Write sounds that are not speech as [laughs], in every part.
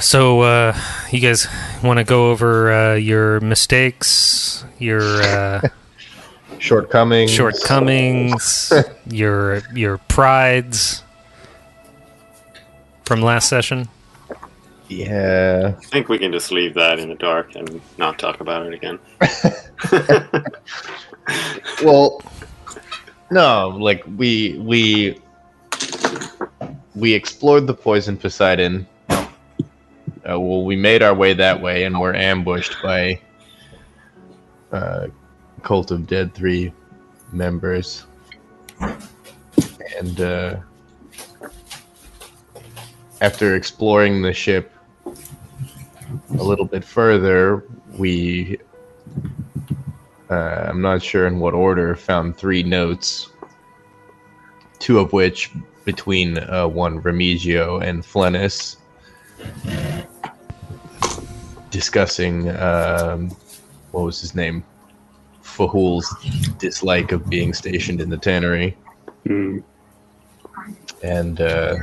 so uh, you guys want to go over uh, your mistakes, your uh, Shortcomings. shortcomings, your your prides from last session. Yeah. I think we can just leave that in the dark and not talk about it again. Well, no, like we we we explored the poison Poseidon. Uh, well, we made our way that way, and were ambushed by uh, Cult of Dead Three members, and uh, after exploring the ship a little bit further, we uh, I'm not sure in what order, found three notes, two of which between uh, one Remigio and Flennis, discussing um, what was his name, Fahul's dislike of being stationed in the tannery, and uh,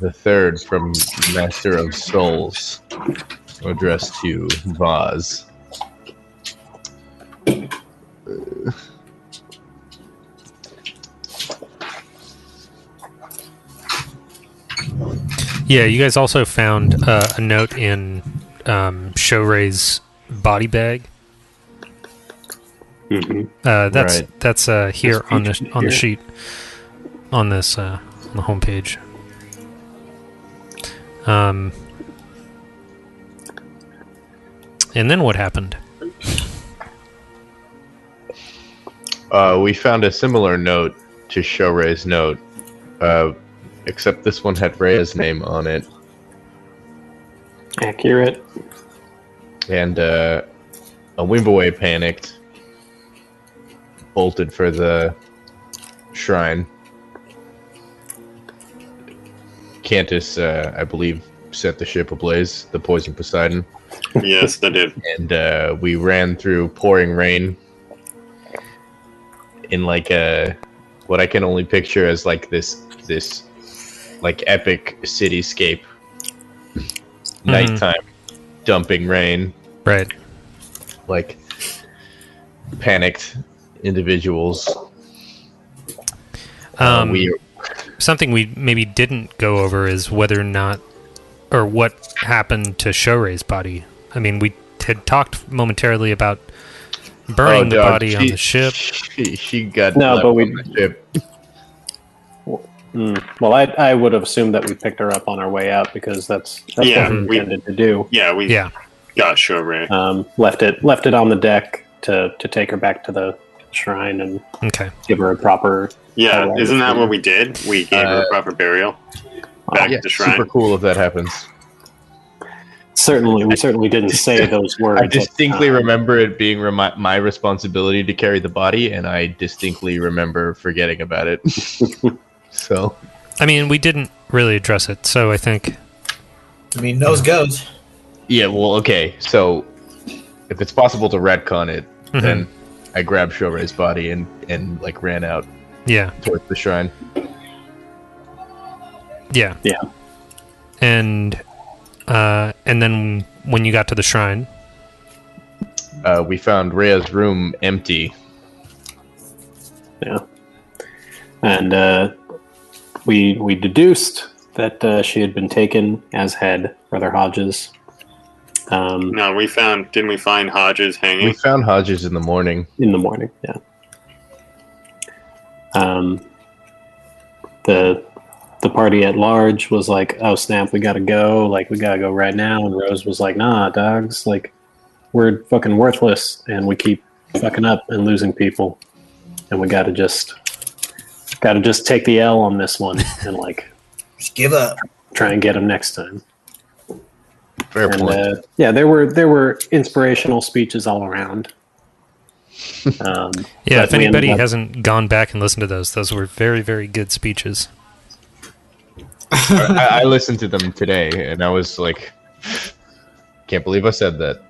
the third from Master of Souls, addressed to Vaz. Yeah, you guys also found uh, a note in um, Showray's body bag. Mm-hmm. Uh, that's Right. that's uh, here That's on the featured on the here. sheet on this uh, on the homepage. Um, and then what happened? Uh, we found a similar note to show Ray's note, uh, except this one had Rhea's name on it. Accurate. And uh, a Wimbaway panicked, bolted for the shrine. Cantus, uh, I believe, set the ship ablaze, the poison Poseidon. Yes, I did. and uh, we ran through pouring rain in like a what I can only picture as like this this like epic cityscape Mm-hmm. nighttime dumping rain Right. like panicked individuals Uh, Um, we something we maybe didn't go over is whether or not or what happened to Showray's body. I mean, we had talked momentarily about burning Oh, the oh, dog, body on she- the ship. she, she got No, left but we- on the ship. Mm. Well, I, I would have assumed that we picked her up on our way out because that's, that's Yeah, what we we- intended to do. Yeah, we Yeah. got Showray. Um, left it left it on the deck to, to take her back to the shrine and Okay. give her a proper. Yeah, Oh, isn't that yeah. what we did? We gave her proper burial. Back Uh, oh, yeah, at the shrine. super cool if that happens Certainly, we certainly didn't say those words. Uh, I at the distinctly time. remember it being remi- my responsibility to carry the body, and I distinctly remember forgetting about it. so, I mean, we didn't really address it, so I think I mean, nose goes. yeah, well, okay. So, if it's possible to retcon it, then I grabbed Shoray's body and, and like ran out yeah, towards the shrine. yeah, Yeah. and uh, and then when you got to the shrine, Uh, we found Rhea's room empty. Yeah. And uh, we we deduced that uh, she had been taken, as had Brother Hodges. Um, No, we found. Didn't we find Hodges We hanging? found Hodges in the morning. in the morning. Yeah. Um, the the party at large was like, "Oh snap, we gotta go! Like we gotta go right now." And Rose was like, "Nah, dogs. Like we're fucking worthless, and we keep fucking up and losing people, and we gotta just gotta just take the L on this one [laughs] and like Just give up. try and get them next time." Fair and point. uh, yeah, there were there were inspirational speeches all [laughs] around. Um, yeah. If but we ended anybody up- hasn't gone back and listened to those, those were very, very good speeches. I, I listened to them today, and I was like, [sighs] can't believe I said that.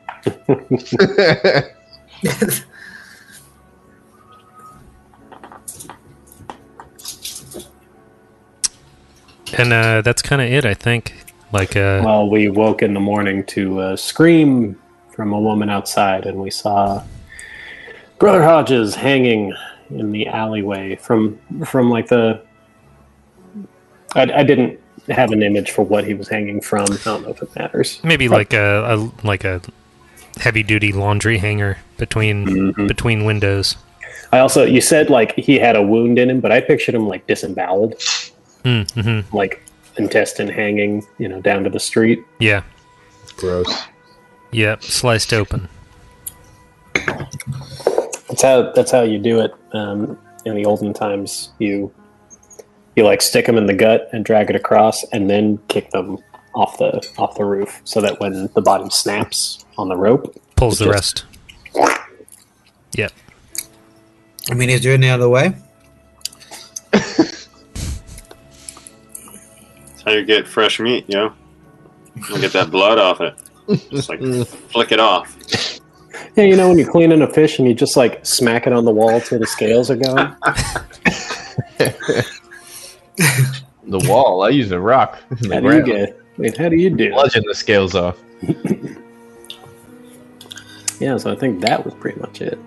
And uh, that's kind of it, I think. Like [laughs] uh, Well, we woke in the morning to a scream from a woman outside, and we saw Brother Hodges hanging in the alleyway from from like the. I, I didn't have an image for what he was hanging from. I don't know if it matters. maybe like a, a like a heavy duty laundry hanger between between windows. I also you said like he had a wound in him, but I pictured him like disemboweled, Mm-hmm. like intestine hanging, you know, down to the street. Yeah. Gross. Yep. Sliced open. That's how that's how you do it. Um, in the olden times, you you like stick them in the gut and drag it across, and then kick them off the off the roof, so that when the bottom snaps on the rope, Pulls the Just- rest. Yep. I mean, he's doing it out of the way. That's how you get fresh meat, yo. You get that blood off it. [laughs] Just like flick it off. yeah, you know when you're cleaning a fish and you just like smack it on the wall till the scales are [laughs] going. The wall. I use a rock. [laughs] in the How do you ground. get? Wait, how do you do? Bludgeon the scales off. Yeah, so I think that was pretty much it.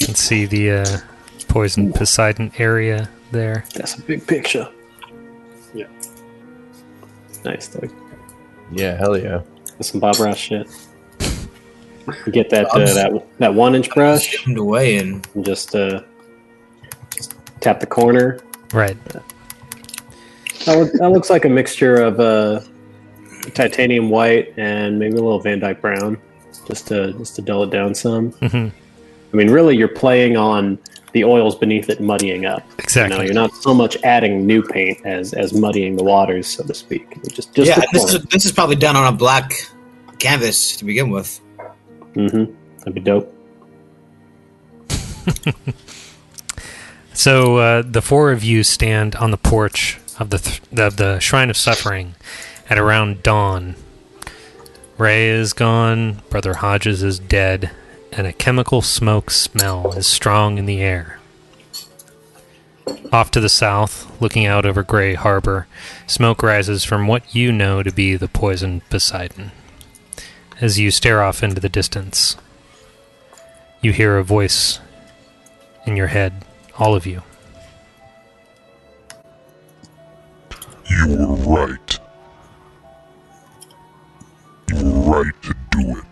You can see the uh, poison Poseidon area there. That's a big picture. Yeah. Nice, Doug. Yeah, hell yeah. That's some Bob Ross shit. You get that I'm uh, s- that that one inch Brush brush him away and and just uh, tap the corner. Right. That, look, that looks like a mixture of uh, titanium white and maybe a little Van Dyke brown, just to just to dull it down some. Mm-hmm. hmm I mean, really, you're playing on the oils beneath it muddying up. You know, Exactly. you're not so much adding new paint as as muddying the waters, so to speak. You're Just just yeah, the this is this is probably done on a black canvas to begin with. Mm-hmm. That'd be dope. So uh, the four of you stand on the porch of the th- of the Shrine of Suffering at around dawn. Ray is gone. Brother Hodges is dead, and a chemical smoke smell is strong in the air. Off to the south, looking out over Gray Harbor, smoke rises from what you know to be the poison Poseidon. As you stare off into the distance, you hear a voice in your head, all of you. You were right. You were right to do it.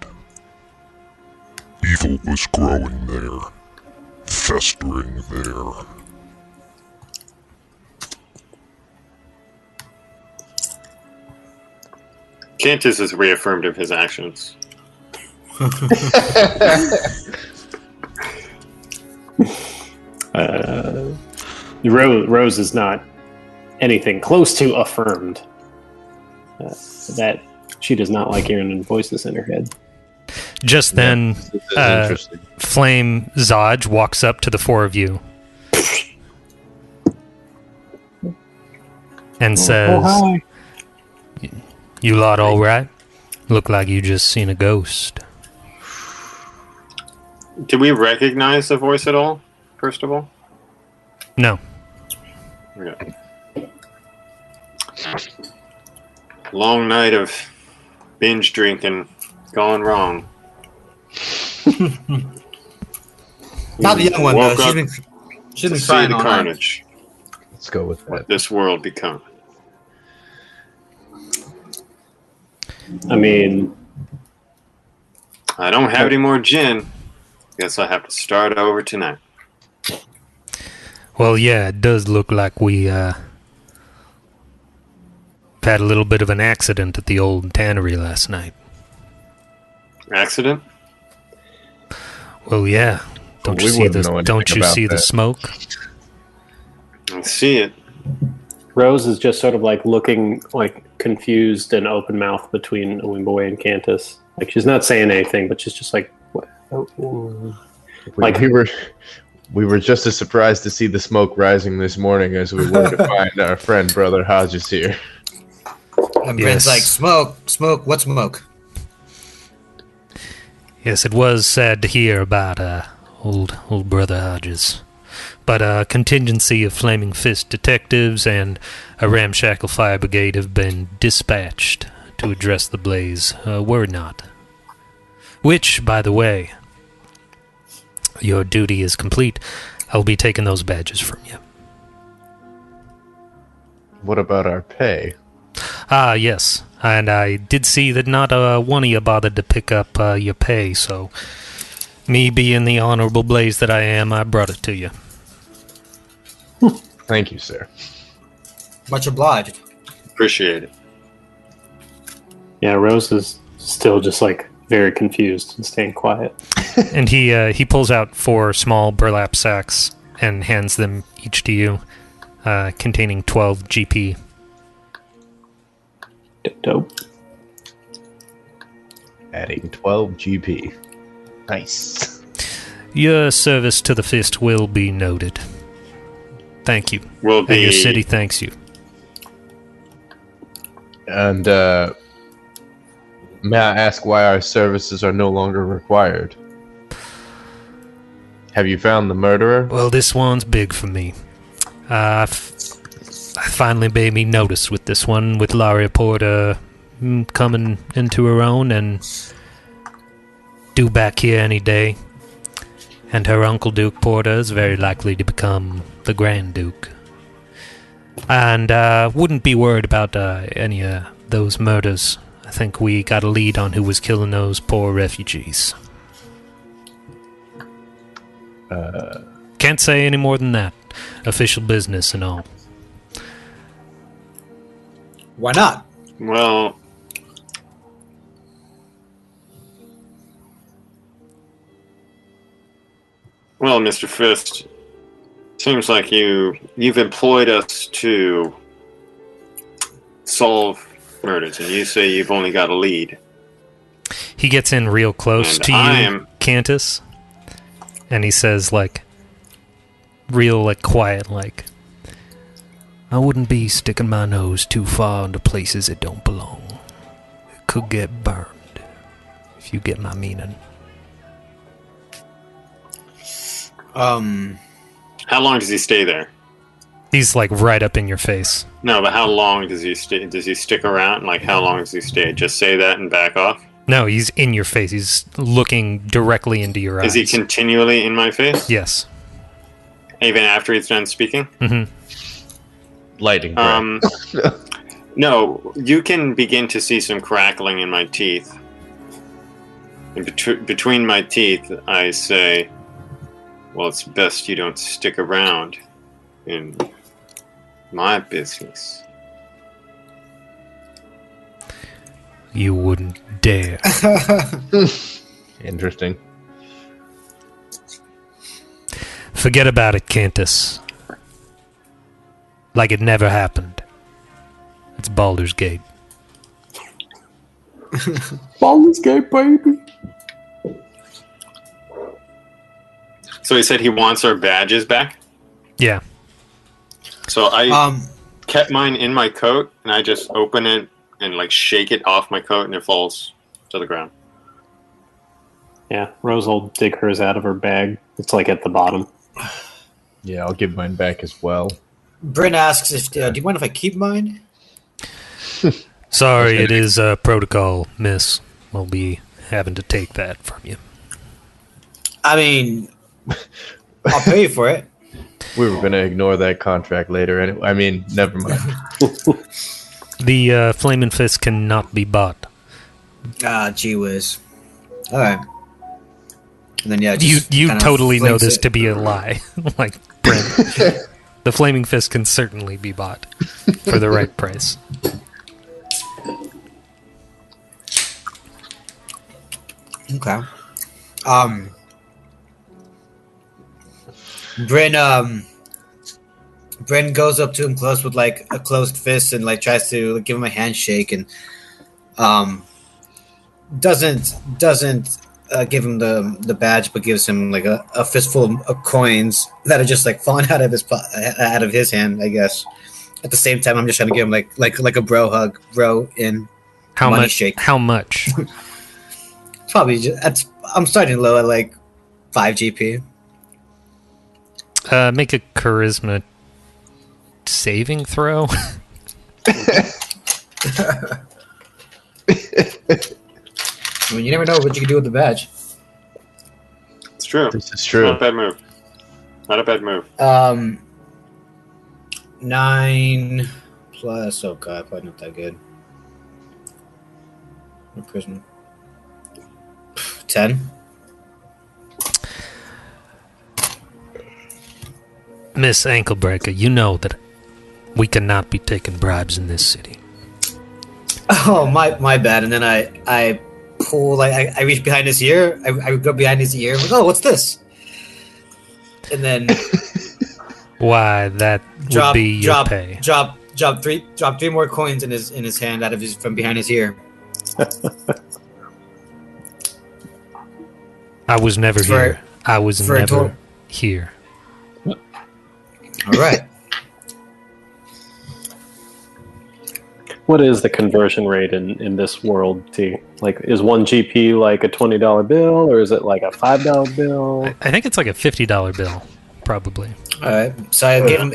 Evil was growing there, festering there. Cantus is reaffirmed of his actions. Uh, Rose, Rose is not anything close to affirmed. Uh, that she does not like hearing voices in her head. Just then, This is Uh, interesting. Flame Zodge walks up to the four of you and says, hi. You lot all right? Look like you just seen a ghost. Did we recognize the voice at all, first of all? No. Okay. Long night of binge drinking gone wrong. Not the young one though. Woke She's up been she's to been see crying the all night. carnage Let's go with that. this world become. I mean, I don't have any more gin. Guess I have to start over tonight. Well, yeah, it does look like we, uh, had a little bit of an accident at the old tannery last night. Accident? Well, yeah. Don't you We see wouldn't the know anything don't you about see the that. smoke? I see it. Rose is just sort of like looking like confused and open mouthed between Awimbawe and Cantus. Like she's not saying anything, but she's just like, what? Oh, We- Like- we were we were just as surprised to see the smoke rising this morning as we were [laughs] to find our friend brother Hodges here. And Yes. Brent's like, smoke, smoke, what smoke? Yes, it was sad to hear about uh, old old brother Hodges. But a contingency of Flaming Fist detectives and a ramshackle fire brigade have been dispatched to address the blaze. Uh, were not. Which, by the way, your duty is complete. I'll be taking those badges from you. What about our pay? Ah, yes. And I did see that not uh, one of you bothered to pick up uh, your pay, so me being the honorable blaze that I am, I brought it to you. Thank you, sir. Much obliged. Appreciate it. Yeah, Rose is still just like very confused and staying quiet. And he uh, he pulls out four small burlap sacks and hands them each to you, uh, containing twelve GP. Dope, Dope. Adding 12 GP. Nice. Your service to the fist will be noted. Thank you, Will and be your city thanks you. And uh, may I ask why our services are no longer required? Have you found the murderer? Well, this one's big for me. Uh, I f- I finally made me notice with this one, with Laria Porter mm, coming into her own and due back here any day. And her uncle Duke Porter is very likely to become the Grand Duke. And uh, wouldn't be worried about uh, any of those murders. I think we got a lead on who was killing those poor refugees. Can't say any more than that. Official business and all. Why not? Well, well, Mr. Fist, seems like you you've employed us to solve murders, and you say you've only got a lead. He gets in real close And to you, I'm- Cantus, and he says, like, real, like, quiet, like, I wouldn't be sticking my nose too far into places it don't belong. It could get burned, if you get my meaning. Um, How long does he stay there? He's, like, right up in your face. No, but how long does he stay? Does he stick around? Like, how long does he stay? Just say that and back off. No, he's in your face. He's looking directly into your Is eyes. he continually in my face, yes. even after he's done speaking? Lightning. bolt. Um, no, you can begin to see some crackling in my teeth. And betw- between my teeth, I say, "Well, it's best you don't stick around in my business." You wouldn't dare. Interesting. Forget about it, Cantus. Like it never happened. It's Baldur's Gate. Baldur's Gate, baby. So he said he wants our badges back. Yeah. So I um, kept mine in my coat, and I just open it and like shake it off my coat, and it falls to the ground. Yeah, Rose will dig hers out of her bag. It's like at the bottom. Yeah, I'll give mine back as well. Bryn asks if uh, do you mind if I keep mine? Sorry, it is uh, protocol, miss. We'll be having to take that from you. I mean, I'll pay you for it. We were going to ignore that contract later. Anyway. I mean, never [laughs] mind. The uh, Flaming Fist cannot be bought. [laughs] Ah, gee whiz. All right. And then yeah, You just you kinda totally know flings this it. to be a lie. [laughs] like, Brent. [laughs] the Flaming Fist can certainly be bought for the right price. Okay. Um. Bryn um. Bryn goes up to him close with like a closed fist and like tries to give him a handshake and um doesn't doesn't uh, give him the the badge but gives him like a, a fistful of- of coins that are just like [laughs] falling out of his po- uh, out of his hand I guess. At the same time, I'm just trying to give him like like like a bro hug, bro in. How Money much? shake. How [laughs] much? It's probably just that's. I'm starting low at like five GP. Uh, make a charisma saving throw. I mean, you never know what you can do with the badge. It's true. This is Not a true. bad move. Not a bad move. Um, nine plus. Oh god, probably not that good. No Charisma. Ten. Miss Anklebreaker, you know that we cannot be taking bribes in this city. Oh my, my bad. And then I I pull like I, I reach behind his ear. I, I go behind his ear. Like, oh, what's this? [laughs] And then Why that would drop be your drop pay. drop drop three drop three more coins in his in his hand out of his from behind his ear. I was never For- here. I was for a never tor- here. All right. What is the conversion rate in, in this world, T? Like, is one GP like a $20 bill or is it like a $5 bill? I think it's like a fifty dollar bill, probably. [laughs] All right. So I gave him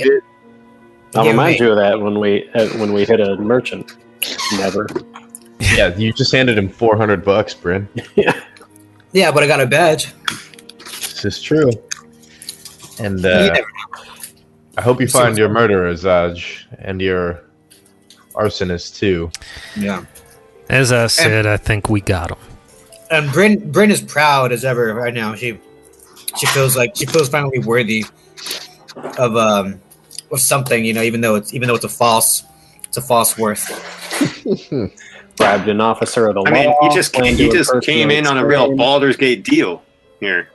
I'll Yeah, remind we- you of that when we uh, when we hit a merchant. Never. Yeah, you just handed him 400 bucks, Bryn. yeah, but I got a badge. This is true. And uh, Yeah. I hope you So- find your murderers, Aj, and your arsonist too. Yeah. As I said, I think we got him. And Bryn Bryn is proud as ever right now. She she feels like she feels finally worthy of um of something, you know, even though it's even though it's a false it's a false worth. Grabbed an officer of the law. I mean, he just planned he to just came impersonate in on a real Spain. Baldur's Gate deal here.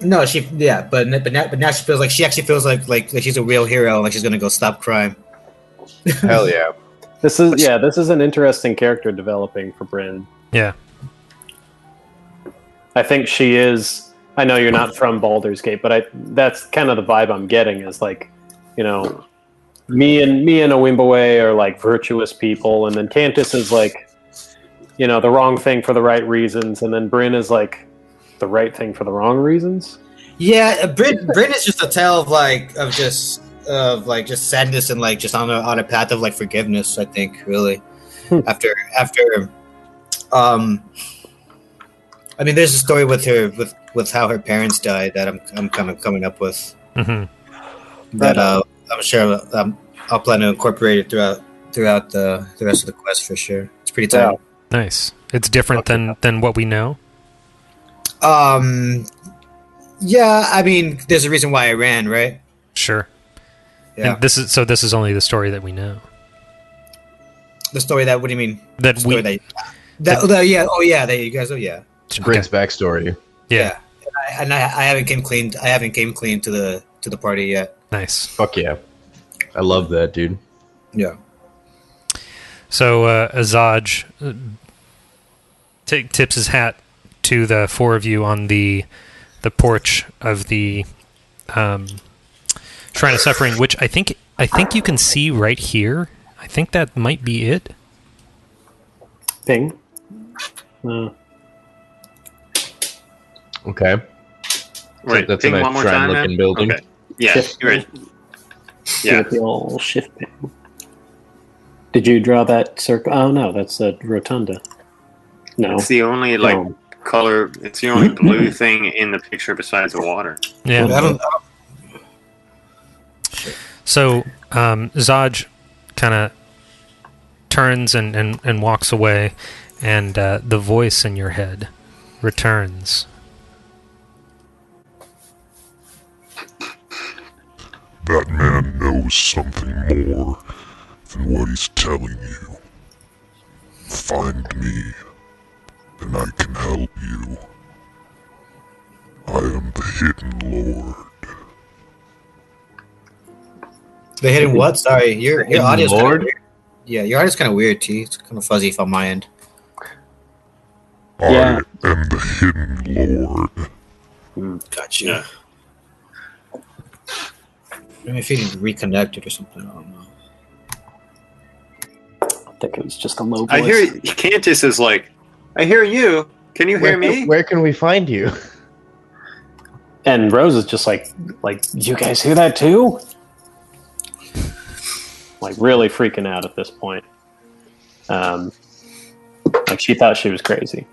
No, she yeah, but but now, but now she feels like she actually feels like like, like she's a real hero, like she's gonna go stop crime. Hell yeah. This is yeah. This is an interesting character developing for Bryn. Yeah. I think she is. I know you're not from Baldur's Gate, but I that's kind of the vibe I'm getting is like, you know, me and me and Awimbawe are like virtuous people, and then Cantus is like, you know, the wrong thing for the right reasons, and then Bryn is like, the right thing for the wrong reasons. Yeah, uh, Brit Brit is just a tale of like of just of like just sadness and like just on a on a path of like forgiveness. I think really after after um. I mean, there's a story with her with with how her parents died that I'm I'm kind of coming up with hmm that uh, I'm sure um, I'll plan to incorporate it throughout throughout the the rest of the quest for sure. It's pretty tight. Yeah. Nice. It's different than than what we know. Um, yeah, I mean, there's a reason why I ran, right? Sure. Yeah. And this is so. This is only the story that we know. the story that. What do you mean? That Story we. that, that, that- yeah. Oh yeah, that you guys. Oh yeah. Bryn's backstory. Yeah. I, and I, I haven't came clean. I haven't came clean to the to the party yet. Nice. Fuck yeah. I love that, dude. Yeah. So uh, Azaj uh, t- tips his hat to the four of you on the the porch of the um, Shrine of Suffering, which I think I think you can see right here. I think that might be it. Ping. Uh, Okay. Right. that's ping a nice one more shrine time. man. looking building. Okay. Yeah. Shift. You're right. give Yeah. it the old shift ping. Did you draw that circle? Oh no, that's a rotunda. No. It's the only like No. color. It's the [laughs] only blue thing in the picture besides the water. Yeah. I don't. So um, Zaj kind of turns and, and, and walks away, and uh, the voice in your head returns. That man knows something more than what he's telling you. Find me, and I can help you. I am the Hidden Lord. They hitting what? Sorry, your your Hidden audio's kind Lord? of weird. Yeah, your audio's kind of weird too. It's kind of fuzzy from my end. Yeah. I am the Hidden Lord. Gotcha. Yeah. I mean, if you can reconnect it or something, I don't know. I think it was just a low voice. I hear Cantus is like, I hear you. Can you Where, hear me? where can we find you? And Rose is just like, like, you guys hear that too? Like really freaking out at this point. Um, like she thought she was crazy.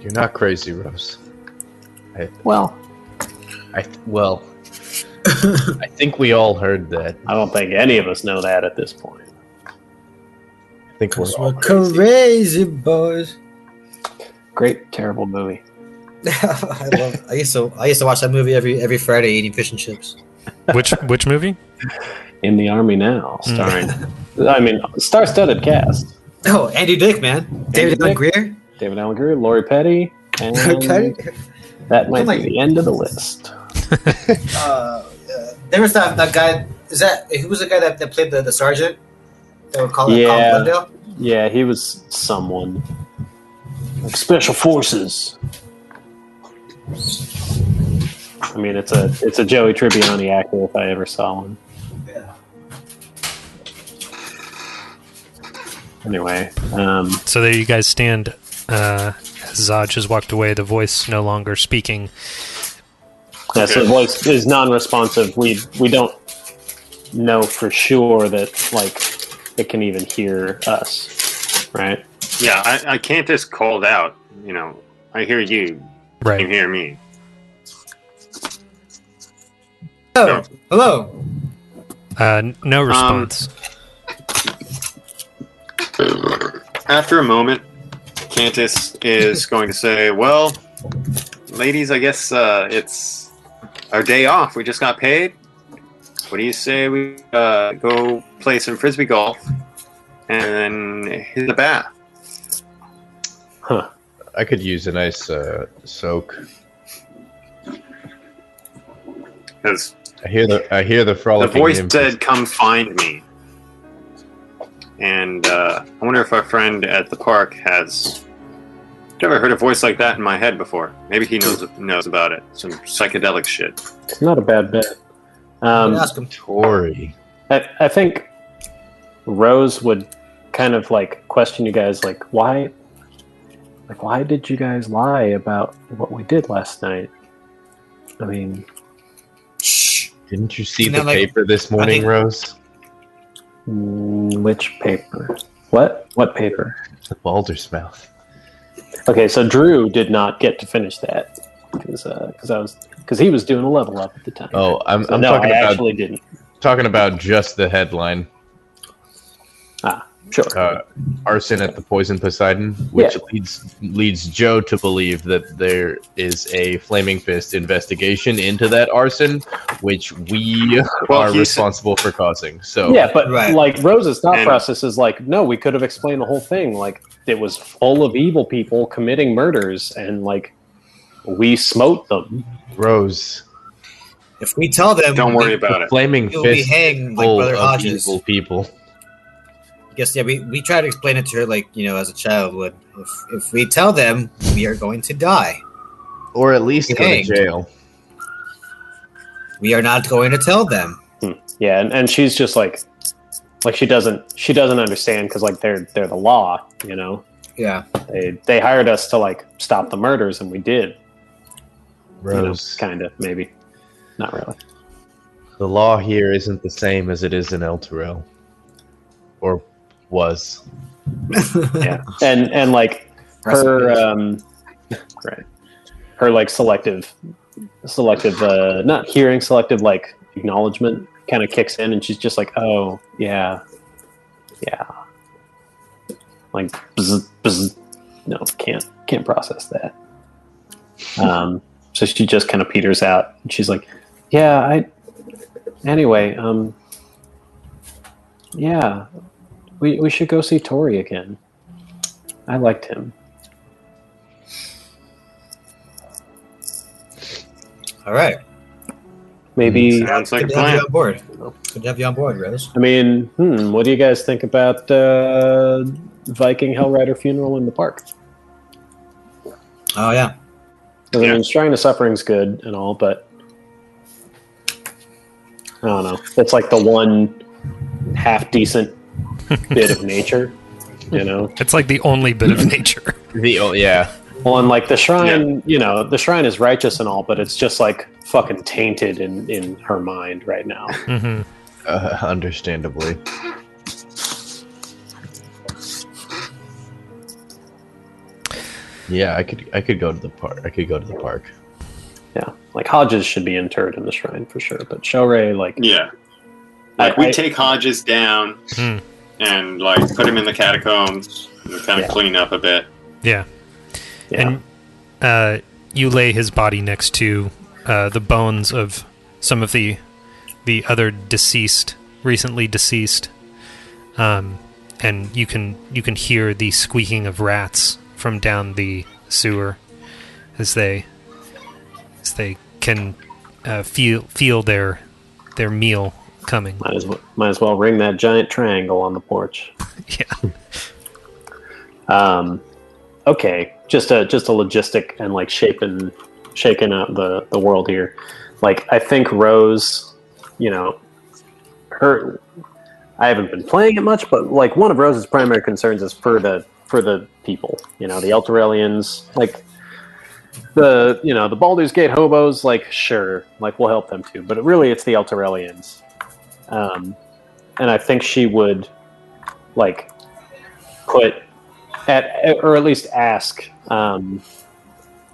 You're not crazy, Rose. Well, I th- [laughs] well, I think we all heard that. I don't think any of us know that at this point. I think we're Cause all we're crazy. crazy boys. Great, terrible movie. [laughs] I love. I used to. I used to watch that movie every every Friday, eating fish and chips. Which which movie? In the Army Now, starring, I mean, star studded cast Oh, Andy Dick, man. David Allen Dick. [laughs] Greer. David Allen Greer, Lori Petty, and Okay. that might Somebody- be the end of the list. Uh, uh, there was that, that guy. Is that who was the guy that, that played the, the sergeant? That would call it Yeah. Colin Glendale. Yeah, he was someone. Like special forces. I mean it's a it's a Joey Tribbiani actor if I ever saw one. Yeah. Anyway, um, So there you guys stand. Uh, as Zodge has walked away, the voice no longer speaking. yeah, so the voice is non-responsive. We we don't know for sure that like it can even hear us, right? Yeah, I, I can't just call it out. You know, I hear you. You Right. hear me. Hello. Oh, Hello. Uh, n- no response. After a moment, Cantus [laughs] is going to say, Well, ladies, I guess uh, it's our day off. We just got paid. What do you say we uh, go play some frisbee golf and then hit the bath? I could use a nice uh, soak. Because I hear the I hear the the frolicking. voice hymn- said, Come find me. And uh, I wonder if our friend at the park has never heard a voice like that in my head before. Maybe he knows knows about it. Some psychedelic shit. It's not a bad bet. Um, ask him. "Tory." I, I think Rose would kind of like question you guys, like why, like why did you guys lie about what we did last night? I mean, Shh. Didn't you see And the then, like, paper this morning, think- Rose? mm, which paper? What? What paper? The Baldur's mouth. Okay, so Drew did not get to finish that because because I was because he was doing a level up at the time. Oh, I'm, So I'm no, I talking about actually didn't. talking about just the headline. Sure. uh, arson at the poison Poseidon, which Yeah. leads leads Joe to believe that there is a flaming fist investigation into that arson, which we Well, are he said- responsible for causing. So yeah, but Right. like Rose's thought And- process is like, no, we could have explained the whole thing. Like it was full of evil people committing murders, and like we smote them. Rose, If we tell them, Don't worry about the it. flaming You'll be fist hanged like full Brother of Hodges. evil people. Yes, yeah. We, we try to explain it to her like you know as a child would. If if we tell them, we are going to die. Or at least go to Hanged. jail. We are not going to tell them. Yeah, and, and she's just like, like she doesn't she doesn't understand because like they're they're the law, you know. Yeah. They they hired us to like stop the murders, and we did. Rose, You know, kind of maybe, not really. the law here isn't the same as it is in El Terrell. Or was. Yeah, and and like her um right her like selective selective uh not hearing selective like acknowledgement kind of kicks in and she's just like oh yeah yeah like bzz, bzz. no can't can't process that um so she just kind of peters out and she's like yeah i anyway um yeah we, we should go see tori again i liked him All right. Maybe. Sounds like a Good to have plan. you on board. Good to have you on board, Rose. I mean, hmm, what do you guys think about uh, Viking Hellrider funeral in the park? Oh yeah. 'Cause, I Yeah. mean, Shrine of Suffering's good and all, but I don't know. It's like the one half decent bit of nature, you know? It's like the only bit of [laughs] nature. The oh, yeah. Well, and like the shrine, you know, the shrine is righteous and all, but it's just like fucking tainted in in her mind right now. hmm Uh, understandably. Yeah, I could I could go to the park. I could go to the park. Yeah, like Hodges should be interred in the shrine for sure, but Shorey, like, Yeah. I- Like, we I- take Hodges down Hmm. and, like, put him in the catacombs and kind Yeah. of clean up a bit. Yeah. yeah, And uh, you lay his body next to uh, the bones of some of the the other deceased, recently deceased, um, and you can you can hear the squeaking of rats from down the sewer as they as they can uh, feel feel their their meal coming. might as well might as well ring that giant triangle on the porch. yeah. Um, okay, just a just a logistic and like shaping shaking up the the world here. Like I think Rose, you know, her. I haven't been playing it much, but like one of Rose's primary concerns is for the for the people. You know, the Elturellians, like the you know the Baldur's Gate hobos. Like sure, like we'll help them too, but really it's the Elturellians. Um, and I think she would like put at or at least ask um,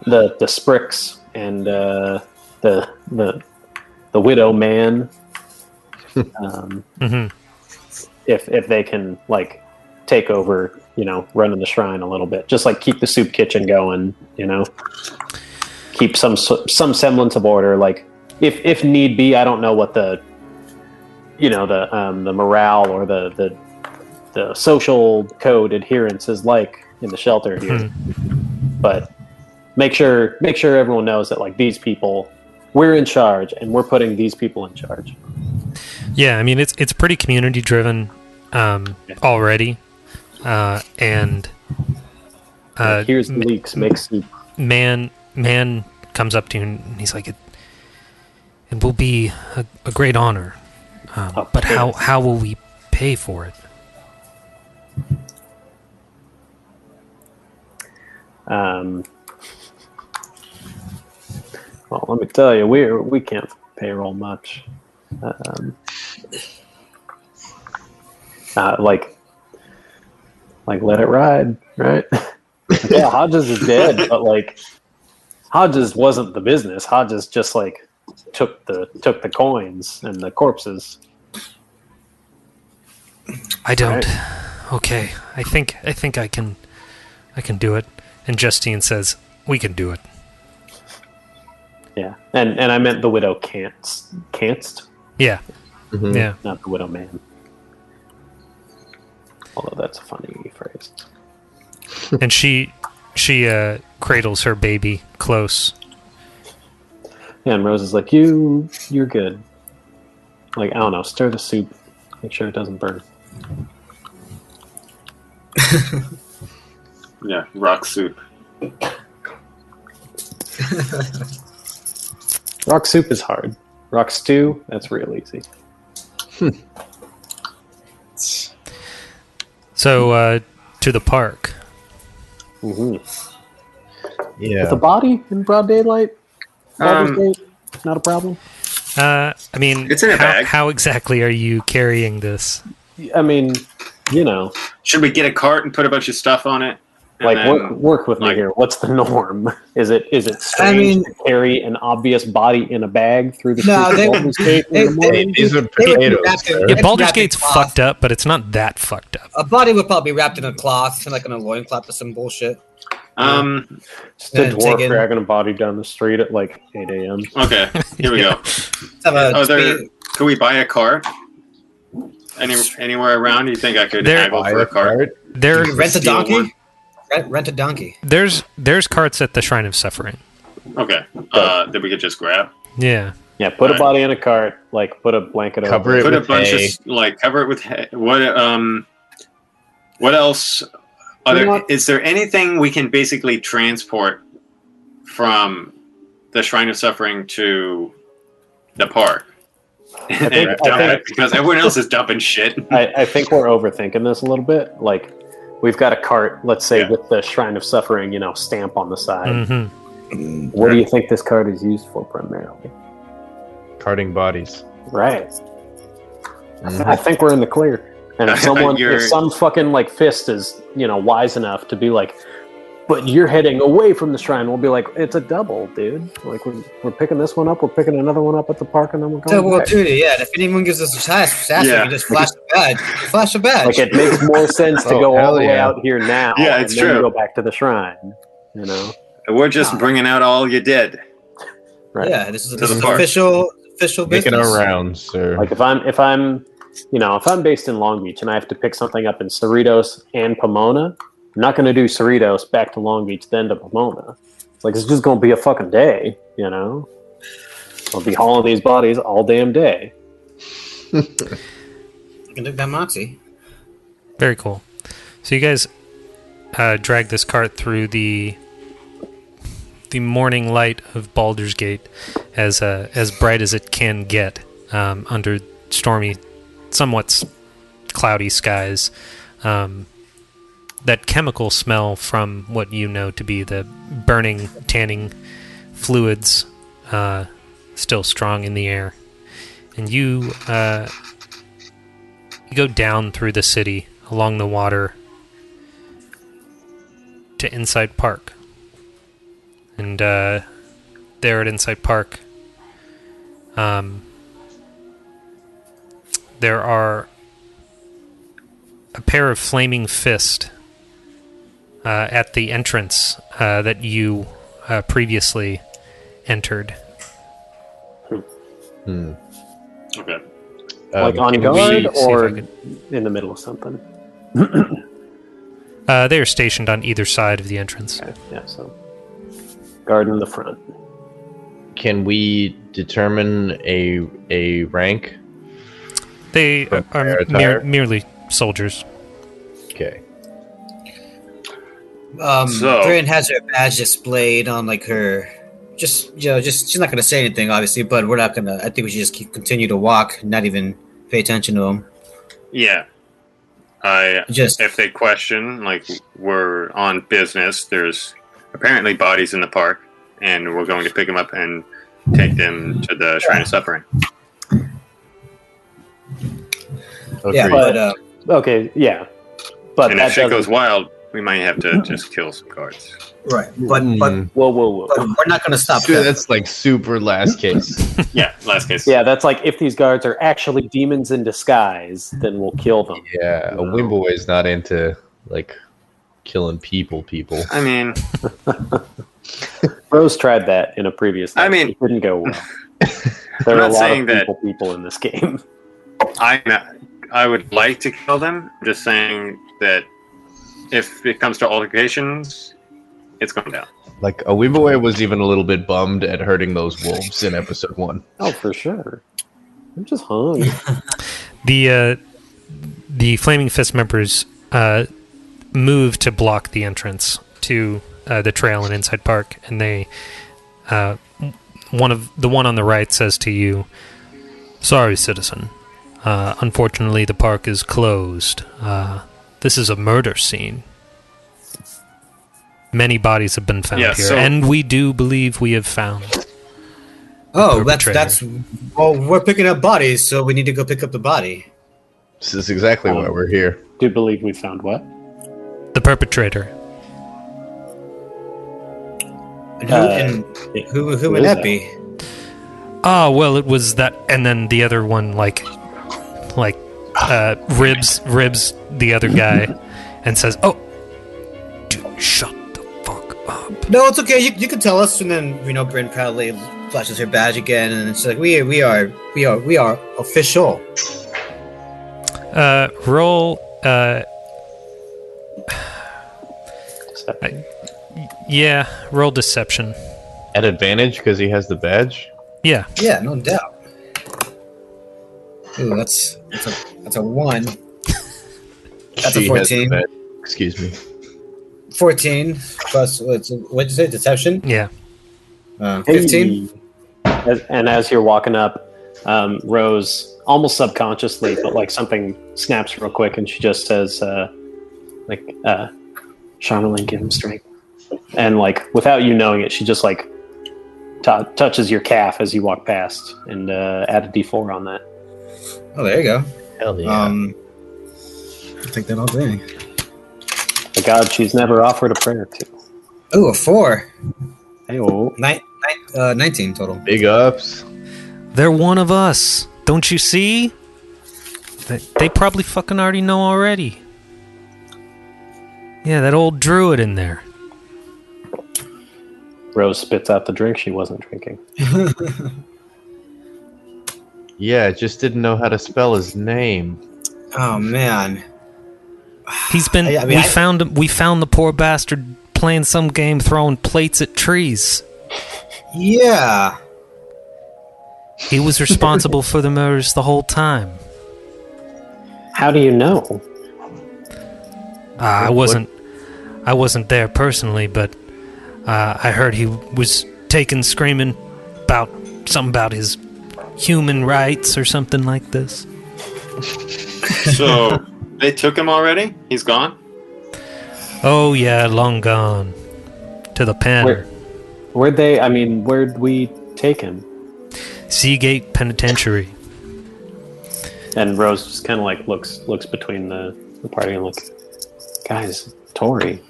the the Spricks and uh, the the the widow man um, hmm if if they can like take over you know running the shrine a little bit just like keep the soup kitchen going you know keep some s- some semblance of order like if if need be i don't know what the you know the um, the morale or the the the social code adherence is like in the shelter here Hmm. but make sure make sure everyone knows that like these people we're in charge and we're putting these people in charge Yeah, I mean it's it's pretty community driven um, already, uh, and uh, Like, here's the leaks make soup man man comes up to you and he's like, "It, it will be a, a great honor, um, Oh, but how how will we pay for it?" Um, well, let me tell you, we we can't payroll much. Um, uh, like, like let it ride, right? [laughs] yeah, Hodges is dead, but like, Hodges wasn't the business. Hodges just like took the took the coins and the corpses. I don't. Okay, I think I think I can, I can do it. And Justine says, "We can do it." Yeah, and and I meant the widow can't can't Yeah, yeah. not the widow man. Although that's a funny phrase. and she she uh, cradles her baby close. Yeah, and Rose is like, "You, you're good." Like I don't know, stir the soup, make sure it doesn't burn. Yeah, rock soup. Rock soup is hard. Rock stew, that's real easy. So uh, to the park. Mm-hmm. Yeah. With a body in broad daylight, Baldur's Um, Gate, not a problem. Uh, I mean, It's in a how, bag. how exactly are you carrying this? I mean, you know, Should we get a cart and put a bunch of stuff on it? And like then- work, work with me like- here. What's the norm? Is it is it strange mean- to carry an obvious body in a bag through the No, streets they- of Baldur's Gate in they- the they- morning? Hey, these are They would be potatoes. wrapped in- sir. Yeah, It's Baldur's wrapped in Gate's cloth. fucked up, but it's not that fucked up. A body would probably be wrapped in a cloth, like in a loincloth or some bullshit. Um, It's the Uh, Yeah, dwarf take it. dragging a body down the street at like eight a.m. okay, here we go. Let's have a Are Oh, there, speed- can we buy a cart? Any, anywhere around? You think I could There- haggle for a cart? There, you rent a Steal donkey. one. Rent, rent a donkey. there's there's carts at the Shrine of Suffering. Okay, uh, that we could just grab. Yeah, Yeah, put a Right. body in a cart, like put a blanket Cover over it put a with bunch hay. of like cover it with hay. what um what else You are know there, what? is there anything we can basically transport from the shrine of suffering to the park and think- I dump think- it because everyone else is dumping shit I, I think we're overthinking this a little bit. Like, We've got a cart, let's say, Yeah. with the Shrine of Suffering, you know, stamp on the side. hmm Mm. What do you think this card is used for primarily? Carting bodies. Right. Mhm. I think we're in the clear. [laughs] And if someone, You're- if some fucking like fist is, you know, wise enough to be like, but you're heading away from the shrine, we'll be like, it's a double, dude. Like we're, we're picking this one up, we're picking another one up at the park, and then we're going. Double back. duty, yeah. and If anyone gives us a task, task Yeah. we can just flash a badge. Flash a badge. Like it makes more sense to Oh, go all hell the way yeah. out here now. Yeah, and it's then true. Go back to the shrine. You know. We're just Ah. bringing out all you did. Right. Yeah, this is, To this the is park. official official Making business. our rounds, sir. Like if I'm if I'm you know, if I'm based in Long Beach and I have to pick something up in Cerritos and Pomona, I'm not gonna do Cerritos back to Long Beach then to Pomona. It's like it's just gonna be a fucking day, you know? I'll be hauling these bodies all damn day. You can look that moxie. Very cool. So you guys uh, drag this cart through the the morning light of Baldur's Gate, as uh, as bright as it can get um, under stormy, somewhat s- cloudy skies. Um, that chemical smell from what you know to be the burning tanning fluids uh, still strong in the air, and you. Uh, you go down through the city along the water to Insight Park. And uh, there at Insight Park, um, there are a pair of flaming fists uh, at the entrance uh, that you uh, previously entered. Okay. Hmm. Um, like on can guard see if I or could- in the middle of something. Uh, they are stationed on either side of the entrance. Okay, Yeah, so guard in the front. Can we determine a a rank? They are, are attire? mere, merely soldiers. Okay. Um So- Brynn has her badge displayed on like her just you know, just she's not gonna say anything obviously, but we're not gonna I think we should just keep, continue to walk, not even pay attention to them. Yeah. I Just if they question, like we're on business, there's apparently bodies in the park, and we're going to pick them up and take them to the Shrine of Suffering. yeah, Agreed. but uh, Okay, yeah. But and that if shit doesn't, goes wild, we might have to just kill some guards. right. But but, Mm. whoa, whoa, whoa. but we're not gonna stop Dude, them. that's like super last case. Yeah, last case. Yeah, that's like if these guards are actually demons in disguise, then we'll kill them. yeah, a Wimbleway is not into like killing people. People. I mean, Rose tried that in a previous. I life. mean- it didn't [laughs] go well. I'm There are a not lot saying of that- people, people in this game. I I would like to kill them. I'm just saying that if it comes to altercations, it's going down. Like a Wimbleway was even a little bit bummed at hurting those wolves in episode one. Oh, for sure. I'm just [laughs] hung. The uh, the Flaming Fist members uh, move to block the entrance to uh, the trail in Inside Park, and they uh, one of the one on the right says to you, "Sorry, citizen. Uh, unfortunately, the park is closed. Uh, this is a murder scene." Many bodies have been found Yeah, here, so- and we do believe we have found. Oh, that's perpetrator. that's well we're picking up bodies, so we need to go pick up the body. This is exactly why we're here. Do believe we found what? The perpetrator And who, Uh, and who, who would is that that? be? Ah, well, it was that, and then the other one, like, like, uh, ribs, ribs the other guy, and says, "Oh, dude, shut the fuck up." No, it's okay. You, you can tell us, and then you know, Bryn proudly flashes her badge again, and it's like we we are we are we are official. Uh, roll. Uh, Deception. yeah, roll deception. At advantage because he has the badge. Yeah, Yeah, no doubt. Ooh, that's that's a that's a one. That's a She has the 14. badge. Excuse me. Fourteen plus what's what'd you say? Deception. yeah. Uh, Fifteen. Hey. As- and as you're walking up, um, Rose almost subconsciously, but like something snaps real quick, and she just says, uh, Like, uh, Charmeleon, give him strength. And like, without you knowing it, she just like t- touches your calf as you walk past, and uh, add a d4 on that. Oh, there you go. Hell yeah. Um, I think that I'll do. The god she's never offered a prayer to. Ooh, a four. Hey, oh, Nine, nine, uh, 19 total. Big ups. They're one of us. Don't you see? They, they probably fucking already know already. Yeah, that old druid in there. Rose spits out the drink she wasn't drinking. Yeah, just didn't know how to spell his name. Oh, man. He's been. I- I mean, we I- found him. We found the poor bastard playing some game, throwing plates at trees. Yeah. He was [laughs] responsible for the murders the whole time. How do you know? Uh, I wasn't. I wasn't there personally, but uh, I heard he was taken screaming about something about his human rights or something like this. [laughs] So they took him already? He's gone? Oh yeah, long gone to the pen. Where, where'd they? I mean, where'd we take him? Seagate Penitentiary. And Rose just kind of like looks looks between the, the party and like, guys, Tori.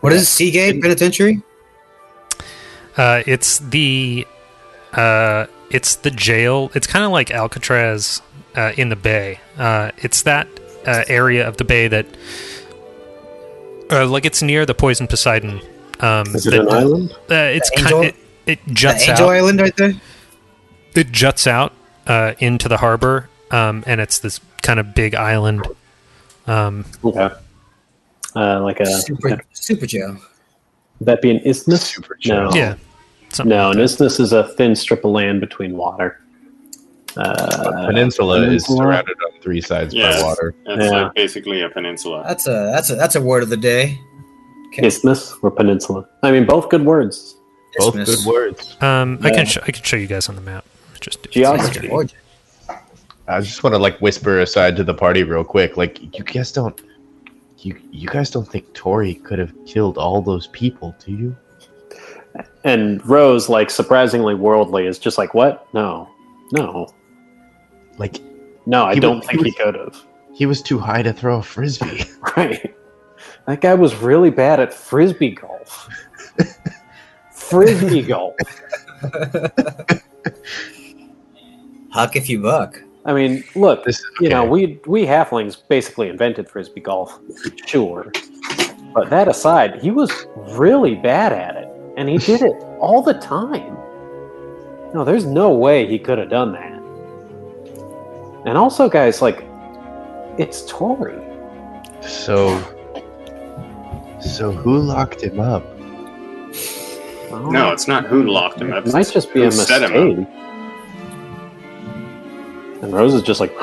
What is it? Seagate Penitentiary? Uh, it's the uh, it's the jail. It's kind of like Alcatraz uh, in the bay. Uh, it's that uh, area of the bay that uh, like it's near the Poison Poseidon. Um, Is it that- an island? Uh, it's The kind Angel- it, it The juts Angel out. Island right there? It juts out uh, into the harbor, um, and it's this kind of big island. Um, Okay. Uh, like a Super, Super Joe. would that be an isthmus? No. Yeah. Something No, an isthmus is a thin strip of land between water. Uh, peninsula, is peninsula? surrounded on three sides Yes. by water. That's Yeah. like basically a peninsula. That's a that's a that's a word of the day. isthmus or peninsula? I mean, both good words. Both Isthmus. good words. Um, I Yeah. can sh- I can show you guys on the map. Just Geography. Gorgeous. I just want to like whisper aside to the party real quick. Like you guys don't, you you guys don't think Tori could have killed all those people, do you? And Rose, like surprisingly worldly, is just like, what? No, no, Like no. I He don't was- think he he could have. he was too high to throw a frisbee. [laughs] [laughs] Right. That guy was really bad at frisbee golf. [laughs] frisbee golf. Huck if you buck. I mean, look, This is you know, okay. we we halflings basically invented frisbee golf, sure. But that aside, he was really bad at it, and [laughs] he did it all the time. No, there's no way he could have done that. And also, guys, like, it's Tory. So, so who locked him up? Oh, No, it's not who locked him up. It might just be a who set mistake. him up. And Rose is just like, [gasps]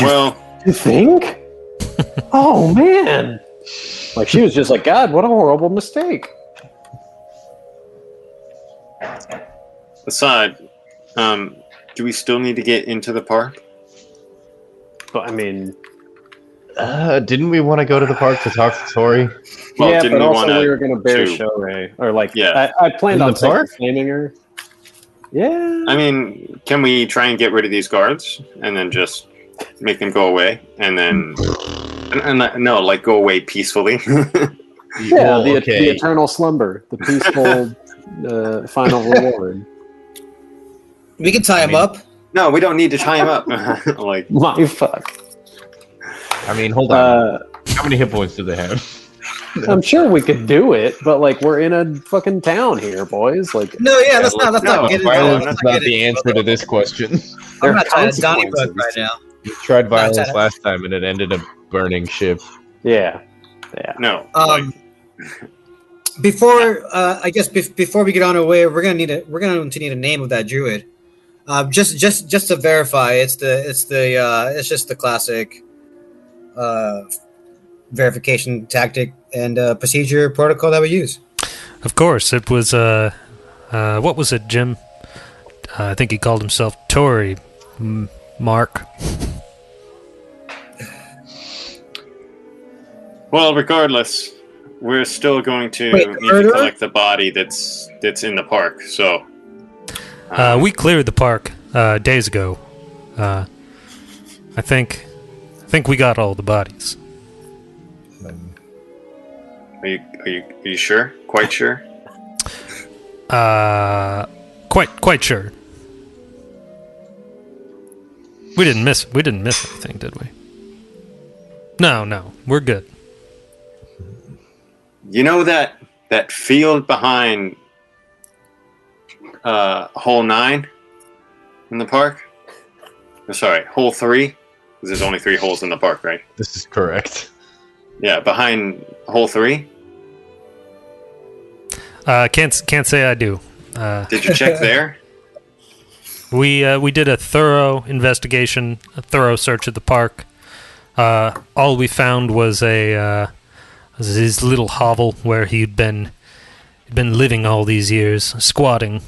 Well, [laughs] you think? oh man! Like she was just like, God, what a horrible mistake. aside, um, do we still need to get into the park? But I mean, Uh, didn't we want to go to the park to talk to Tori? Well, yeah, didn't but we also wanna we were gonna bear do- show Ray, or like, Yeah. yeah, I, I planned In on the park? naming her. Yeah, I mean, can we try and get rid of these guards and then just make them go away and then and, and no, like go away peacefully? [laughs] [laughs] yeah, Well, the, the okay. eternal slumber, [laughs] the peaceful uh, final reward. We can tie him up. no, we don't need to tie him up. [laughs] like My fuck. I mean, hold on. Uh, How many hit points do they have? I'm sure we could do it, but like we're in a fucking town here, boys. Like No, yeah, let's not let's no, not [laughs] get into Violence let's is not not get the into- answer to this [laughs] question. there I'm are not trying to Donny consequences. Bug right now. You tried violence Not- last time, and it ended a burning ship. Yeah. no, like, Um, before uh, I guess bef- before we get on our way, we're gonna need a we're going to need a name of that druid. Um, just just just to verify, it's the it's the uh, it's just the classic uh, verification tactic and uh, procedure protocol that we use. Of course, it was uh, uh, what was it, Jim? Uh, I think he called himself Tory M- Mark. Well, regardless, we're still going to Wait, need to murderer? collect the body that's that's in the park. So Uh, we cleared the park uh, days ago. Uh, I think, I think we got all the bodies. are you are you are you sure? Quite sure? Uh, quite, quite sure. We didn't miss. We didn't miss anything, did we? No, no, we're good. You know that that field behind uh, hole nine in the park? I'm sorry, hole three. 'Cause There's only three holes in the park, right? This is correct. Yeah, behind hole three. Uh, can't s- can't say I do. Uh, Did you [laughs] check there? We uh, we did a thorough investigation, a thorough search of the park. Uh, all we found was a uh, was his little hovel where he'd been he'd been living all these years, squatting.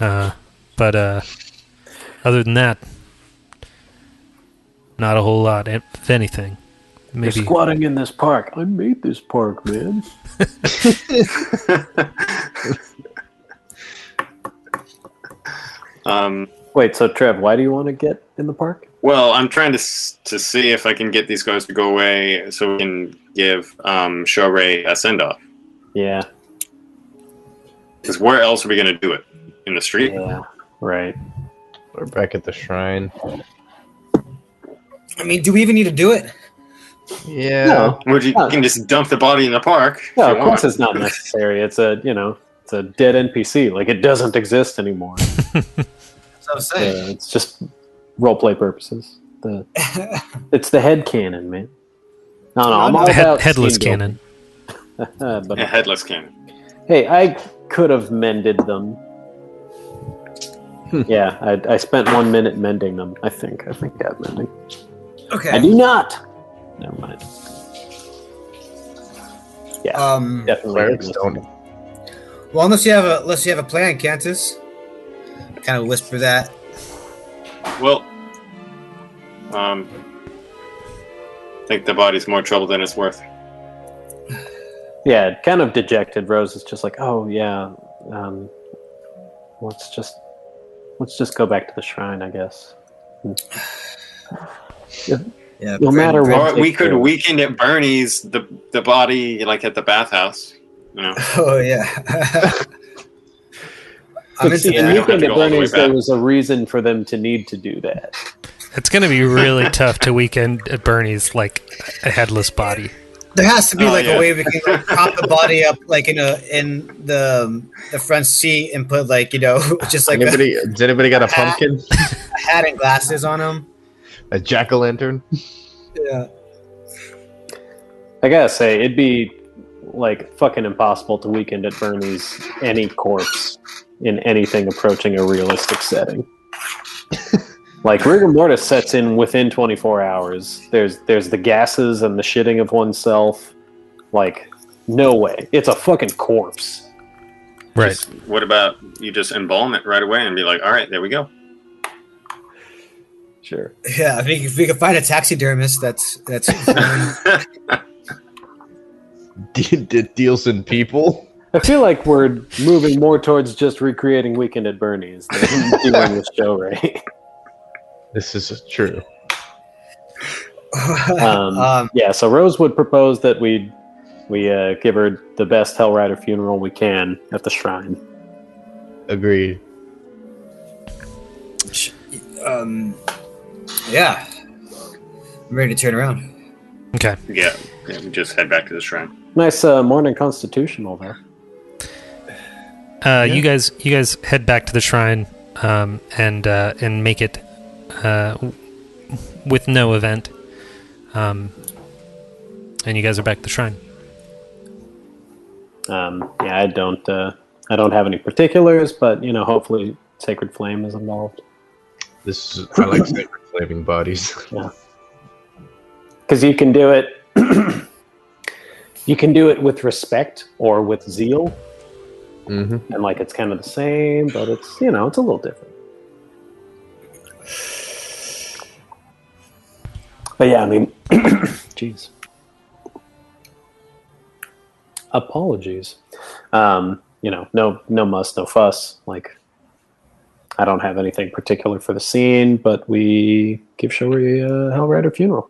Uh, but uh, other than that, not a whole lot, if anything. Maybe squatting in this park. I made this park, man. Um, Wait, so Trev, why do you want to get in the park? well, I'm trying to s- to see if I can get these guys to go away so we can give um, Ray a send off. Yeah, Because where else are we going to do it? In the street? yeah, right. We're back at the shrine. I mean, do we even need to do it? Yeah. No, Would you, you can just dump the body in the park? if no, you of course want. it's not necessary. It's a you know, it's a dead NPC. Like it doesn't exist anymore. That's what I'm Yeah, saying. it's just role play purposes. The it's the head cannon, man. No, no, I'm No, all the head, about headless scene building. cannon. [laughs] but Yeah, headless cannon. hey, I could have mended them. Hmm. yeah, I, I spent one minute mending them. I think. I think I have mending. I okay. do not. Never mind. Um, Definitely. Clerics headless. don't. Well, unless you have a unless you have a plan, Cantus. Kind of whisper that. Well, um, I think the body's more trouble than it's worth. Yeah, kind of dejected. Rose is just like, oh yeah, um, let's just let's just go back to the shrine, I guess. Yeah. No matter Bryn- what- Or we take could care. weekend at Bernie's the the body like at the bathhouse. You know, Oh yeah. I'm into See, and I don't you that. have think to at go all the way Bernie's there back. was a reason for them to need to do that. It's gonna be really tough to weekend at Bernie's like a headless body. There has to be Oh, like yeah. a way we can like, prop the body up, like in a in the um, the front seat, and put like you know [laughs] just like a Anybody? Does anybody got a pumpkin? hat and glasses on him. a jack o' [laughs] lantern? Yeah. I gotta say, it'd be like fucking impossible to weekend at Bernie's any corpse in anything approaching a realistic setting. like rigor mortis sets in within 24 hours. There's there's the gases and the shitting of oneself. Like no way, it's a fucking corpse. Right. Just- what about you just embalm it right away and be like, all right, there we [laughs] go. Sure. Yeah, I think if we could find a taxidermist, that's that's [laughs] De- de- deals in people. I feel like we're moving more towards just recreating Weekend at Bernie's than doing this show, right? This is true. [laughs] Um, um, Yeah, so Rose would propose that we we uh, give her the best Hellrider funeral we can at the shrine. Agreed. um, yeah. I'm ready to turn around. Okay. Yeah, yeah we just head back to the shrine. Nice uh, morning constitutional there. Uh, You guys, you guys head back to the shrine um, and uh, and make it uh, w- with no event. Um, and you guys are back at the shrine. Um, yeah, I don't uh, I don't have any particulars, but you know, hopefully Sacred Flame is involved This is, I like sacred flaming bodies. [laughs] because you can do it. [clears throat] you can do it with respect or with zeal, Mm-hmm. and like it's kind of the same, but it's you know it's a little different. [clears throat] But yeah, I mean, jeez. apologies. Um, you know, no, no muss, no fuss. Like, I don't have anything particular for the scene, but we give Shory a Hellrider funeral.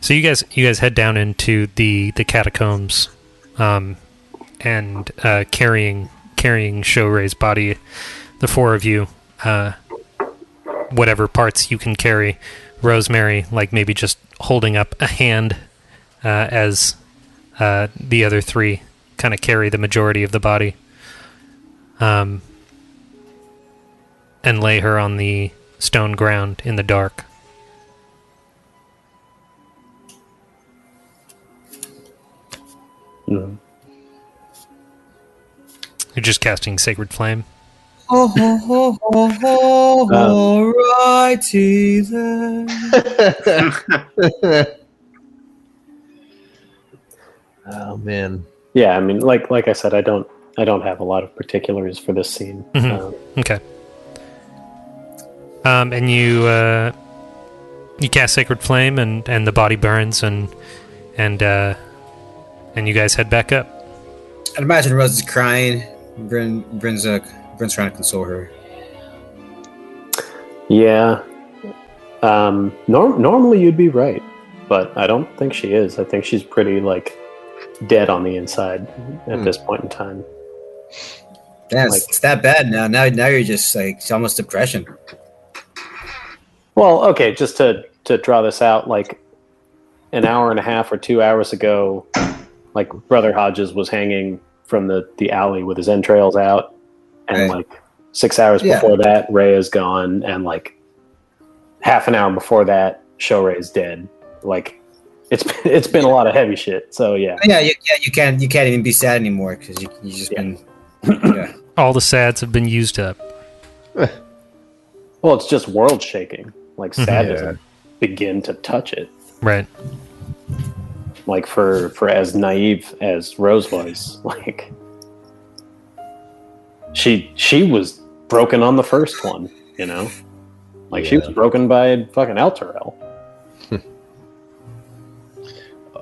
So you guys, you guys head down into the the catacombs, um, and uh, carrying carrying Shoray's body, the four of you, uh, whatever parts you can carry. Rosemary, like maybe just holding up a hand, uh, as uh, the other three kind of carry the majority of the body, um, and lay her on the stone ground in the dark. You're just casting Sacred Flame. Oh, ho, ho, ho, ho, ho, righty then. oh man. Yeah, I mean, like like I said, I don't I don't have a lot of particulars for this scene. Mhm. Um, Okay. Um, and you uh, you cast Sacred Flame, and, and the body burns, and and uh, and you guys head back up. I'd imagine Rose is crying. Bryn, Bryn's, uh, Bryn's trying to console her. Yeah. Um, nor- normally you'd be right, but I don't think she is. I think she's pretty like dead on the inside at Hmm. this point in time. Damn, it's, Like- it's that bad now. Now, now you're just like it's almost depression. Oh, Well, okay, just to to draw this out, like an hour and a half or two hours ago, like Brother Hodges was hanging from the the alley with his entrails out, and Right. like six hours Yeah. before that, Ray is gone, and like half an hour before that, Show Ray is dead. Like it's been, it's been a lot of heavy shit. So yeah, Yeah, you, yeah, you can't you can't even be sad anymore because you you just been. Yeah. All the sads have been used up. well, it's just world shaking. Like Mhm. sad Yeah. doesn't begin to touch it. Right. like for for as naive as Rose was, [laughs] like she she was broken on the first one, you know, like she Yeah. was broken by fucking Elturel.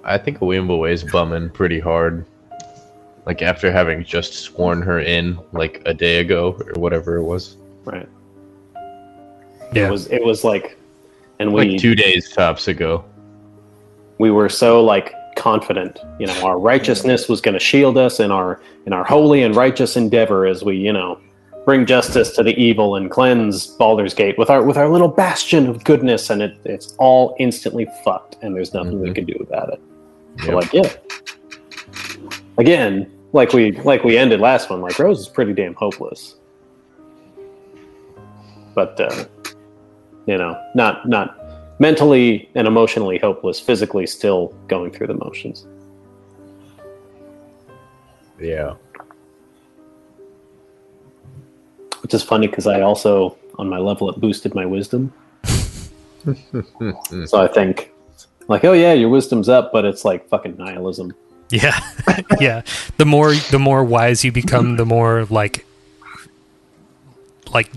I think Wimbleway is bumming pretty hard. Like after having just sworn her in like a day ago or whatever it was. Right? Yeah. It was it was like, and we Like two days tops ago. we were so like confident, you know, our righteousness was going to shield us in our in our holy and righteous endeavor as we, you know. Bring justice to the evil and cleanse Baldur's Gate with our with our little bastion of goodness, and it, it's all instantly fucked, and there's nothing we Mhm. can do about it. Yep. So like yeah. Again, like we like we ended last one, like Rose is pretty damn hopeless. But uh, you know, not not mentally and emotionally hopeless, physically still going through the motions. Yeah. Which is funny because I also on my level it boosted my wisdom. so I think like, oh yeah, your wisdom's up, but it's like fucking nihilism. Yeah. [laughs] yeah. The more the more wise you become, the more like like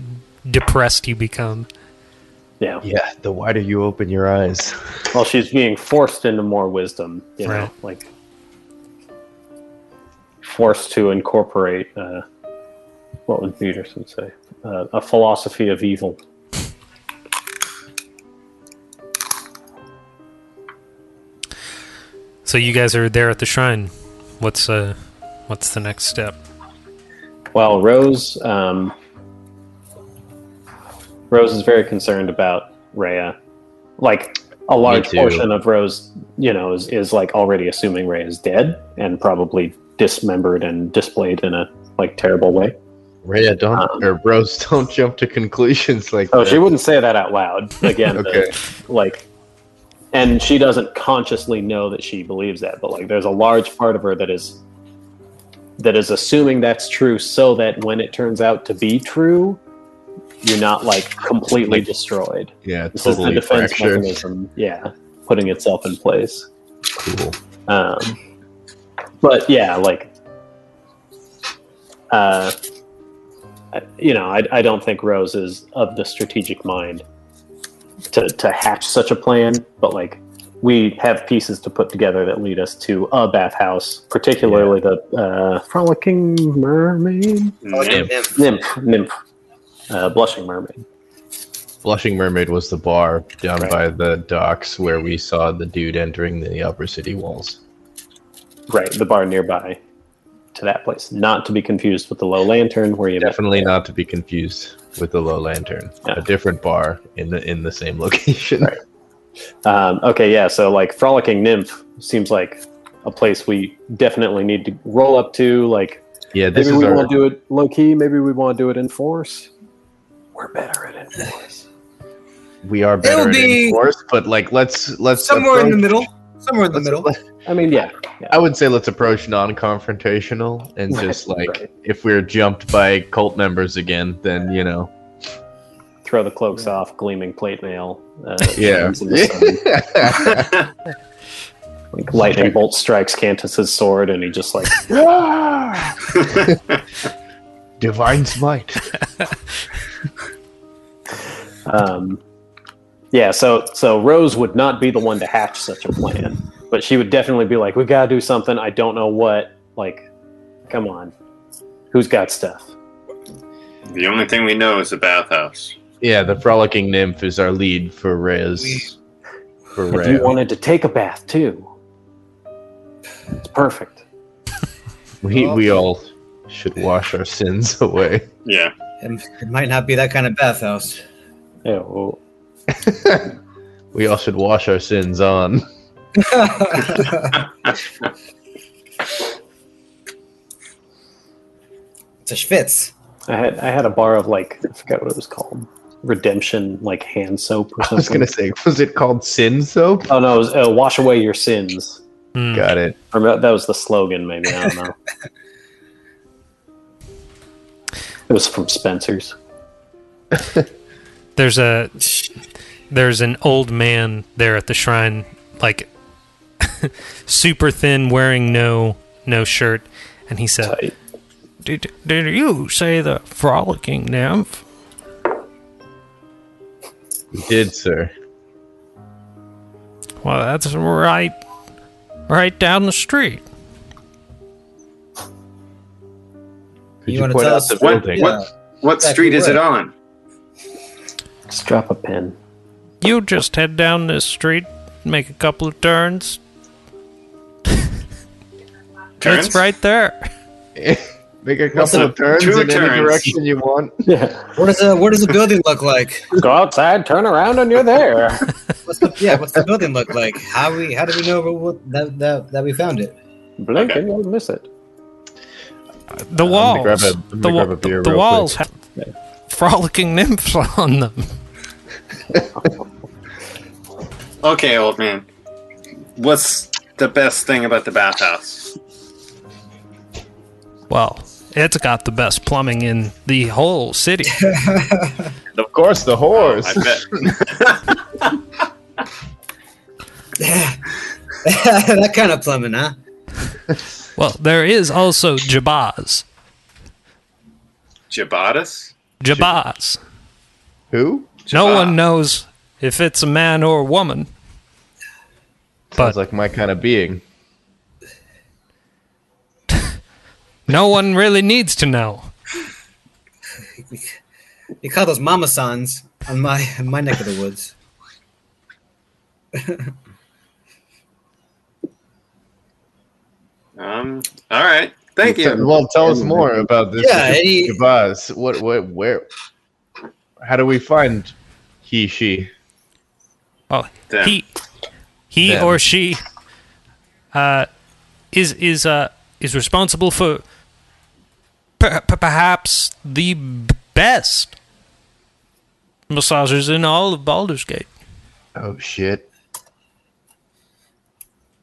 depressed you become. Yeah. Yeah, the wider you open your eyes. [laughs] Well, she's being forced into more wisdom, you know, Right. like forced to incorporate uh, what would Peterson say? Uh, a philosophy of evil. So you guys are there at the shrine. What's uh what's the next step? Well, Rose, um, Rose is very concerned about Rhea. Like a large too. portion of Rose, you know, is, is like already assuming Rhea is dead and probably dismembered and displayed in a like terrible way. Rhea, don't Um, or bros, [laughs] don't jump to conclusions like Oh, that. she wouldn't say that out loud. Again, the- Okay. like, and she doesn't consciously know that she believes that, but like, there's a large part of her that is that is assuming that's true, so that when it turns out to be true, you're not like completely Like- destroyed. Yeah, This totally is the defense fractured. mechanism, yeah, putting itself in place. Cool. Um, but yeah, like, uh, I- you know, I, I don't think Rose is of the strategic mind to, to hatch such a plan, but like, we have pieces to put together that lead us to a bathhouse, particularly the uh, frolicking mermaid, Oh, Nymph. yeah. nymph, nymph, uh, blushing mermaid. Blushing Mermaid was the bar down Right. by the docks where we saw the dude entering the upper city walls. Right, the bar nearby to that place, not to be confused with the Low Lantern, where you met Definitely not to be confused with the Low Lantern, Yeah. a different bar in the in the same [laughs] location. Um, okay, yeah. So like frolicking nymph seems like a place we definitely need to roll up to. Like Yeah, this maybe is we our want to do it low key. Maybe we want to do it in force. We're better [laughs] at it in force. we are better at be enforced, but like let's let's Somewhere in the approach- middle. Somewhere in the let's- middle. I mean, yeah. I would say let's approach non-confrontational and Right, just like right. if we're jumped by cult members again, then you know. Throw the cloaks off, gleaming plate mail. Uh, Yeah. shines in the sun. [laughs] like lightning bolt strikes Cantus's sword, and he just like [laughs] [laughs] Divine smite. Um, yeah, so so Rose would not be the one to hatch such a plan, but she would definitely be like, "We gotta do something. I don't know what. Like, come on, who's got stuff? The only thing we know is the bathhouse. Yeah, the frolicking nymph is our lead for Rez. For If you Rez. wanted to take a bath too, it's perfect. we, we all should wash our sins away. Yeah. It, it might not be that kind of [laughs] bathhouse. Yeah, well, We all should wash our sins on. [laughs] it's a schwitz. I had I had a bar of like I forgot what it was called, redemption like hand soap or [laughs] I was something. gonna say, was it called sin soap? Oh no, it was, uh, wash away your sins. Hmm. Got it. Or that that was the slogan, maybe I don't know. it was from Spencer's. There's a there's an old man there at the shrine, like [laughs] super thin, wearing no no shirt, and he said, Tight. "Did did you say the frolicking nymph?" You did, sir. Well, that's right, right down the street. Could You you, wanna point tell out us the uh, what- building? Yeah. What Exactly street is right. it on? Just drop a pin. You just head down this street, make a couple of turns. Terrence? It's right there. Make a What's couple up? of turns Two in turns. any direction you want. Yeah. What does the what does the building look like? Go outside, turn around, and you're there. What's the, yeah, what's the building look like? How we how do we know what, that, that that we found it? [laughs] Blink Okay. and you'll miss it. The gonna walls. Uh, grab a- I'm gonna the, wa- grab a beer the real walls quick. have frolicking nymphs on them. Okay, old man. What's the best thing about the bathhouse? Well, it's got the best plumbing in the whole city. Of course, the horse. I [laughs] bet. that kind of plumbing, huh? well, there is also Jabaz. Jabatus? Jabaz. Who? No Jabaz. one knows if it's a man or a woman. Sounds But- like my kind of being. No one really needs to know. You call those mama sons on my on my neck of the woods. Um, all right. Thank you. Well, tell us more about this. Yeah, any- Shabazz. What? What? Where? How do we find he? She? Oh, Them. he, he Them. or she, uh, is is uh is responsible for per- per- perhaps the b- best massagers in all of Baldur's Gate. Oh shit!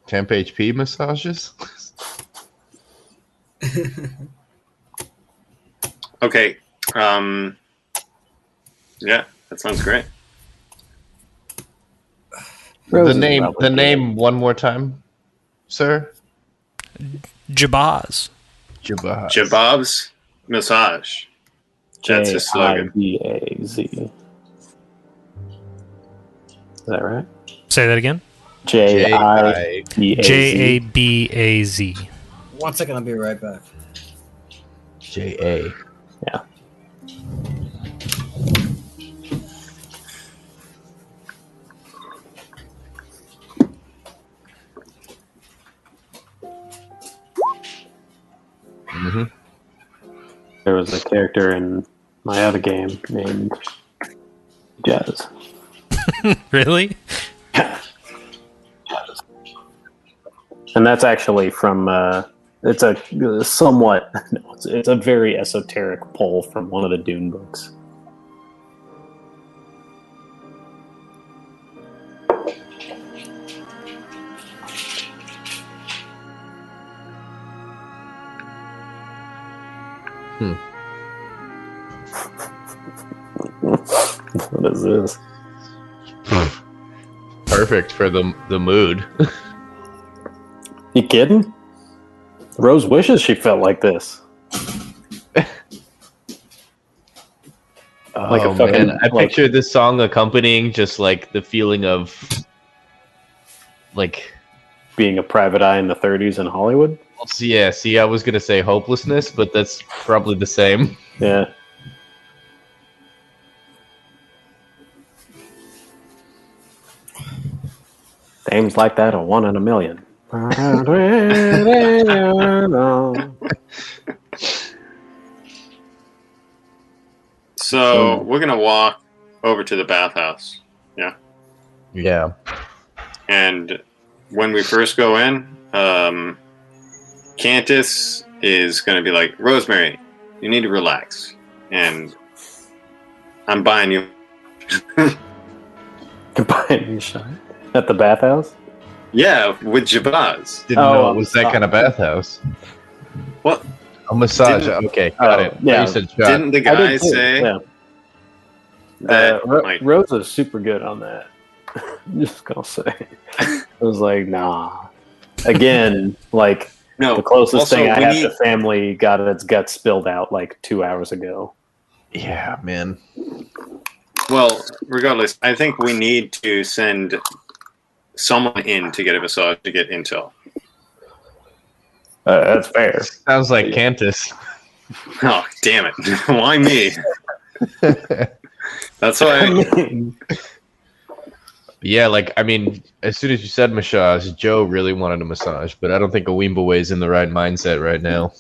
Temp HP massages. Okay. Um, yeah, that sounds great. the Rose is name. probably The name. One more time, sir. Jabaz. Jabaz. Jabob's Massage. That's his slogan. J-I-B-A-Z. Is that right? Say that again. J J-I. I E A Z. J A B A Z. One second, I'll be right back. J-A. Mm-hmm. There was a character in my other game named Jazz. [laughs] Really? and that's actually from uh, it's a somewhat [laughs] no, it's, it's a very esoteric poll from one of the dune books Hmm. [laughs] what is this Perfect for the the mood. you kidding rose wishes she felt [laughs] like this Like a oh, fucking- man. I like- picture this song accompanying just like the feeling of like being a private eye in the 30s in hollywood yeah, see I was gonna say hopelessness, but that's probably the same. yeah Names like that are one in a million. [laughs] So we're gonna walk over to the bathhouse, Yeah. and when we first go in, um, Cantus is gonna be like, "Rosemary, you need to relax," and I'm buying you. Buying me shot at the bathhouse. Yeah, with Jabaz. Didn't Oh, know it was that kind of bathhouse. What? A massage. Didn't- okay, got Oh, it. yeah. Yeah. shot. Didn't the I guy did too, say yeah. that? Uh, Ro- like, Rose is super good on that. [laughs] Just gonna say, I was like, nah. Again, like no, the closest Oh, also, thing I we have need- to family got its guts spilled out like two hours ago. Yeah, man. Well, regardless, I think we need to send someone in to get a massage to get intel. [laughs] Uh, that's fair. [laughs] Sounds like Cantus. Oh, damn it. [laughs] [laughs] Why me? That's I why. mean, Yeah, like I mean, as soon as you said massage, Joe really wanted a massage, but I don't think Awimbawe is in the right mindset right now.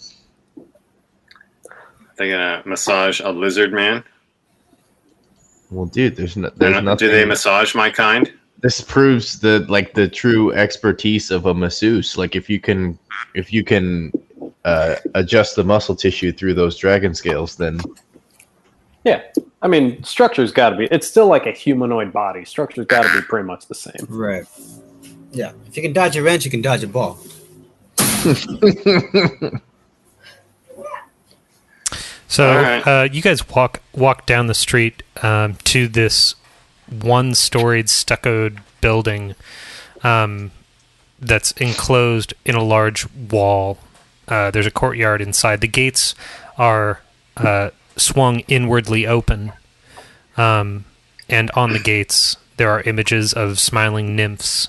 They're going to massage a lizard man. Well, dude, there's no, They're there's not- nothing. Do they massage my kind? this proves the like the true expertise of a masseuse. Like if you can, if you can uh, adjust the muscle tissue through those dragon scales, then I mean, structure's got to be. It's still like a humanoid body. Structure's got to be pretty much the same. Right. Yeah. If you can dodge a wrench, you can dodge a ball. So All right. uh, you guys walk walk down the street um, to this one storied stuccoed building um, that's enclosed in a large wall. Uh, there's a courtyard inside. The gates are uh, swung inwardly open, um, and on the gates there are images of smiling nymphs,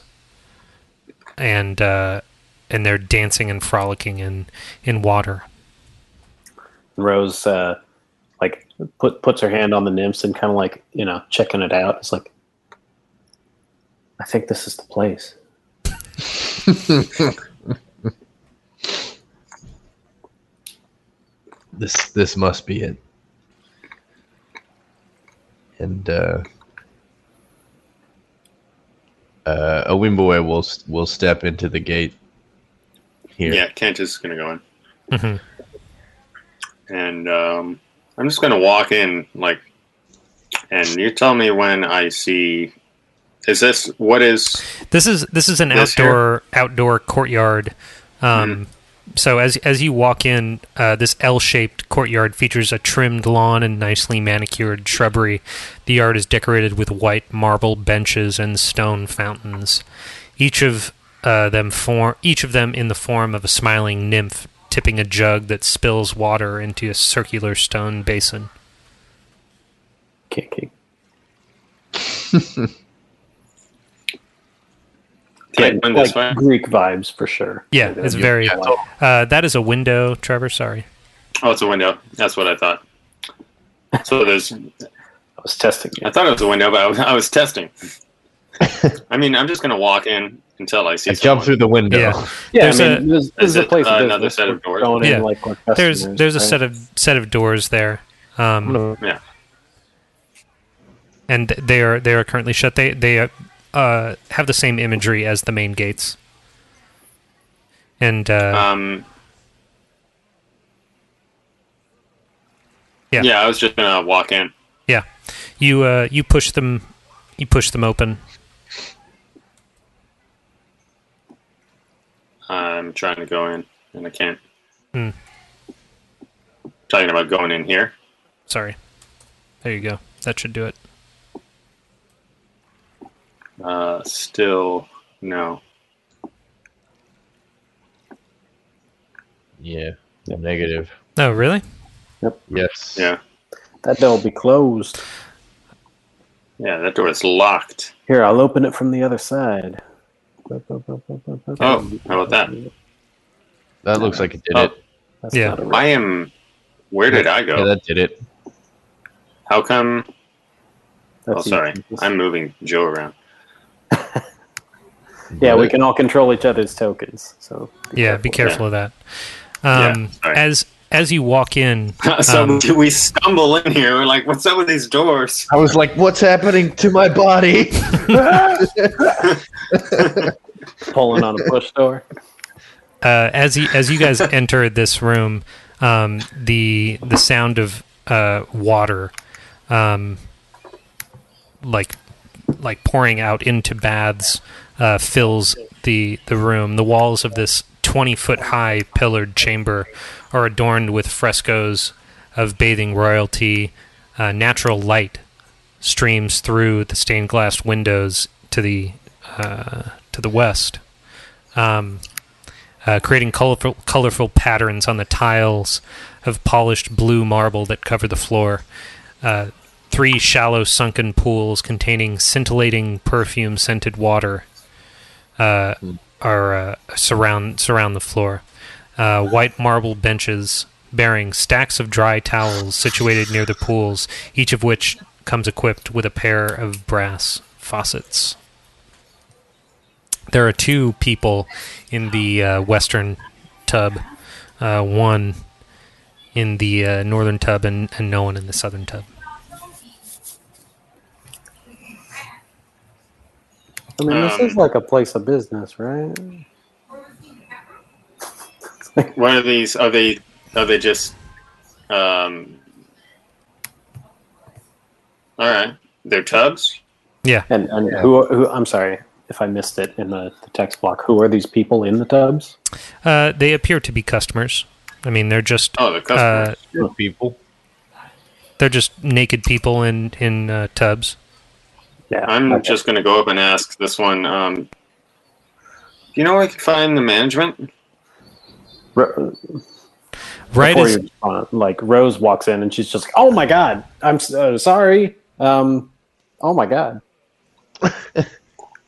and uh, and they're dancing and frolicking in in water. Rose, uh, like, put puts her hand on the nymphs and kind of like you know checking it out. It's like, I think this is the place. this this must be it. And uh, uh, Awimbawe will s- will step into the gate here. Yeah, Kent is going to go in. hmm And um, I'm just going to walk in, like, and you tell me when I see. Is this. What is. This is this is an This here? Hmm. outdoor outdoor courtyard. Um, So as as you walk in, uh, this L-shaped courtyard features a trimmed lawn and nicely manicured shrubbery. The yard is decorated with white marble benches and stone fountains. Each of uh, them form each of them in the form of a smiling nymph tipping a jug that spills water into a circular stone basin. Can't keep. Type one this like way. Greek vibes for sure. Yeah, Like, it's uh, very. yeah, Uh, that is a window, Trevor. Sorry. Oh, it's a window. That's what I thought. So there's. I was testing you. I thought it was a window, but I was, I was [laughs] testing. I mean, I'm just gonna walk in until I see. I jump someone. through the window. Yeah. Yeah, There's I mean, this, this is is a it, place uh, of another business. set of We're doors? going Yeah. in like we're There's customers, there's a right? set of set of doors there. Um, and they are they are currently shut. They they uh, have the same imagery as the main gates. And uh, Um, Yeah. yeah. I was just gonna walk in. yeah, you uh, you push them you push them open. I'm trying to go in, and I can't. Hmm. Talking about going in here. Sorry. There you go. That should do it. Uh, still no. Yeah. Negative. Oh really? Yes. Yeah, that door will be closed. yeah. That door is locked. Here, I'll open it from the other side. Oh, how about that? That looks like it did Oh. it. That's Yeah. not a I am. Where did I Yeah, go? that did it. How come? Oh, that's you. sorry. I'm moving Joe around. [laughs] Yeah, we can all control each other's tokens. So yeah. Be careful of that. Yeah, Um, sorry. as as you walk in, so um, do we stumble in here? We're like, what's up with these doors? I was like, "What's happening to my body?" pulling on a push door. uh, as you, as you guys enter this room, um, the the sound of uh, water, um, like like pouring out into baths, uh, fills the the room. The walls of this twenty foot high pillared chamber are adorned with frescoes of bathing royalty. Uh, natural light streams through the stained glass windows to the uh, to the west uh, creating colorful, colorful patterns on the tiles of polished blue marble that cover the floor. Uh, three shallow, sunken pools containing scintillating, perfume-scented water uh, are uh, surround surround the floor. Uh, white marble benches bearing stacks of dry towels situated near the pools, each of which comes equipped with a pair of brass faucets there are two people in the uh, western tub, uh, one in the uh, northern tub, and, and no one in the southern tub. I mean, this Um, is like a place of business, right? What are these? Are they? Are they just? Um. All right. They're tubs. And, and who, who? I'm sorry if I missed it in the, the text block. Who are these people in the tubs? Uh, they appear to be customers. I mean, they're just Oh, they're uh, customers. [laughs] people. they're just naked people in in uh, tubs. Yeah, I'm okay. just gonna go up and ask this one. Um. You know, where I can find the management. Ro- Right before as you respond, like Rose walks in and she's just, like, "Oh my god, I'm s- uh, sorry." Um, oh my god,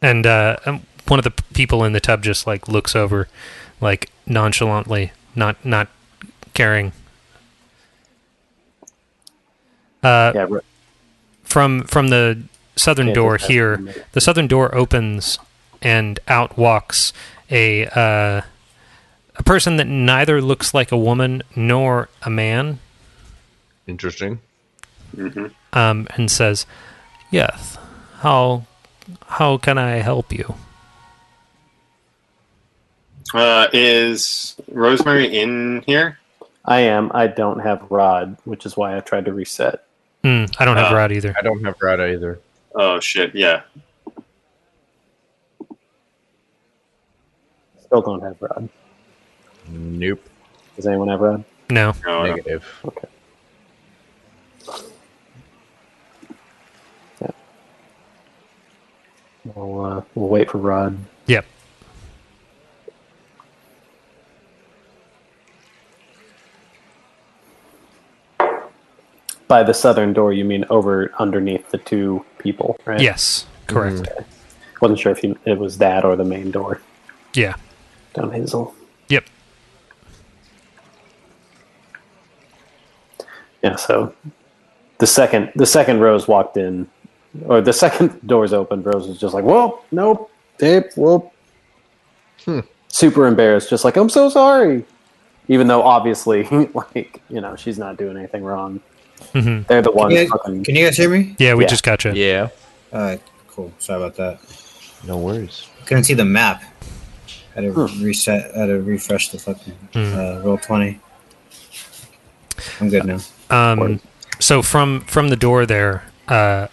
and uh, um, one of the p- people in the tub just like looks over, like nonchalantly, not not caring. yeah, Ro- from from the southern Yeah, door just ask here. them later. The southern door opens, and out walks a uh, a person that neither looks like a woman nor a man, Interesting. um, and says, "Yes, how how can I help you?" Uh, is Rosemary in here? I am. I don't have Rod, which is why I tried to reset. Hmm, I don't have Uh, Rod either. I don't have Rada either. Oh shit! Yeah. Still don't have Rod. Nope. Does anyone have Rod? No, Oh, No, no. Negative. Okay. Yeah. We'll, uh, we'll wait for Rod. yep. By the southern door, you mean over underneath the two people, right? Mm. Yes, correct. Wasn't sure if he, it was that or the main door Yeah. down Hazel. Yep. Yeah, so the second the second Rose walked in, or the [laughs] second doors opened, Rose was just like, "Whoa, nope, tape, whoop." Super embarrassed, just like, "I'm so sorry," even though obviously, [laughs] like, you know, she's not doing anything wrong. Mhm. They're the ones. Can you, fucking, guys, can you guys hear me? Yeah, we Yeah. just got you. Yeah. Alright, cool. Sorry about that. No worries. Hmm. Couldn't see the map. Had to reset. Had to refresh the fucking uh, roll twenty. I'm good now. Um, so from from the door there, uh,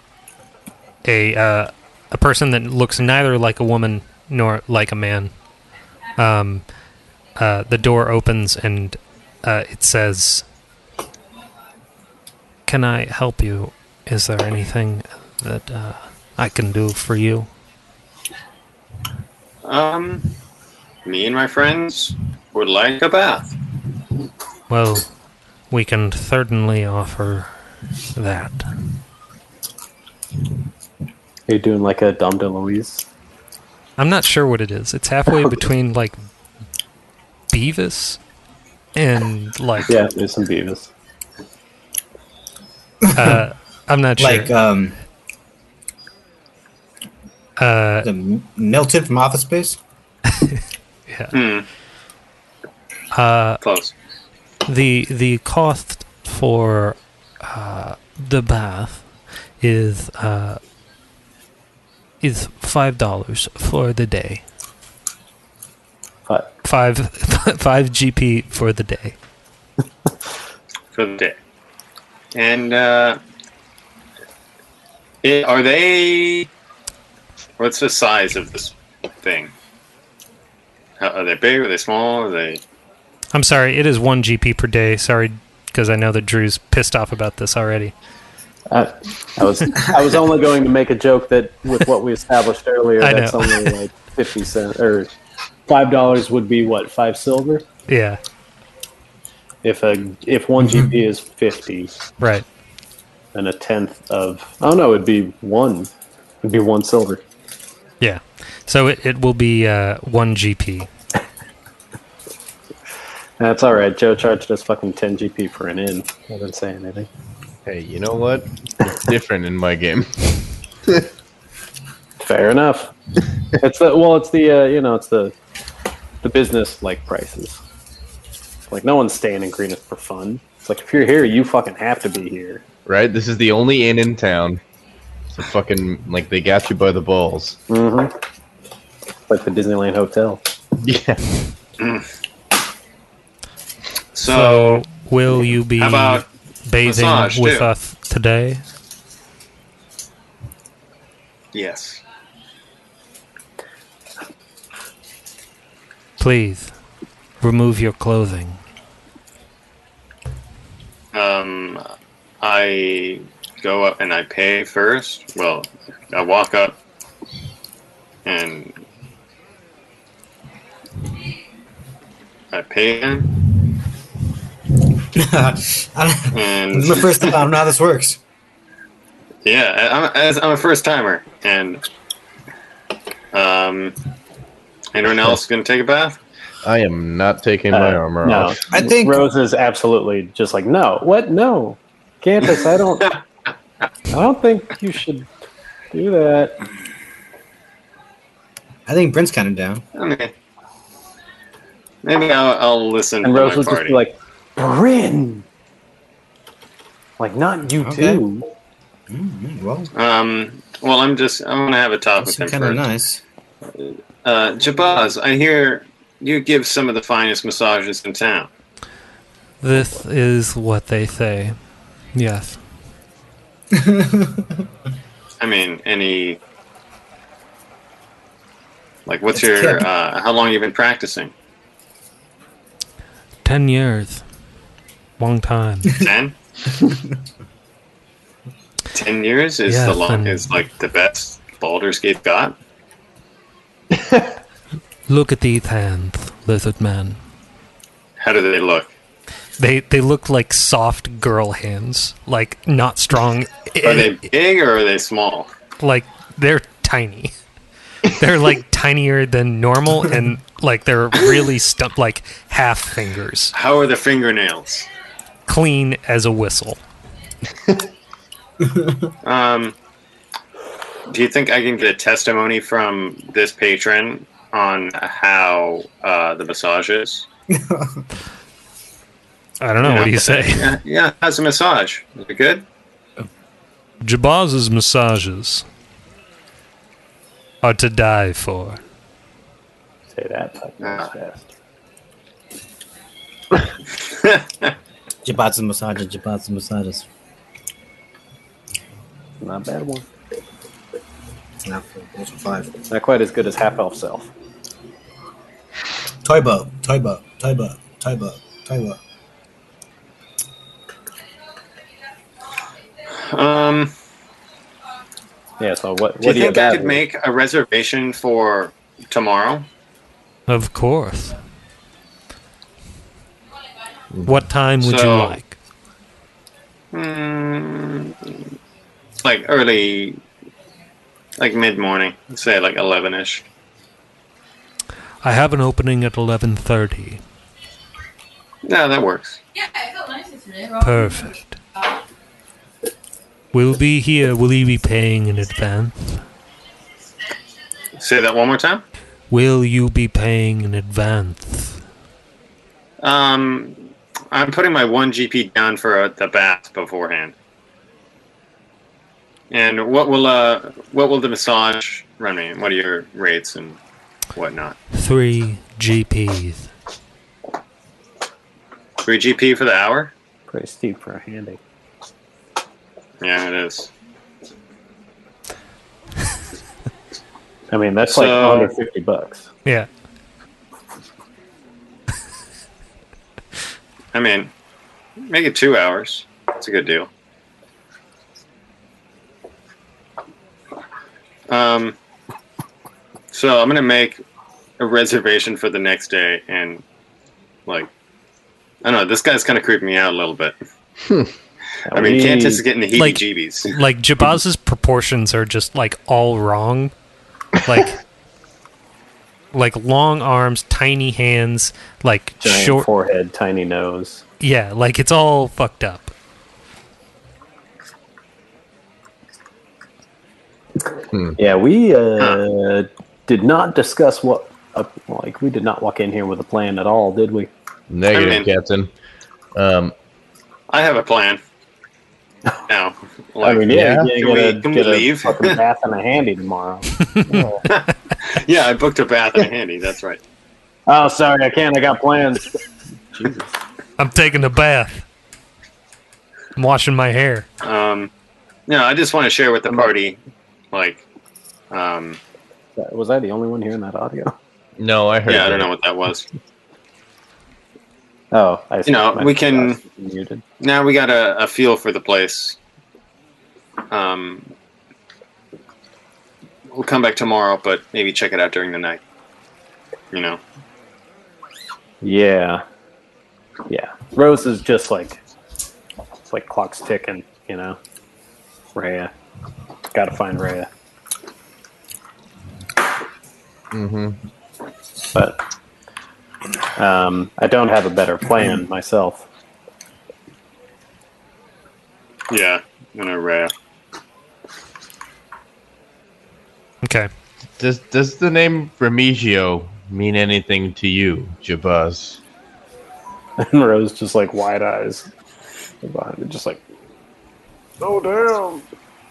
a uh, a person that looks neither like a woman nor like a man. Um, uh, the door opens and uh, it says, "Can I help you? Is there anything that uh, I can do for you?" Um, me and my friends would like a bath. Well, we can certainly offer that. Are you doing like a Dom DeLuise? I'm not sure what it is. It's halfway between like Beavis and like Yeah, there's some Beavis. uh, I'm not sure. Like um, uh, the M- Milton from Office Space. [laughs] Hmm, uh, close. the the cost for uh, the bath is uh, is five dollars for the day. But Five [laughs] five GP for the day. for the day. And uh, it, are they? What's the size of this thing? How, are they big? Are they small? Are they? I'm sorry, it is one GP per day. Sorry, because I know that Drew's pissed off about this already. I, I was I was only going to make a joke that with what we established earlier, I that's know. only like fifty cents or five dollars would be what five silver Yeah, if a if one Mm-hmm. GP is fifty right. and a tenth of I don't know it'd be one it'd be one silver. Yeah. So it, it will be uh, one GP. That's all right. Joe charged us fucking ten GP for an inn. I didn't say anything. Hey, you know what? It's different in my game. [laughs] Fair enough. it's the well, it's the uh, you know, it's the the business like prices. Like no one's staying in Greenup for fun. It's like if you're here, you fucking have to be here. Right? This is the only inn in town. So fucking like they got you by the [laughs] balls. Mm-hmm. Like the Disneyland Hotel. Yeah. So will you be Uh, How about bathing massage, with too? us today? yes, Please remove your clothing. um, I go up and I pay first. Well, I walk up and I pay him I don't- and this is my first time. I don't know how this works. Yeah, I- I'm, as- I'm a first timer, and um, anyone else gonna take a bath? I am not taking my Uh, armor no. off. I think- Rose is absolutely just like, no, what? No. Campus, I don't I don't think you should do that. I think Brent's kind of down. Okay. Maybe I'll, I'll listen And to Rose my was just party. be like, Bryn. Like not you Okay. too. Mm, well, um, well, I'm just I'm gonna have a talk that's with him kind of first. nice. Uh, Jabaz, I hear you give some of the finest massages in town. This is what they say. Yes. I mean, any like what's It's your good. uh, how long you been practicing? Ten years. Long time. Ten. Ten years is Yeah, the long and- is like the best Baldur's Gate got. Look at these hands, lizard man. How do they look? They they look like soft girl hands, like not strong. Are they big or are they small? [laughs] like they're tiny. They're like tinier than normal, and like they're really stumped, like half fingers, How are the fingernails? clean as a whistle. Um, do you think I can get testimony from this patron on how uh, the massage is? I don't know. What do you say? [laughs] Yeah, yeah, how's the massage? Is it good? Jabaz's massages are to die for. Say that fucking Ah. fast. Jabatsu massages, Jabatsu massages. Not a bad one. Now for those are five. Not quite as good as half elf self. Toibo, Toibo, Toibo, Toibo, Toibo. Um, Yeah. So what? do you what do think I have could make a reservation for tomorrow? Of course. What time would you So- like? Mm, like early, like mid morning, say like 11 ish. I have an opening at 11:30. Yeah, that works. Yeah, it felt nice yesterday. Perfect. We'll be here. Will you be paying in advance? Say that one more time. Will you be paying in advance? Um, I'm putting my one GP down for uh, the bath beforehand. And what will uh what will the massage run me? What are your rates and whatnot? 3 GPs. Three GP for the hour? Pretty steep for a handy. Yeah, it is. I mean, that's like So- 150 bucks. Yeah. I mean, make it two hours. It's a good deal. Um, so I'm gonna make a reservation for the next day, and like, I don't know. This guy's kind of creeping me out a little bit. I mean, Cantus is getting the Like- heebie-jeebies. Like Jabaz's proportions are just like all wrong. Like [laughs] like long arms, tiny hands, like giant short forehead, tiny nose. Yeah, like it's all fucked up. Yeah, we uh, did not discuss what. Uh, like, we did not walk in here with a plan at all, did we? Negative, I mean- Captain. Um, I have a plan. Now, I like, mean, yeah, yeah. yeah, Can get we- a, can we get a leave? [laughs] fucking bath and a handy tomorrow. oh. yeah, I booked a bath and a handy. That's right. Oh, sorry, I can't. I got plans. I'm taking a bath. I'm washing my hair. Um, no, I just want to share with the party, like, um, Was I the only one hearing that audio? no, I heard. yeah, I don't that. know what that was. Oh, I see. know, My we can- podcast is muted. now we got a, a feel for the place. Um, we'll come back tomorrow, but maybe check it out during the night. You know, Yeah, yeah. Rose is just like, it's like clocks ticking. You know, Rhea. Got to find Rhea. Mhm. but um, I don't have a better plan myself. [laughs] yeah, in a rare. Okay. Does does the name Remigio mean anything to you, Jabaz? And Rose just like wide eyes, behind it, just like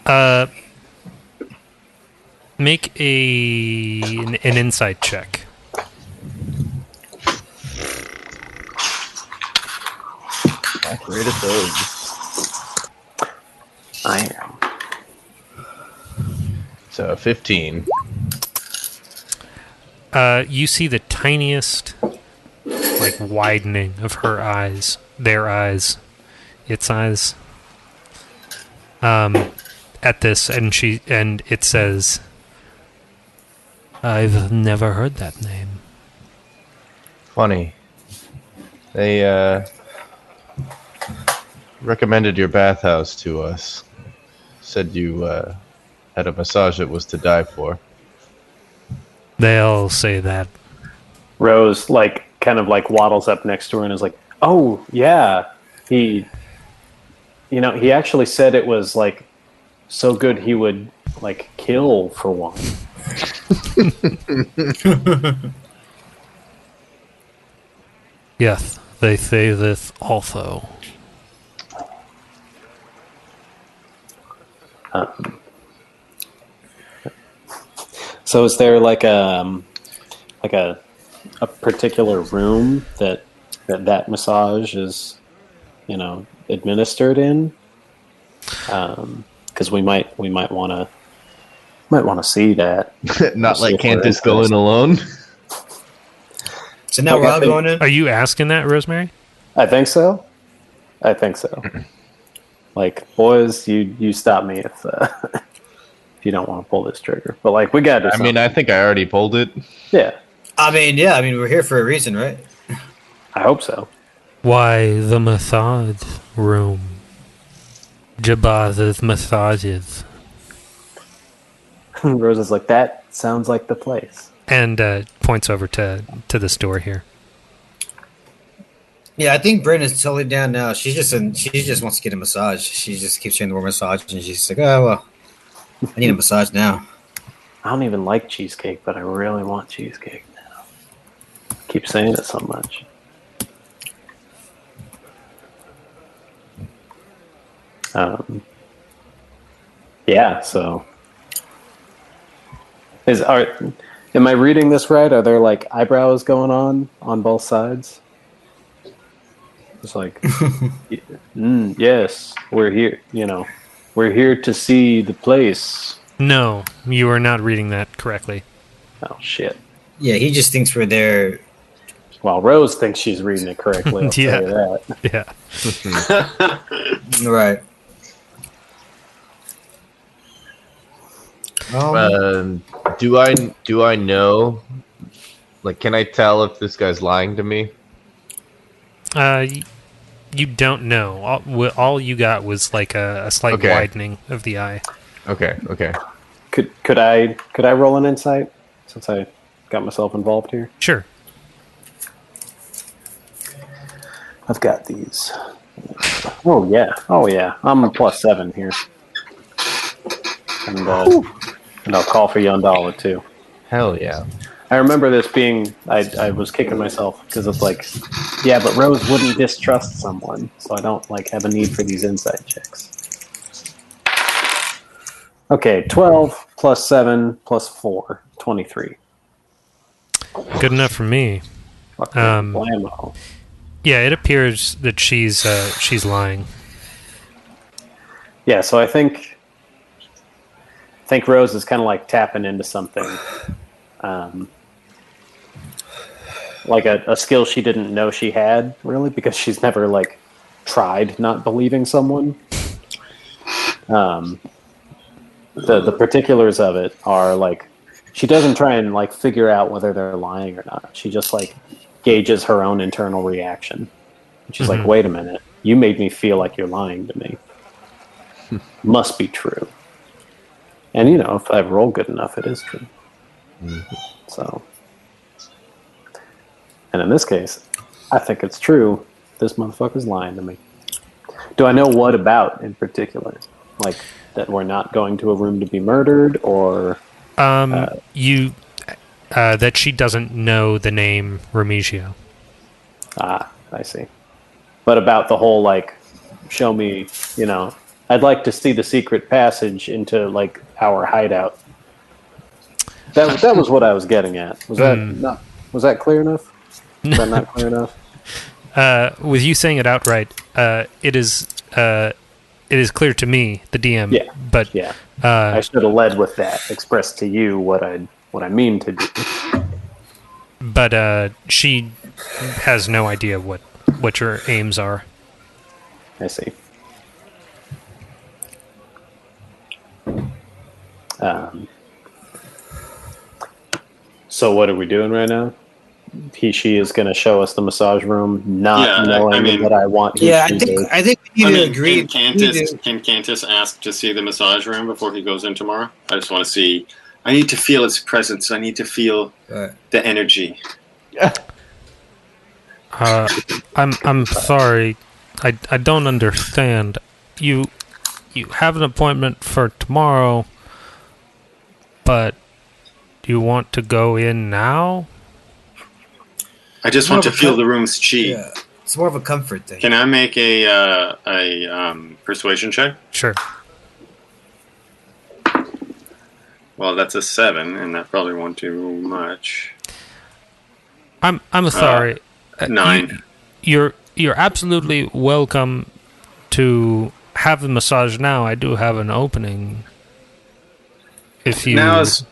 Uh make a an, an insight check. I am. So fifteen. Uh you see the tiniest like widening of her eyes, their eyes, its eyes. Um at this and she and it says I've never heard that name. Funny. They uh, recommended your bathhouse to us. Said you uh, had a massage that was to die for. They'll say that. Rose like kind of like waddles up next to her and is like, "Oh yeah, he, you know, he actually said it was like so good he would like kill for one." Yes, they say this also. So is there like a um, like a a particular room that that that massage is you know administered in? Because we might we might want to might want to see that. Not like if we're Cantus going interested. alone. So now Like, we're I all think- going in. Are you asking that, Rosemary? I think so. I think so. like boys, you you stop me if uh, [laughs] if you don't want to pull this trigger. But like we got to. I mean, I think I already pulled it. yeah, I mean, yeah. I mean, we're here for a reason, right? I hope so. [laughs] Why the massage room? Jabaz's massages. Rose is like that. Sounds like the place. And uh, points over to, to this door here. Yeah, I think Brynn is totally down now. She's just in, she just wants to get a massage. She just keeps hearing the word massage, and she's like, "Oh well, I need a massage now." I don't even like cheesecake, but I really want cheesecake now. Keep saying it so much. Um, yeah, so is are am I reading this right? Are there like eyebrows going on on both sides? It's like, y- mm, yes, we're here. You know, we're here to see the place. No, you are not reading that correctly. Oh shit. Yeah, he just thinks we're there. Well, Rose thinks she's reading it correctly. I'll Yeah. tell you that. Yeah. Right. Um, Um, do I do I know? Like, can I tell if this guy's lying to me? Uh, y- you don't know. All, wh- all you got was like a, a slight Okay. widening of the eye. Okay, okay. Could could I could I roll an insight since I got myself involved here? Sure. I've got these. Oh yeah, oh yeah. I'm a plus seven here, and, uh, and I'll call for Yondala too. Hell yeah. I remember this being I, I was kicking myself because it's like, yeah, but Rose wouldn't distrust someone, so I don't like have a need for these insight checks. Okay, 12 plus 7 plus 4, 23. Good enough for me. Fucking Um, blammo. Yeah, it appears that she's uh, she's lying. Yeah, so I think I think Rose is kind of like tapping into something, um, like a, a skill she didn't know she had really because she's never like tried not believing someone. Um, the the particulars of it are like she doesn't try and like figure out whether they're lying or not. She just like gauges her own internal reaction. And She's like, "Wait a minute, you made me feel like you're lying to me." must be true. And you know, if I roll good enough, it is true. So, and in this case, I think it's true. This motherfucker's lying to me. Do I know what about in particular? Like that we're not going to a room to be murdered, or Um, you uh, that she doesn't know the name Remigio. ah, I see. But about the whole like, show me, you know, I'd like to see the secret passage into like our hideout. That that was what I was getting at. Was that not, was that clear enough? Was that not clear enough? Uh, with you saying it outright, uh, it is uh, it is clear to me, the DM. Yeah. But Yeah, Uh, I should have led with that. Expressed to you what I what I mean to do. but uh, she has no idea what what your aims are. I see. Um, so what are we doing right now? He, she is going to show us the massage room, Yeah, I- I not knowing mean- that I want. yeah, to I do think it. I think we need I to mean, agree. Can We need Cantus, to- can Cantus ask to see the massage room before he goes in tomorrow? I just want to see I need to feel its presence. I need to feel Right. the energy. Uh, I'm I'm sorry. I, I don't understand. You you have an appointment for tomorrow, but you want to go in now? I just want to No, but feel that- the room's chi. Yeah, it's more of a comfort thing. Can I make a uh, a um, persuasion check? Sure. Well, that's a seven, and that probably won't do much. I'm I'm sorry. Uh, you- Nine. you're you're absolutely welcome to have the massage now. I do have an opening. If you Now is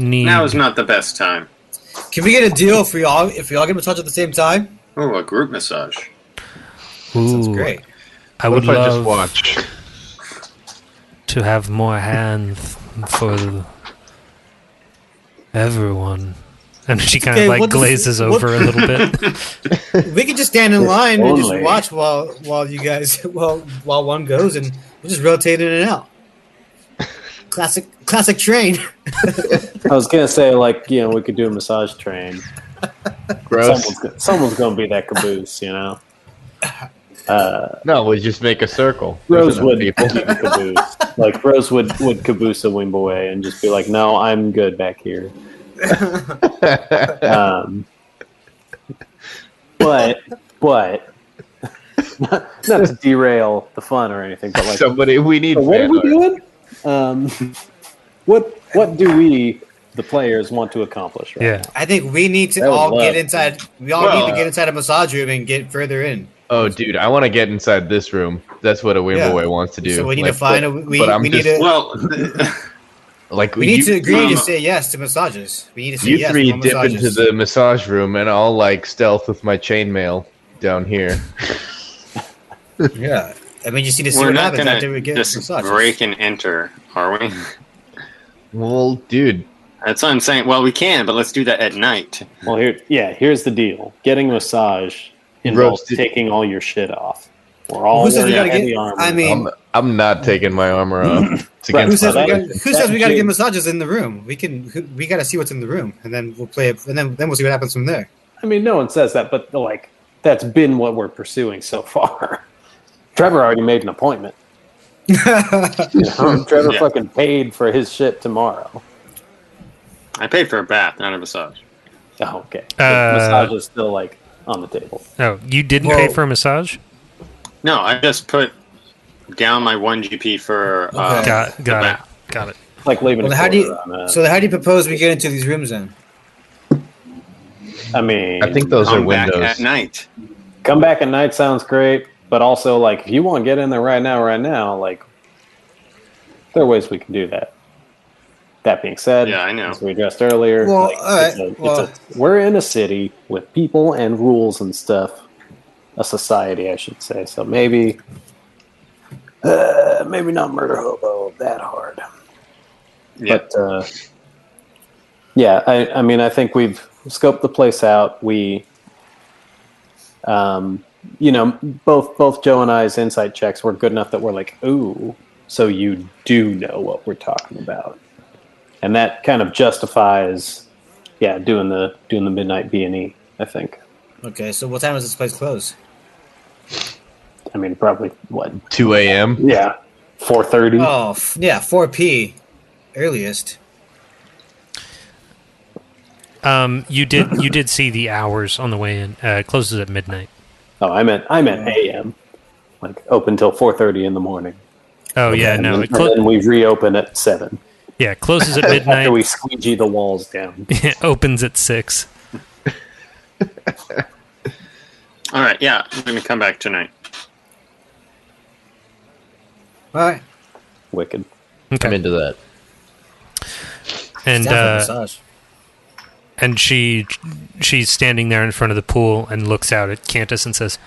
need now is not the best time. Can we get a deal if we all if we all get massage at the same time? Oh, a [laughs] group massage. That's Ooh, great. I would What if I just love watch? to have more hands for everyone. And she kind Okay, of like what does- glazes what- over a little bit. We can just stand in line and just Only. watch while while you guys [laughs] while while one goes and we'll just rotate in and [laughs] out. Classic classic train. I was gonna say like you know we could do a massage train. Gross. Someone's, go- someone's gonna be that caboose, you know. Uh, No, we just make a circle. There's enough Rosewood people. [laughs] caboose, like Rosewood would caboose a Wimbleway and just be like, "No, I'm good back here." Um, but but [laughs] not, not to derail the fun or anything, but like Somebody, we need. So what are fan we art. doing? Um, what what do we, the players, want to accomplish? [laughs] Right? yeah. I think we need to That would all love. get inside. We all Well, need to get inside a massage room and get further in. Oh, dude, I want to get inside this room. That's what a Wimbleway wants to do. So we need Like, to find but- a we, but I'm we need just- to Well, [laughs] like we need you, to agree um, to say yes to massages. We need to say You yes. three more dip massages. into the massage room, and I'll like stealth with my chainmail down here. yeah. I mean, you just need to see we're what not happens gonna after we get just massages. break and enter, are we? [laughs] Well, dude, That's what I'm saying. Well, we can, but let's do that at night. Well, here, yeah. Here's the deal: getting a massage involves Roasted. taking all your shit off. We're all Who says we wearing gotta heavy get? armor. I mean, I'm, I'm not taking my armor off. It's Right, who against says my we Right. got? life. Who says we got to Actually- get massages in the room? We can. Who, we got to see what's in the room, and then we'll play it, and then then we'll see what happens [laughs] from there. I mean, no one says that, but like that's been what we're pursuing so far. [laughs] Trevor already made an appointment. I You know? Trevor [laughs] Yeah. fucking paid for his shit tomorrow. [laughs] I paid for a bath, not a massage. Oh, okay. The Uh, massage is still like on the table. Oh, you didn't Well- pay for a massage? No, I just put down my one GP for uh, Okay. Got the got bath. it. Got it. Like leaving. Well, a how do you- quarter on a- so how do you propose we get into these rooms then? I mean, I think those are Come back at windows. night. come back at night sounds great, but also like if you want to get in there right now, right now, like there are ways we can do that. That being said, Yeah, I know. as we addressed earlier, Well, like, all right, it's a- it's well- a- we're in a city with people and rules and stuff. A society, I should say. So maybe, uh, maybe not murder hobo that hard. Yeah. But uh, yeah, I, I mean, I think we've scoped the place out. We, um, you know, both both Joe and I's insight checks were good enough that we're like, ooh, so you do know what we're talking about, and that kind of justifies, yeah, doing the doing the midnight B and E. I think. Okay, so what time does this place close? I mean, probably what? 2 a.m. Yeah, four thirty. Oh, f- yeah, four p, earliest. Um, you did you did see the hours on the way in. Uh, it closes at midnight. Oh, I meant I meant a.m. Like open till four thirty in the morning. Oh yeah, and no. then, It clo- and then we reopen at seven. yeah, it closes at [laughs] After we midnight. squeegee the walls down. It [laughs] opens at six. All right. Yeah, I'm gonna come back tonight. All right, Wicked. I'm Okay. into that. And Sounds like a uh, massage. and she she's standing there in front of the pool and looks out at Cantus and says,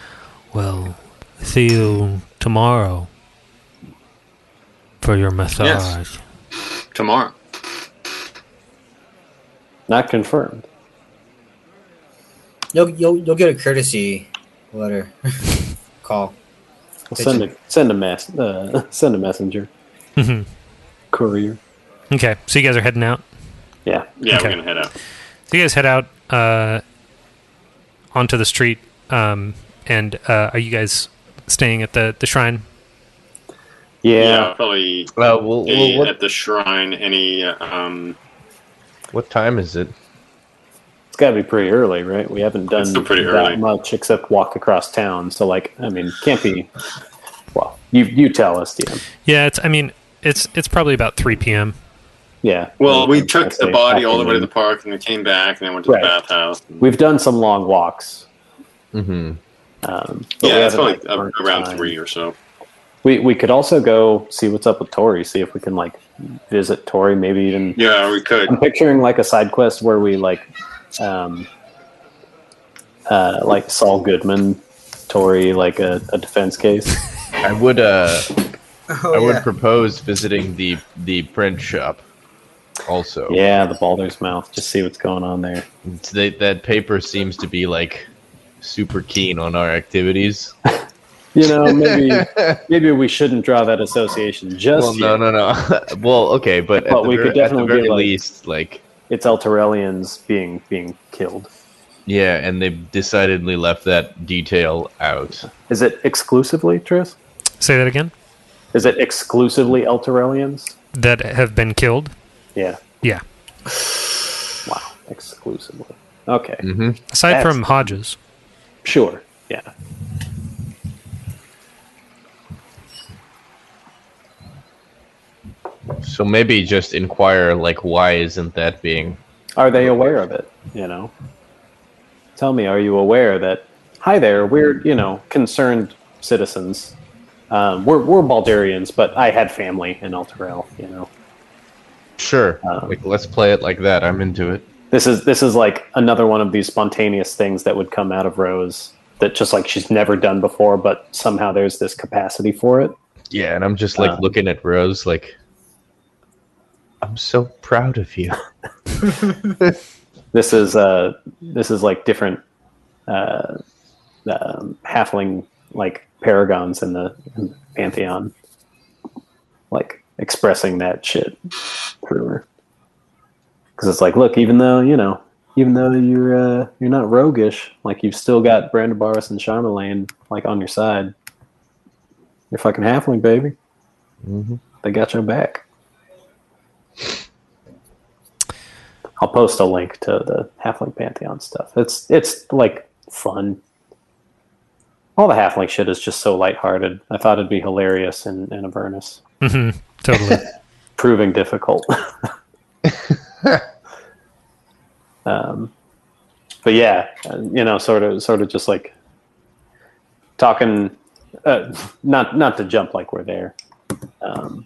"Well, see you tomorrow for your massage." Yes. Tomorrow. Not confirmed. You'll, you'll you'll get a courtesy letter [laughs] call. We'll send a send a mess [laughs] uh, send a messenger. Courier. Okay, so you guys are heading out. Yeah. Yeah, Okay. we're gonna head out. So you guys head out uh, onto the street, um, and uh, are you guys staying at the, the shrine? Yeah. probably Well, we'll, any, we'll what, at the shrine. Any uh, um, what time is it? It's got to be pretty early, right? We haven't done still pretty that early. much except walk across town. So, like, I mean, can't be. Well, you you tell us, DM. Yeah, it's. I mean, it's it's probably about three p.m. Yeah. well, we I'd took the say body all the way to the afternoon. park, and then came back, and then went to Right. the bathhouse. We've done some long walks. Mm-hmm. Um, but we yeah, it's haven't, probably like, uh, marked around time. three or so. We we could also go see what's up with Tori. See if we can like visit Tori. Maybe even Yeah, we could. I'm picturing like a side quest where we like, um, uh, like Saul Goodman, Tori, like a, a [laughs] defense case. I would uh, Oh, I would yeah. propose visiting the the print shop. Also, Yeah, the Baldur's Mouth. Just see what's going on there. It's- they, that paper seems to be like super keen on our activities. You know, maybe [laughs] maybe we shouldn't draw that association just well, yet. no, no, no. [laughs] well, okay, but, But at, the we ver- could definitely at the very be, like- least, like, It's Elturellians being being killed. yeah, and they've decidedly left that detail out. Is it exclusively Tris? Say that again. Is it exclusively Elturellians? That have been killed. Yeah. Yeah. Wow. Exclusively. Okay. Mm-hmm. Aside That's- from Hodges. Sure. Yeah. So maybe just inquire, like, why isn't that being? Are they aware of it? You know. Tell me, are you aware that? Hi there. We're you know concerned citizens. Um, we're we're Baldurians, but I had family in Elturel. You know. Sure, Um, like, let's play it like that. I'm into it. this is this is like another one of these spontaneous things that would come out of Rose that just like she's never done before, but somehow there's this capacity for it. Yeah, and I'm just like Um, looking at Rose, like, I'm so proud of you. This is uh this is like different uh, um halfling like paragons in the, in the pantheon, like expressing that shit through her. Because it's like, look, even though you know, even though you're uh, you're not roguish, like you've still got Brandon Barris and Charmelaine like on your side. You're fucking halfling, baby. Mhm. They got your back. I'll post a link to the Halfling Pantheon stuff. It's it's like fun. All the Halfling shit is just so lighthearted. I thought it'd be hilarious in, in Avernus. hmm Totally. Proving difficult. [laughs] um, but yeah, uh, you know, sort of sort of just like talking uh, not not to jump like we're there. Um,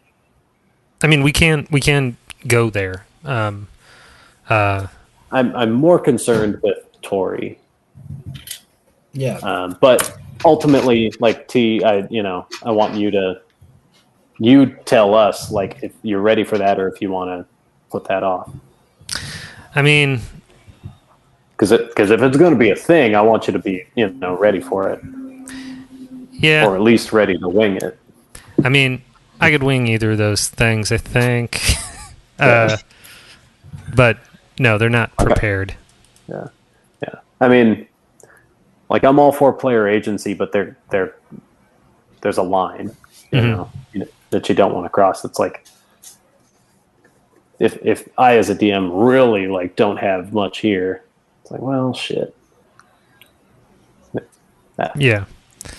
I mean, we can we can go there. Um, uh, I'm I'm more concerned with Tory, Yeah. um, but ultimately, like T, I you know I want you to you tell us like if you're ready for that or if you want to put that off I mean, because because if it's going to be a thing, I want you to be you know ready for it yeah. or at least ready to wing it. I mean, I could wing either of those things, I think. [laughs] uh, but no, they're not prepared. I mean, like I'm all for player agency, but there there there's a line, you Mhm. know, you know, that you don't want to cross. It's like if if I as a DM really like don't have much here, it's like well shit. Yeah.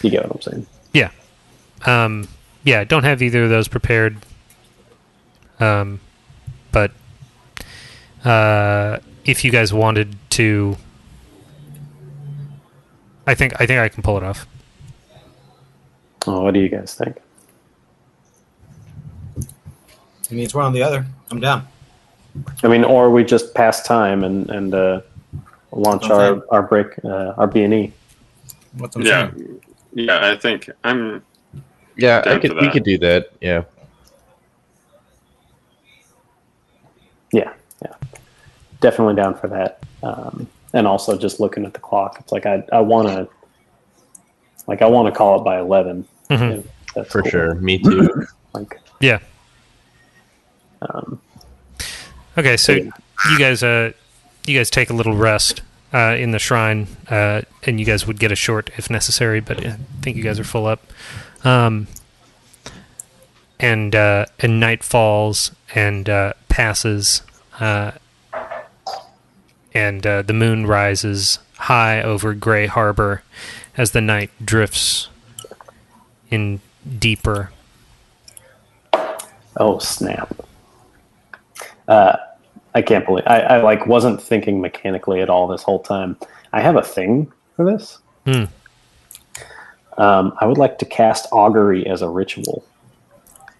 You get what I'm saying? Um, yeah, don't have either of those prepared. Um, but uh, if you guys wanted to, I think I think I can pull it off. Oh, what do you guys think? I mean, it's one or the other. I'm down. I mean, or we just pass time and and uh, launch Okay. our our break uh, our B and E. What's I'm Yeah, saying? yeah. I think I'm. Yeah, I Down could. for We that. could do that. Yeah. Yeah, yeah, definitely down for that. Um, and also just looking at the clock, it's like I I want to, like I want to call it by 11 Mhm. if that's For cool. sure. [clears throat] Me too. Like, Yeah. um, Okay, so Yeah. you guys uh you guys take a little rest uh, in the shrine uh, and you guys would get a short if necessary but i think you guys are full up um, and uh, and night falls and uh, passes uh, and uh, the moon rises high over gray harbor as the night drifts in deeper Oh snap! Uh, I can't believe I, I like wasn't thinking mechanically at all this whole time. I have a thing for this. Hmm. Um, I would like to cast augury as a ritual,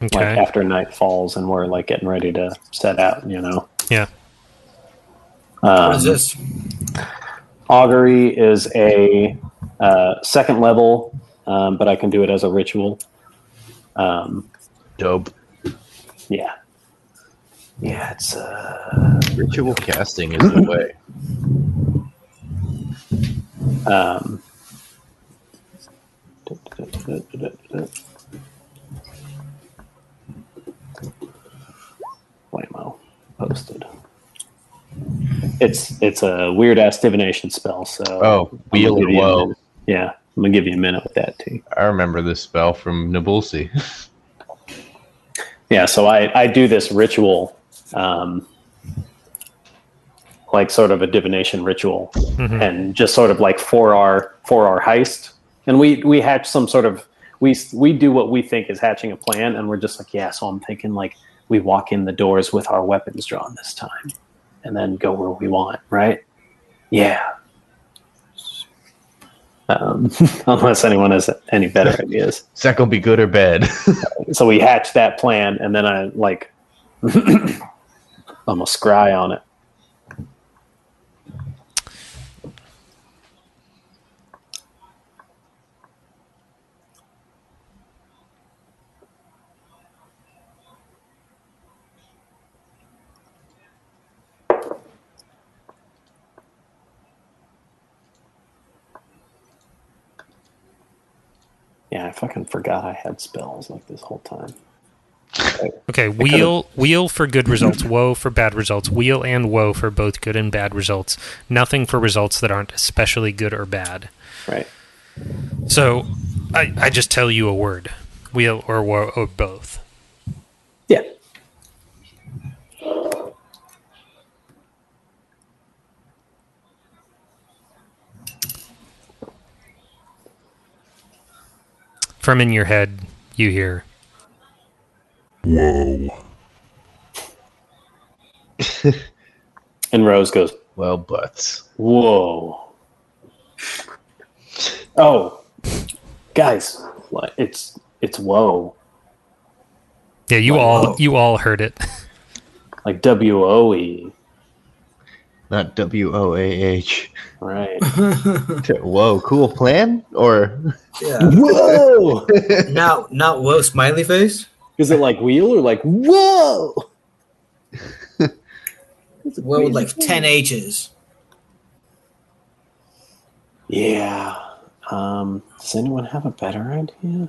like okay after night falls and we're like getting ready to set out. You know, yeah What is this? augury is a uh, second level, um, but I can do it as a ritual. Um, Dope. yeah, yeah, it's uh, Oh Ritual casting is the way. Um, Waymo posted. It's it's a weird ass divination spell. So Oh, wheel I'm gonna of give you a woe. minute. yeah, I'm gonna give you a minute with that too. I remember this spell from Nabulsi. [laughs] yeah so i i do this ritual um like sort of a divination ritual Mm-hmm. and just sort of like for our for our heist and we we hatch some sort of we we do what we think is hatching a plan and we're just like yeah so i'm thinking like we walk in the doors with our weapons drawn this time and then go where we want right yeah um, [laughs] unless anyone has any better ideas Is that gonna be good or bad? [laughs] so we hatched that plan and then i like [coughs] i'm a scry on it yeah i fucking forgot i had spells like this whole time Okay, wheel wheel for good results, woe for bad results, wheel and woe for both good and bad results. Nothing for results that aren't especially good or bad. right So, I I just tell you a word, wheel or woe or both. yeah From in your head, you hear Whoa. and rose goes well, but whoa oh guys what- it's it's whoa Yeah, you all you all heard it. [laughs] like E. w-o-e not W O A [laughs] H. right Whoa, cool plan or Yeah. [laughs] whoa now, [laughs] not whoa, smiley face. [laughs] is it like wheel or like whoa Whoa, with like ten H's. yeah um does anyone have a better idea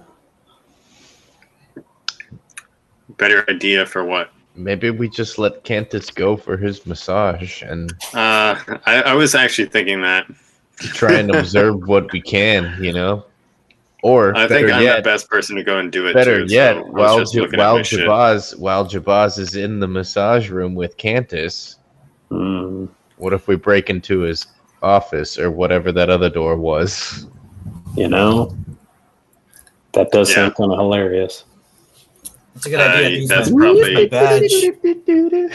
Better idea for what? maybe we just let Cantus go for his massage and Uh, I, I was actually thinking that. try and observe what we can, you know? Or I think better I'm yet, the best person to go and do it. better too, so yet, I was while just Ja- looking at while my shit. Jabaz while Jabaz is in the massage room with Cantus, Hmm. what if we break into his office or whatever that other door was? You know, that does Yeah. sound kind of hilarious. That's a good Uh, idea. Use that's my- probably- my [laughs] badge.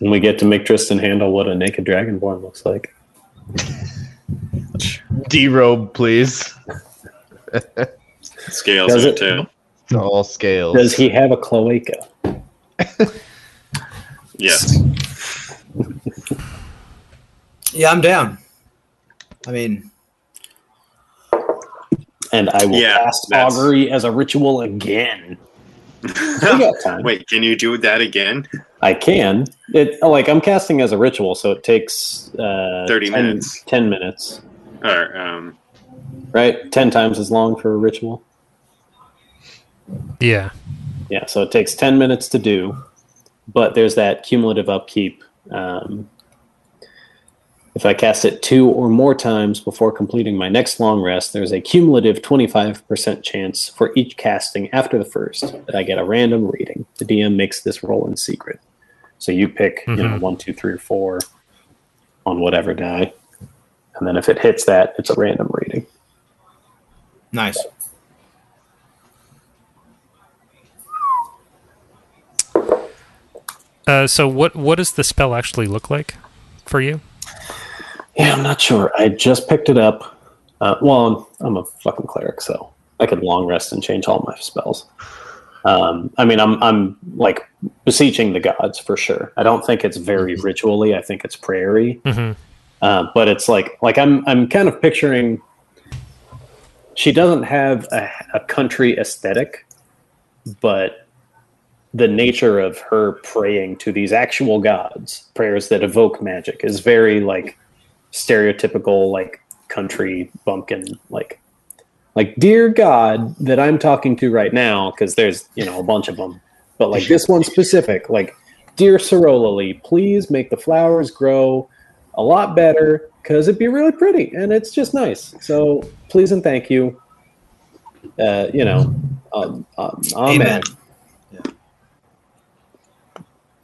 And we get to make Tristan handle what a naked dragonborn looks like. Derobe, please. Scales Does in it- it too. It's all scales. Does he have a cloaca? [laughs] [laughs] Yes. Yeah, I'm down. I mean, And I will Yeah, cast that's- augury as a ritual again. We got time. Wait, can you do that again? I can. It like I'm casting as a ritual, so it takes uh, 30 10 minutes. Ten minutes, Or um, right? Ten times as long for a ritual. Yeah. Yeah, so it takes ten minutes to do, but there's that cumulative upkeep um, If I cast it two or more times before completing my next long rest, there's a cumulative 25% chance for each casting after the first that I get a random reading. The DM makes this roll in secret. So you pick, you know, Mhm. one, two, three, or four on whatever die. And then if it hits that, it's a random reading. Nice. Uh, so what what does the spell actually look like for you? Yeah, I'm not sure. I just picked it up. Uh, well, I'm, I'm a fucking cleric, so I could long rest and change all my spells. Um, I mean, I'm I'm like beseeching the gods for sure. I don't think it's very ritually. I think it's prayery. hmm Uh, but it's like like I'm I'm kind of picturing. She doesn't have a, a country aesthetic, but the nature of her praying to these actual gods, prayers that evoke magic, is very like stereotypical like country bumpkin like like dear god that i'm talking to right now because there's you know a bunch of them but like this one specific like dear sorolily please make the flowers grow a lot better because it'd be really pretty and it's just nice. So please and thank you. Uh, you know, um, um, amen. Amen.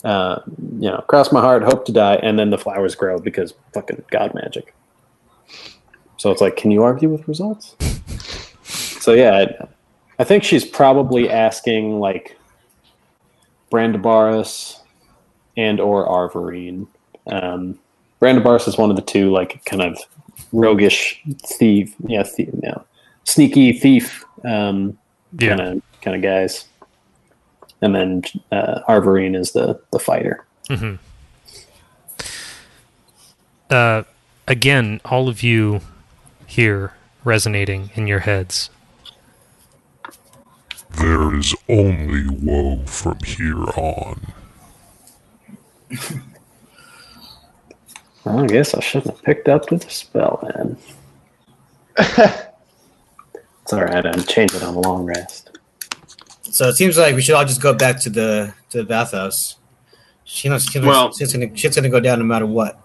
Uh, you know, cross my heart, hope to die, and then the flowers grow because fucking god magic. So it's like, can you argue with results? so yeah, I, I think she's probably asking like Brandabaris and or Arverine. Um, Brandabaris is one of the two, like kind of roguish thief, yeah, thief, no, sneaky thief, um, Yeah. kind of kind of guys. And then uh, Arverine is the the fighter. uh, again, all of you here resonating in your heads. There is only woe from here on. Well, I guess I shouldn't have picked up the spell then. it's all right. I'm changing on a long rest. So it seems like we should all just go back to the to the bathhouse. She knows she knows- Well- she's gonna shit's gonna go down no matter what.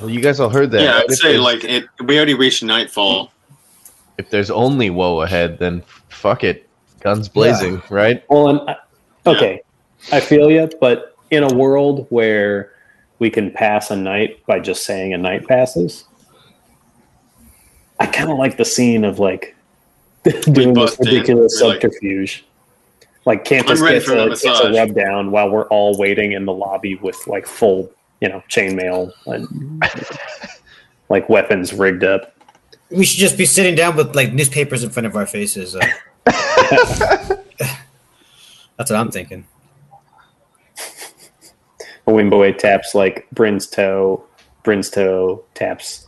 Well, you guys all heard that. Yeah, right? I'd If say there's- like it. We already reached nightfall. if there's only woe ahead, then f- fuck it, guns blazing, right? Well, and I, okay, I feel you, but in a world where we can pass a night by just saying a night passes, I kind of like the scene of like [laughs] doing this bust in, ridiculous we're like- subterfuge. Like Cantus I'm ready gets for a a, gets a massage. rub down while we're all waiting in the lobby with like full, you know, chainmail [laughs] and like weapons rigged up. We should just be sitting down with like newspapers in front of our faces. [laughs] Uh, that's what I'm thinking. Wimboe taps like Bryn's toe. Bryn's toe taps,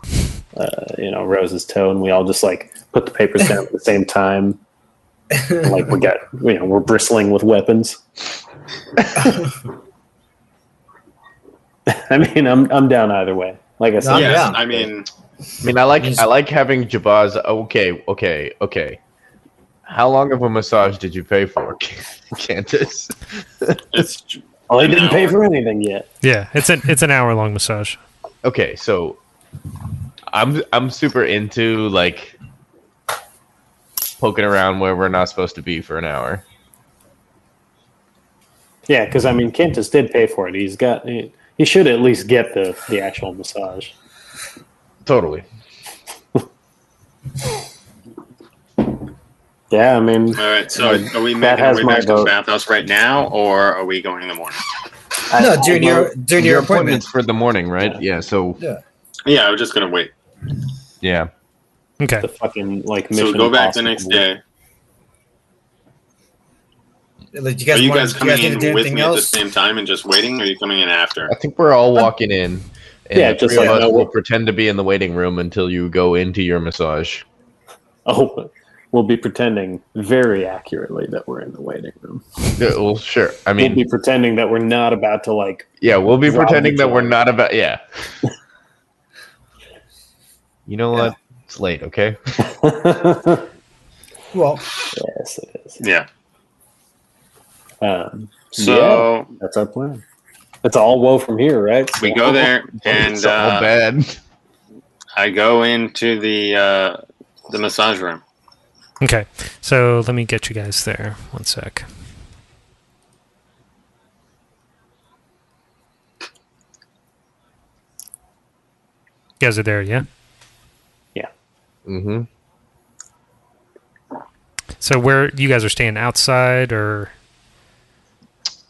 uh, you know, Rose's toe, and we all just like put the papers down at the same time. And, like we got, you know, we're bristling with weapons. [laughs] I mean, I'm I'm down either way. Like I said, Oh, yeah, yeah. I mean, I mean, I like Yes. I like having Jabaz. Okay, okay, okay. How long of a massage did you pay for, [laughs] Cantus? it's well, he didn't pay for anything yet. Yeah, it's an it's an hour long massage. Okay, so I'm I'm super into like poking around where we're not supposed to be for an hour. Yeah, because I mean, Cantus did pay for it. He's got. He, he should at least get the the actual massage. Totally. Yeah, I mean, all right. So are we That making our has way my back to the vote. bathhouse right now, or are we going in the morning? I- No, during I- your during your, appointment. appointment's for the morning, right? Yeah. so Yeah, I was just gonna wait. yeah. Okay. the fucking like So mission. we go back the Impossible next day. Like, you Are guys, you wanna- guys do coming need to do in with anything me at the else? same time and just waiting, or are you coming in after? I think we're all walking in. And Yeah, the just three of us like no- will pretend to be in the waiting room until you go into your massage. Oh, we'll be pretending very accurately that we're in the waiting room. Yeah, well, sure. I mean, we'll be pretending that we're not about to [laughs] like. yeah, we'll be Rob pretending that Mitchell. we're not about. Yeah. you know what? It's late. Okay. yes, Well, it is. Yeah. Um, yeah, So that's our plan. oh, It's all woe from here, right? we go there [laughs] and it's all uh, bad. I go into the uh, the massage room. Okay, so let me get you guys there. One sec. You guys are there, yeah? Mm-hmm. So where you guys are staying outside or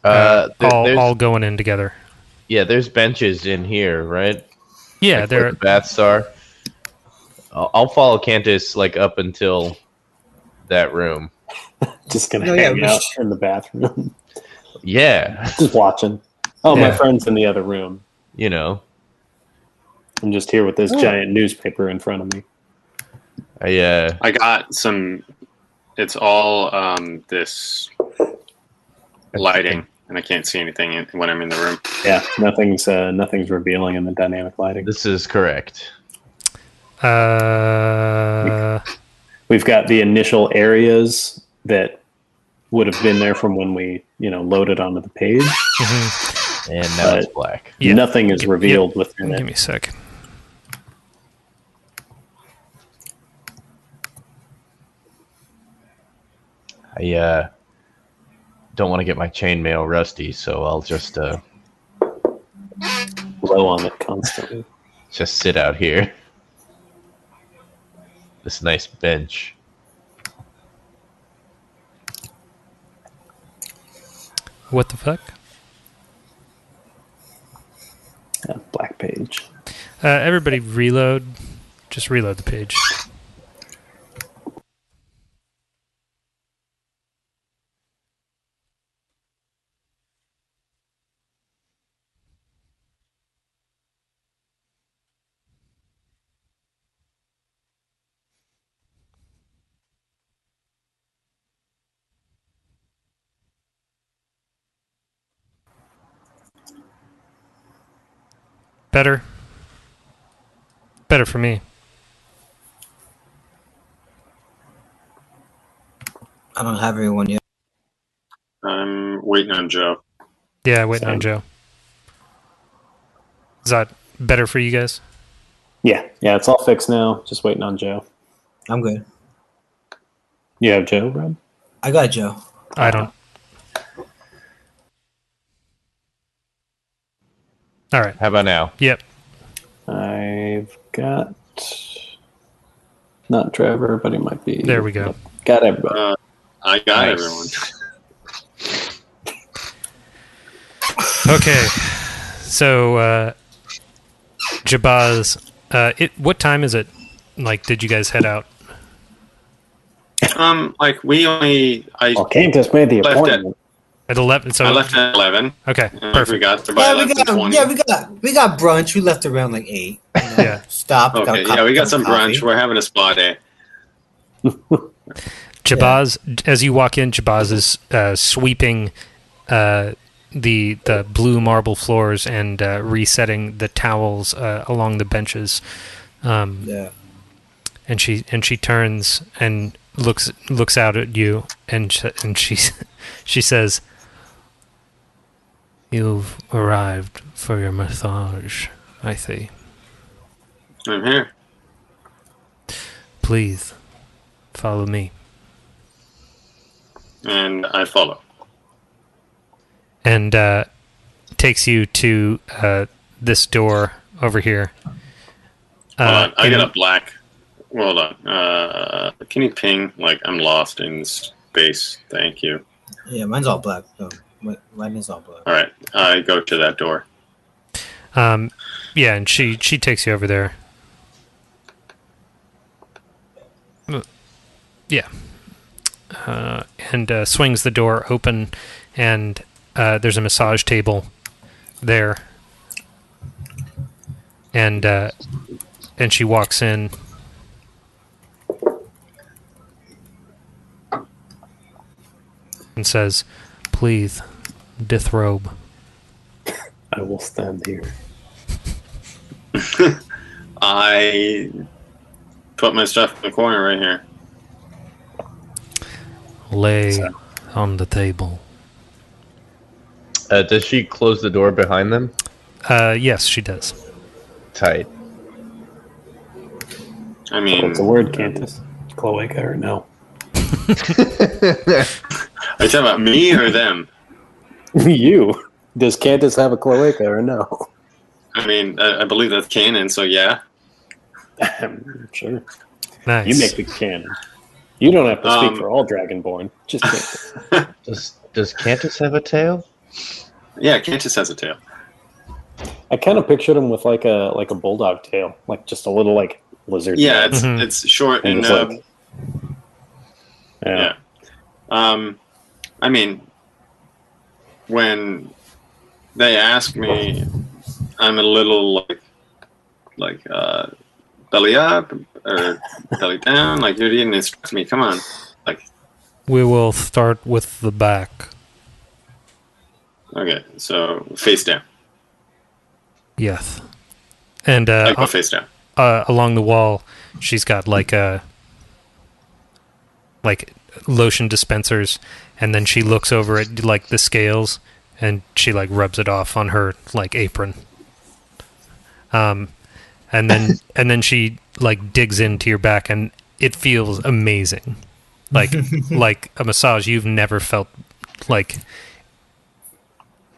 Uh, th- all, there's, all going in together? yeah, there's benches in here, right? Yeah, Like there. where the baths are. I'll, I'll follow Cantus like up until that room. Just gonna No, yeah, hang we out should- in the bathroom, [laughs] Yeah, [laughs] just watching. Oh, Yeah. my friend's in the other room. you know, I'm just here with this giant newspaper in front of me. I uh, I got some. It's all um, this lighting, and I can't see anything in- when I'm in the room. Yeah, nothing's uh, nothing's revealing in the dynamic lighting. this is correct. Uh, We've got the initial areas that would have been there from when we, you know, loaded onto the page. mhm. And now it's But- black. Yeah. Nothing is revealed within Give it. me a sec. I uh, don't want to get my chainmail rusty, so I'll just uh, Blow on it [laughs] constantly. just sit out here. [laughs] This nice bench. What the fuck? Yeah, black page. Uh, everybody reload. Just reload the page. Better. Better for me. I don't have anyone yet. I'm waiting on Joe. Yeah, waiting on Sound. Joe. Is that better for you guys? Yeah, yeah, it's all fixed now. Just waiting on Joe. I'm good. You have Joe, Rob? I got Joe. Uh-huh. I don't. All right. How about now? Yep. I've got not Trevor, but he might be. There we go. Got everybody. Uh, I got Nice. everyone. Okay. So, uh, Jabaz, uh, it, what time is it? Like, did you guys head out? Um, like we only I Well, Oh, Cantus made the Left appointment. At 11? Oh. So, I left at eleven. okay. and We Perfect. got there by Yeah, we eleven got twenty. yeah, we got we got brunch. We left around like eight. Yeah. Stop. okay, yeah, we got some brunch. We're having a spa day. Jabaz, as you walk in, Jabaz is uh, sweeping uh, the the blue marble floors and uh, resetting the towels uh, along the benches. Um, Yeah. and she and she turns and looks looks out at you, and sh- and she [laughs] she says, "You've arrived for your massage. I see. I'm here. Please follow me." and I follow. and uh, takes you to uh, this door over here. Hold Uh, on, I got and- a black. Hold on. Uh, can you ping? Like I'm lost in space. Thank you. Yeah, mine's all black. So mi- mine is all black. All right, I go to that door. um, yeah, and she she takes you over there. Uh, Yeah, uh, and uh, swings the door open, and uh, there's a massage table there, and uh, and she walks in. And says, "Please, dithrobe." I will stand here. I put my stuff in the corner right here. lay on the table. Uh, does she close the door behind them? Uh, yes, she does. Tight. I mean, It's a word, Cantus. Mm. Cloaca or no? are you talking about me or them? [laughs] you. Does Cantus have a cloaca or [laughs] no? I mean, I, I believe that's canon, so yeah. sure. Nice. You make the canon. You don't have to speak Um, for all Dragonborn. Just Cantus. Does Does Cantus have a tail? Yeah, Cantus has a tail. I kind of pictured him with like a like a bulldog tail, like just a little like lizard. Yeah, tail. it's Mhm. it's short Mm-hmm. and, And it's uh, like- yeah. Um, I mean, when they ask me, I'm a little like like uh, belly up or belly down. Like you didn't instruct me. Come on. we will start with the back. Okay, so face down. Yes. And I uh, go face down. uh, along the wall, she's got like a like lotion dispensers, and then she looks over at like the scales, and she like rubs it off on her like apron. Um, and then and then she like digs into your back, and it feels amazing, like like a massage you've never felt like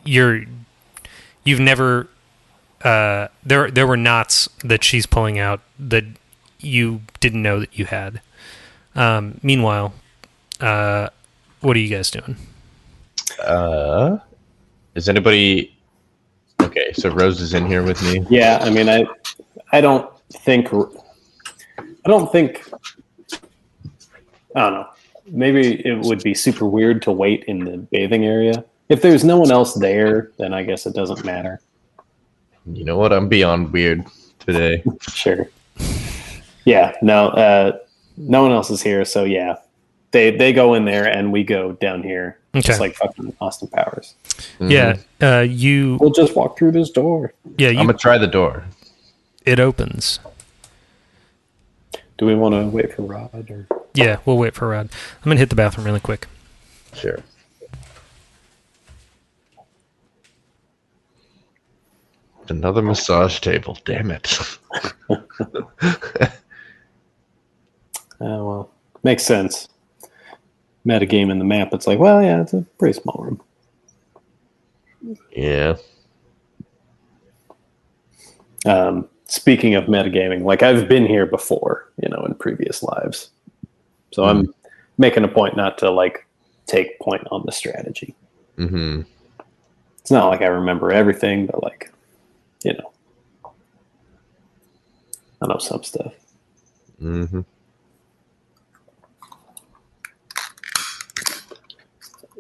you're you've never uh, there there were knots that she's pulling out that you didn't know that you had. Um, meanwhile, uh, what are you guys doing? Uh, is anybody? Okay, so Rose is in here with me. Yeah, I mean, I, I don't think, I don't think, I don't know. Maybe it would be super weird to wait in the bathing area. If there's no one else there, then I guess it doesn't matter. You know what? I'm beyond weird today. Sure. Yeah. No. Uh, no one else is here, so yeah. They they go in there and we go down here, Okay. just like mm-hmm. fucking Austin Powers. Mm-hmm. Yeah, uh, you. We'll just walk through this door. Yeah, I'm you, gonna try the door. it opens. Do we want to wait for Rod or? Yeah, we'll wait for Rod. I'm gonna hit the bathroom really quick. Sure. Another massage table. Damn it. [laughs] Oh well, makes sense. Metagame in the map. It's like, well, yeah, it's a pretty small room. Yeah. Um, speaking of metagaming, like I've been here before, you know, in previous lives, so I'm making a point not to like take point on the strategy. Mm-hmm. It's not like I remember everything, but like, you know, I know some stuff. Mm-hmm.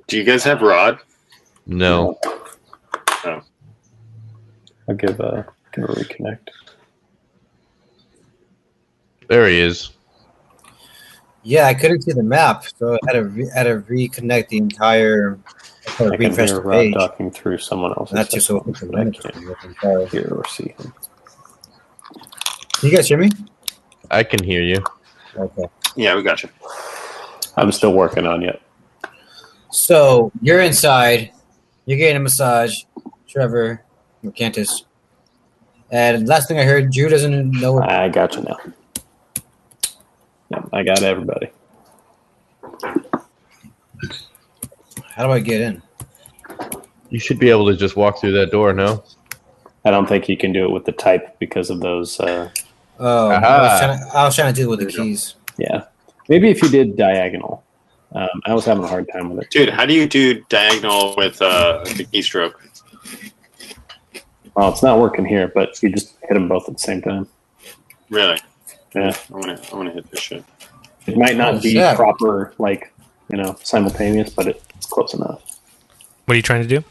Do you guys have rod? No. Oh. I'll give a give a reconnect. There he is. Yeah, I couldn't see the map, so I had to re- had to reconnect the entire I had to I can refresh hear the Rod page. talking through someone else's. Not just so headphones, but I can't Can hear or see him. you guys hear me? I can hear you. Okay. Yeah, we got you. I'm still working on it. So you're inside. You're getting a massage, Trevor, or Cantus. And last thing I heard, Drew doesn't know. What- I got you now. Yeah, I got everybody. how do I get in? You should be able to just walk through that door, no? I don't think you can do it with the type because of those. Uh, Oh, I Aha. was, trying to, I was trying to do it with the keys. yeah, maybe if you did diagonal. Um, I was having a hard time with it. Dude, how do you do diagonal with uh, the keystroke? Well, it's not working here, but you just hit them both at the same time. Really? Yeah, I want to I wanna hit this shit. [laughs] it might not Oh, be shit. proper, like you know, simultaneous, but it's close enough. What are you trying to do?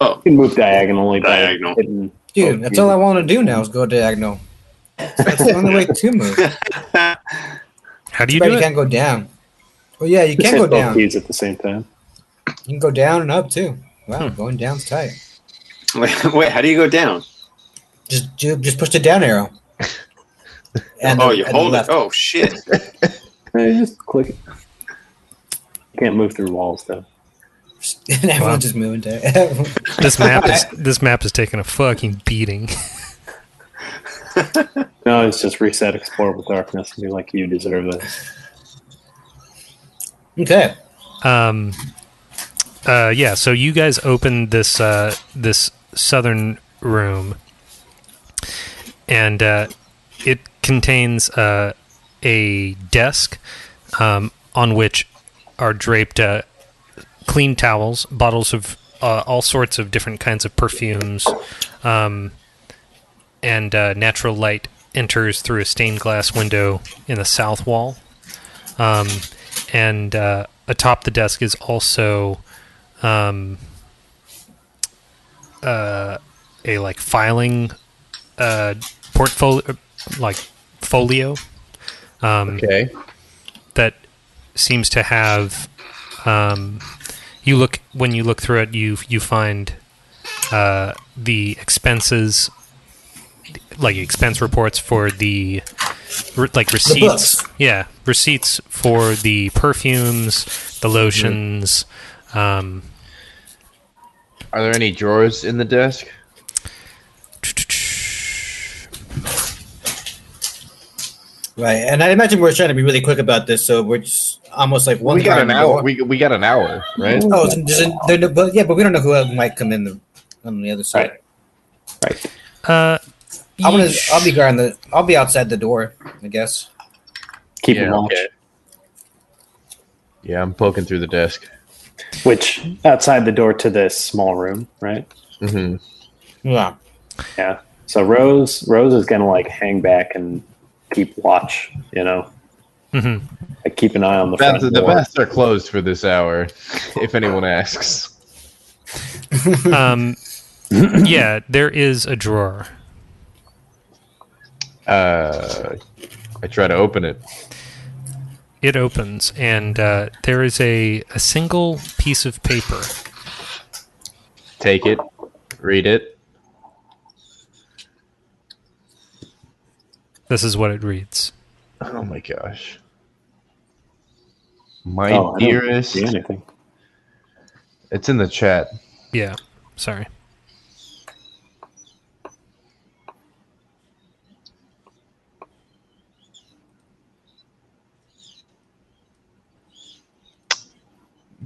Oh, You can move diagonally. by Diagonal. hitting Dude, both that's all I keys. want to do now is go diagonal. That's the only way [laughs] to move. How do you but do you it? can't go down. Well, yeah, you Just can hit go both down. You keys at the same time. can go down and up too. Wow, Hmm. going down's tight. wait, wait, how do you go down? Just ju- just push the [laughs] down arrow. And oh, the- you and the hold it. left. [laughs] Oh, shit. Yeah, you just click it. You can't move through walls though. and everyone Wow. just moving down. [laughs] This map is this map is taking a fucking beating. No, it's just reset, explore with darkness, and be like, you deserve this. [laughs] Okay. um, uh, yeah. So you guys open this uh, this southern room, and uh, it contains uh, a desk um, on which are draped uh, clean towels, bottles of uh, all sorts of different kinds of perfumes, um, and uh, natural light enters through a stained glass window in the south wall Um, and uh, atop the desk is also um, uh, a like filing uh, portfolio, like folio um, Okay. that seems to have. Um, you look when you look through it, you you find uh, the expenses, like expense reports for the re- like receipts. books. yeah, receipts for the perfumes, the lotions. Um, Are there any drawers in the desk? Right. And I imagine we're trying to be really quick about this, so we're just almost like one we got card an in the hour. door. We, we got an hour, right? Oh, so there's a- there- but yeah, but we don't know who else might come in the, on the other side. Right. Right. uh, [clears throat] I'm gonna. I'll be guarding the. I'll be outside the door. I guess. Keep Yeah, a watch. okay. Yeah, I'm poking through the desk. Which outside the door to this small room, right? hmm Yeah. Yeah. So Rose, Rose is gonna like hang back and keep watch. You know, mhm. like keep an eye on the front Mm-hmm. The door. vests are closed for this hour, if anyone asks. um, yeah, there is a drawer. Uh, I try to open it. It opens, and uh, there is a, a single piece of paper. Take it. Read it. This is what it reads. Oh my gosh. My Oh, I don't dearest. See anything? It's in the chat. Yeah, sorry.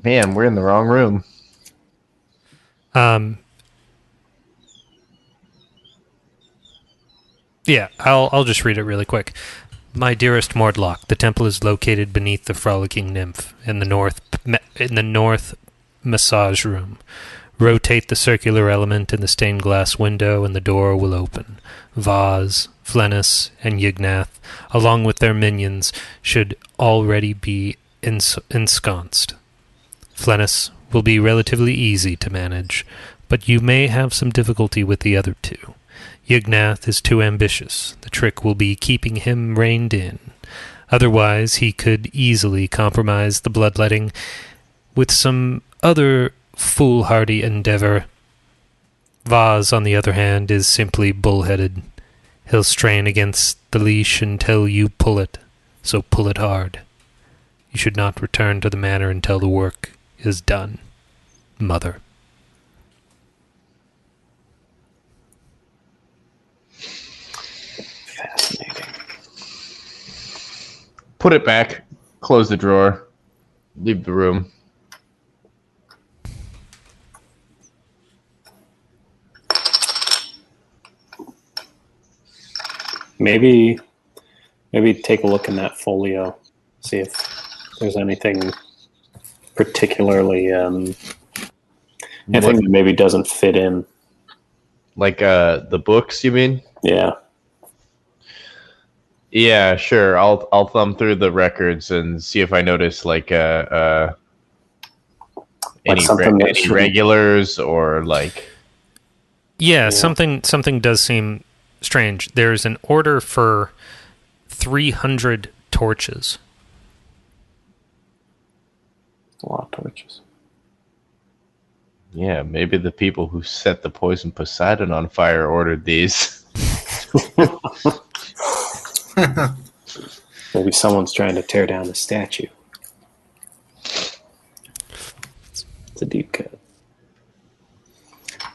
Man, we're in the wrong room. Um, yeah, I'll I'll just read it really quick. My dearest Mordlock, the temple is located beneath the frolicking nymph in the north in the north massage room. Rotate the circular element in the stained glass window, and the door will open. Vaz, Flennis, and Yignath, along with their minions, should already be ens- ensconced. Flennis will be relatively easy to manage, but you may have some difficulty with the other two. Yignath is too ambitious. The trick will be keeping him reined in. Otherwise, he could easily compromise the bloodletting with some other foolhardy endeavor. Vaz, on the other hand, is simply bullheaded. He'll strain against the leash until you pull it, so pull it hard. You should not return to the manor until the work is done. Mother. Fascinating. Put it back. Close the drawer. Leave the room. Maybe, maybe take a look in that folio, see if there's anything particularly um, anything that maybe doesn't fit in. Like uh, the books, you mean? Yeah. Yeah, sure. I'll I'll thumb through the records and see if I notice like uh, uh any, something re- that any shouldn't- regulars or like Yeah, something something does seem strange. There's an order for 300 torches. A lot of torches. yeah, maybe the people who set the poison Poseidon on fire ordered these. [laughs] Maybe someone's trying to tear down the statue. It's a deep cut.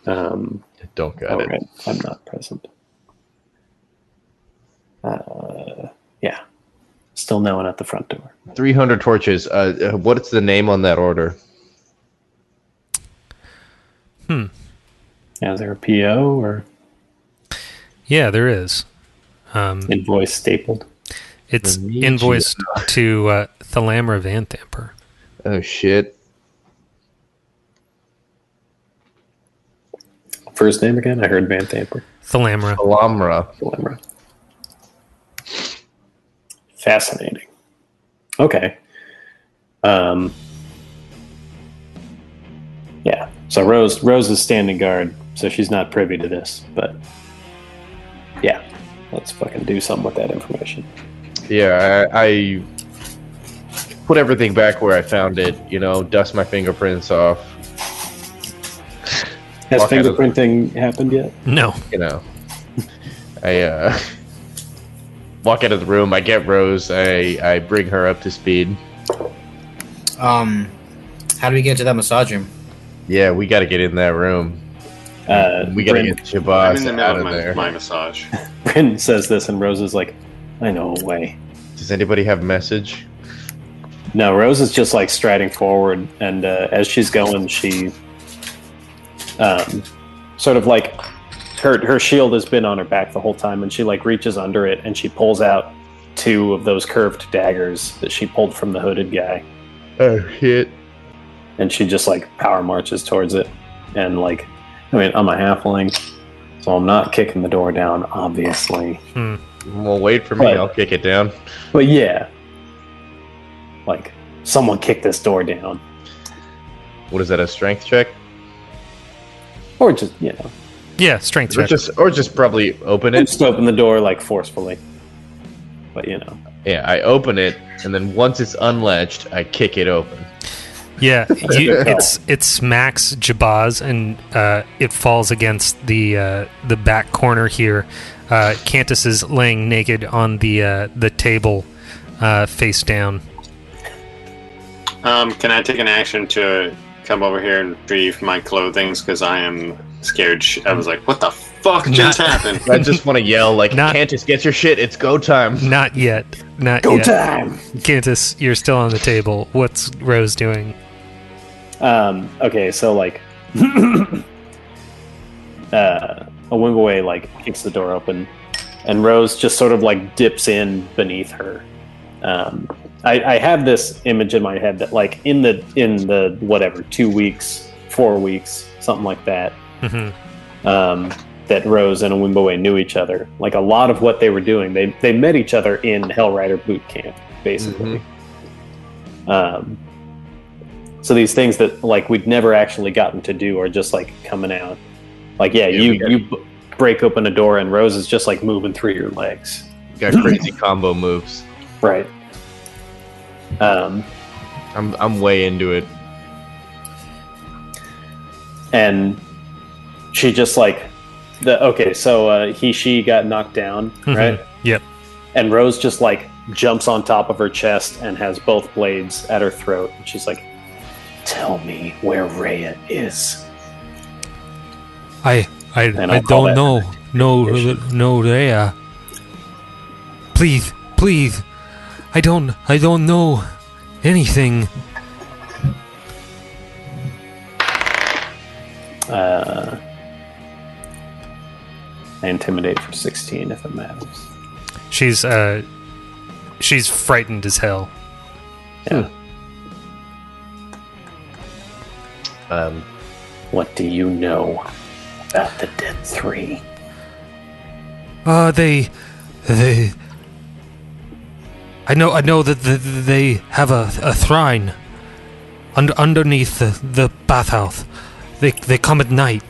Um, Don't got all it. right, I'm not present. Uh, yeah. Still no one at the front door. 300 torches. Uh, uh, what's the name on that order? Yeah, is there a PO or Yeah, there is. Um, invoice stapled? it's Remigio. invoiced to uh, Thalamra Van Thamper. Oh, shit. First name again? I heard Van Thamper. Thalamra. Alamra. Dilemma. Fascinating. Okay. Um, yeah. So Rose Rose is standing guard, so she's not privy to this, but yeah. Let's fucking do something with that information. Yeah, I, I put everything back where I found it. You know, dust my fingerprints off. Has Walk out of- fingerprinting happened yet? No. You know, I uh, walk out of the room. I get Rose. I I bring her up to speed. Um, how do we get to that massage room? Yeah, we got to get in that room. Uh, We got to Bryn- get I'm in Shabazz the out middle of of my, there. my massage. Bryn says this, and Rose is like, "I know a way." Does anybody have a message? No, Rose is just like striding forward, and uh, as she's going, she um, sort of like her her shield has been on her back the whole time, and she like reaches under it and she pulls out two of those curved daggers that she pulled from the hooded guy, Oh shit! and she just like power marches towards it, and like, I mean, I'm a halfling, so I'm not kicking the door down, obviously, Well, wait for me. Right. I'll kick it down. but yeah, like someone kick this door down, What is that? A strength check? or just you know. Yeah, strength Or check. just or just probably open I it. just open the door like forcefully. But you know, Yeah, I open it, and then once it's unlatched, I kick it open. [laughs] Yeah, you, it's it smacks Jabaz and uh, it falls against the uh, the back corner here. Uh, Cantus is laying naked on the uh, the table, uh, face down. Um, can I take an action to come over here and retrieve my clothing? Because I am scared. sh- I was like, what [laughs] the fuck just Not- happened? I [laughs] just want to yell like, Not- Cantus, get your shit. It's go time. [laughs] Not yet, not go yet. time. Cantus, you're still on the table. What's Rose doing? Um, okay, so like, [coughs] uh, a Wimbaway like kicks the door open, and Rose just sort of like dips in beneath her. Um, I, I have this image in my head that like in the in the whatever two weeks, four weeks, something like that. hmm um, that Rose and Awimbowe knew each other. Like a lot of what they were doing, they they met each other in Hellrider boot camp, basically. Mm-hmm. Um, so these things that like we'd never actually gotten to do are just like coming out. Like yeah, Yeah, you we got- you b- break open a door and Rose is just like moving through your legs, Got crazy combo moves. right? Um, I'm I'm way into it. and she just like the okay, so uh, he she got knocked down, right? Yep. And Rose just like jumps on top of her chest and has both blades at her throat. And she's like, Tell me where Rhea is. I I, And I'll call that know. No interrogation. no there. Please, please. I don't I don't know anything. Uh, I intimidate for 16 if it matters. She's uh she's frightened as hell. Yeah. Um, What do you know about the Dead Three? Uh they they I know I know that th- th- they have a a shrine under underneath the, the bathhouse. They they come at night.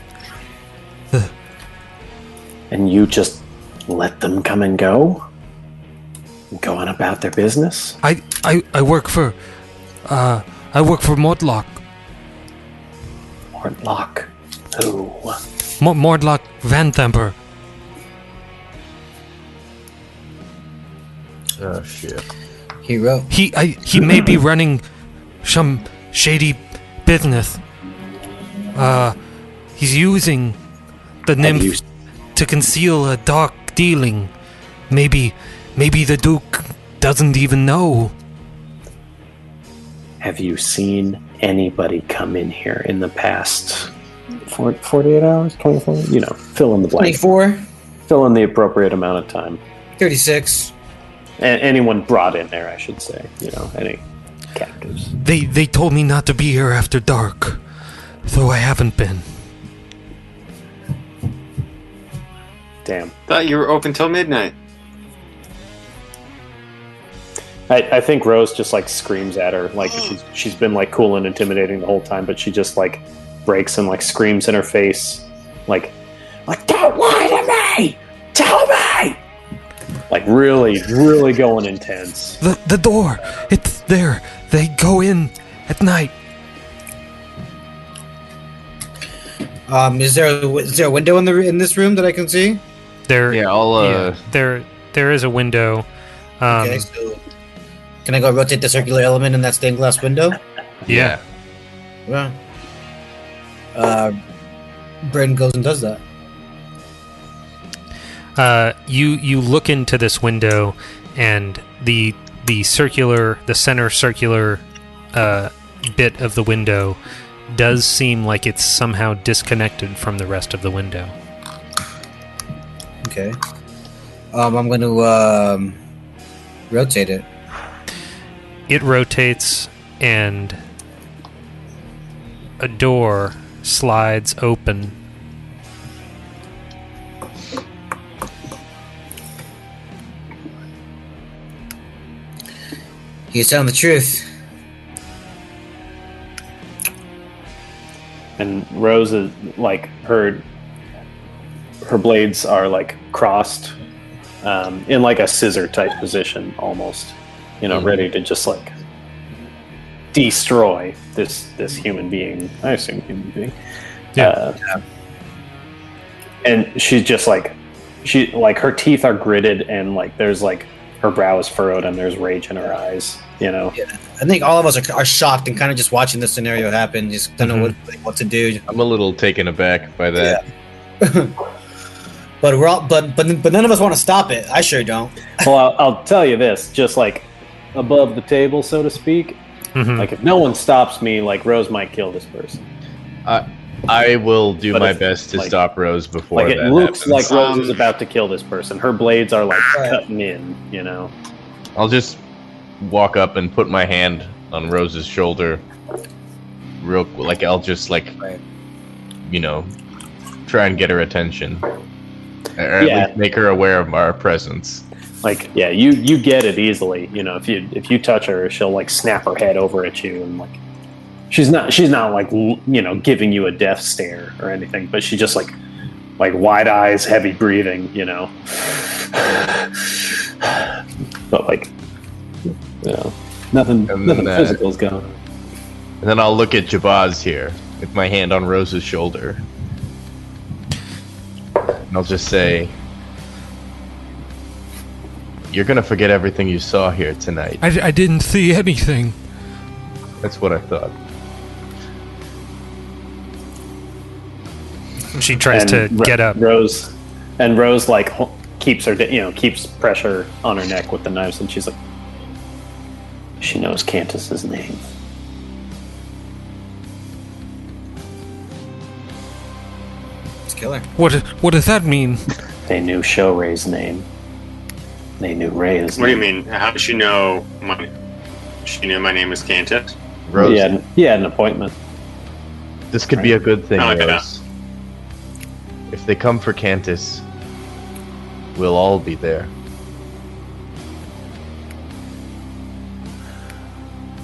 And you just let them come and go? Go on about their business? I I I work for uh I work for Mortlock. Mortlock. Who? Mo- Mordlock Van Thamper. oh shit. He wrote. He I, he may be running some shady business. Uh, he's using the nymph you- to conceal a dark dealing. Maybe, maybe the Duke doesn't even know. Have you seen anybody come in here in the past four- 48 hours, 24? You know, fill in the blank. 24, Fill in the appropriate amount of time. 36. A- anyone brought in there, I should say. You know, any captives. They they told me not to be here after dark, though I haven't been. Damn. Thought you were open till midnight. I, I think Rose just like screams at her, like she's, she's been like cool and intimidating the whole time, but she just like breaks and like screams in her face, like, like don't lie to me, tell me, like really, really going intense. The the door, it's there. They go in at night. Um, is there a, wi- is there a window in the in this room that I can see? There, Yeah, I'll uh, yeah, there, there is a window. Um, Okay, so can I go rotate the circular element in that stained glass window? yeah. Yeah. Uh, Bryn goes and does that. Uh, you you look into this window, and the the circular, the center circular uh, bit of the window does seem like it's somehow disconnected from the rest of the window. Okay. Um, I'm going to um, rotate it. It rotates, and a door slides open. He's telling the truth. And Rose is like her, her blades are like crossed, um, in like a scissor type position almost, you know, ready to just like destroy this this human being. I assume human being. Yeah. Uh, And she's just like, she like her teeth are gritted and like there's like her brow is furrowed and there's rage in her eyes. You know. I think all of us are, are shocked and kind of just watching this scenario happen. Just don't know what, Mm-hmm. like, what to do. I'm a little taken aback by that. But we're all, but but but none of us want to stop it. I sure don't. well, I'll, I'll tell you this, just like above the table, so to speak. Mm-hmm. Mhm. Like if no one stops me, like Rose might kill this person. I will do But my if, best to like- stop Rose before Like it that looks happens. like Rose Um, is about to kill this person. Her blades are like Right. cutting in, you know. I'll just walk up and put my hand on Rose's shoulder, real qu- like I'll just like, Right. you know, try and get her attention, or at Yeah. least make her aware of our presence. Like yeah, you you get it easily. You know, if you if you touch her, she'll like snap her head over at you and like she's not she's not like l- you know giving you a death stare or anything, but she just like like wide eyes, heavy breathing, you know. [sighs] but like you know, nothing And nothing that- physical's going on. And then I'll look at Jabaz here with my hand on Rose's shoulder, and I'll just say, "You're gonna forget everything you saw here tonight." I, I didn't see anything. That's what I thought. She tries to Ro- get up. Rose and Rose like ho- keeps her, you know, keeps pressure on her neck with the knives, and she's like, she knows Cantus's name. It's killer. What what does that mean? They knew Show Ray's name. They knew Ray's. What do you name. mean? How does she know my? She knew my name was Cantus. Rose, He had, he had an appointment. This could be a good thing, Oh, yeah. Rose. If they come for Cantus, we'll all be there.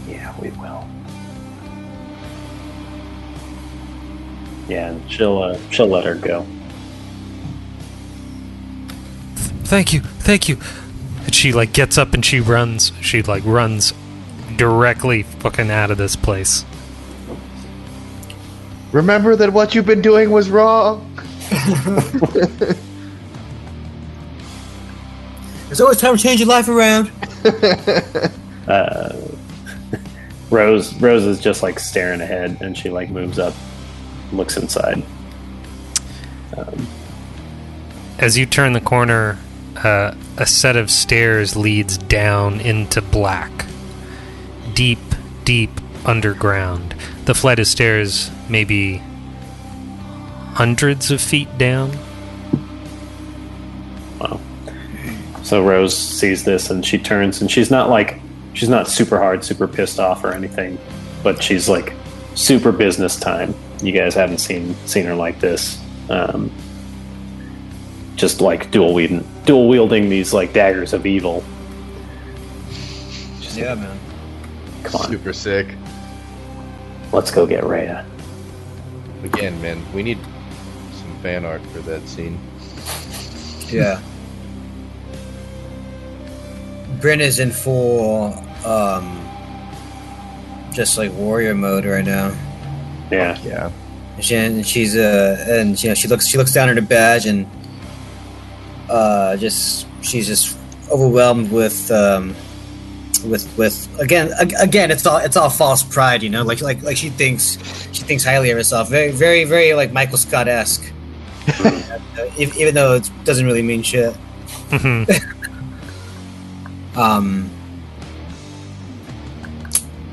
Yeah, we will. Yeah, and she'll uh, she'll let her go. Thank you, thank you. And she like gets up and she runs. She like runs directly fucking out of this place. Remember that what you've been doing was wrong. There's always time to change your life around. Rose Rose is just like staring ahead, and she like moves up, looks inside. As you turn the corner, uh, a set of stairs leads down into black. Deep, deep underground. The flight of stairs may be hundreds of feet down. So Rose sees this and she turns and she's not like she's not super hard, super pissed off or anything, but she's like super business time. You guys haven't seen seen her like this. Um, just like dual wielding dual wielding these like daggers of evil. She's [laughs] Yeah, man. like, come on, Super sick. let's go get Rhea. Again, man, we need some fan art for that scene. Yeah. Bryn is in full, um, just like warrior mode right now. Yeah. Yeah. She, and she's uh, and you know she looks she looks down at her badge and uh, just she's just overwhelmed with um, with with again ag- again it's all it's all false pride you know like like like she thinks she thinks highly of herself very very very like Michael Scott esque [laughs] even though it doesn't really mean shit Mhm. um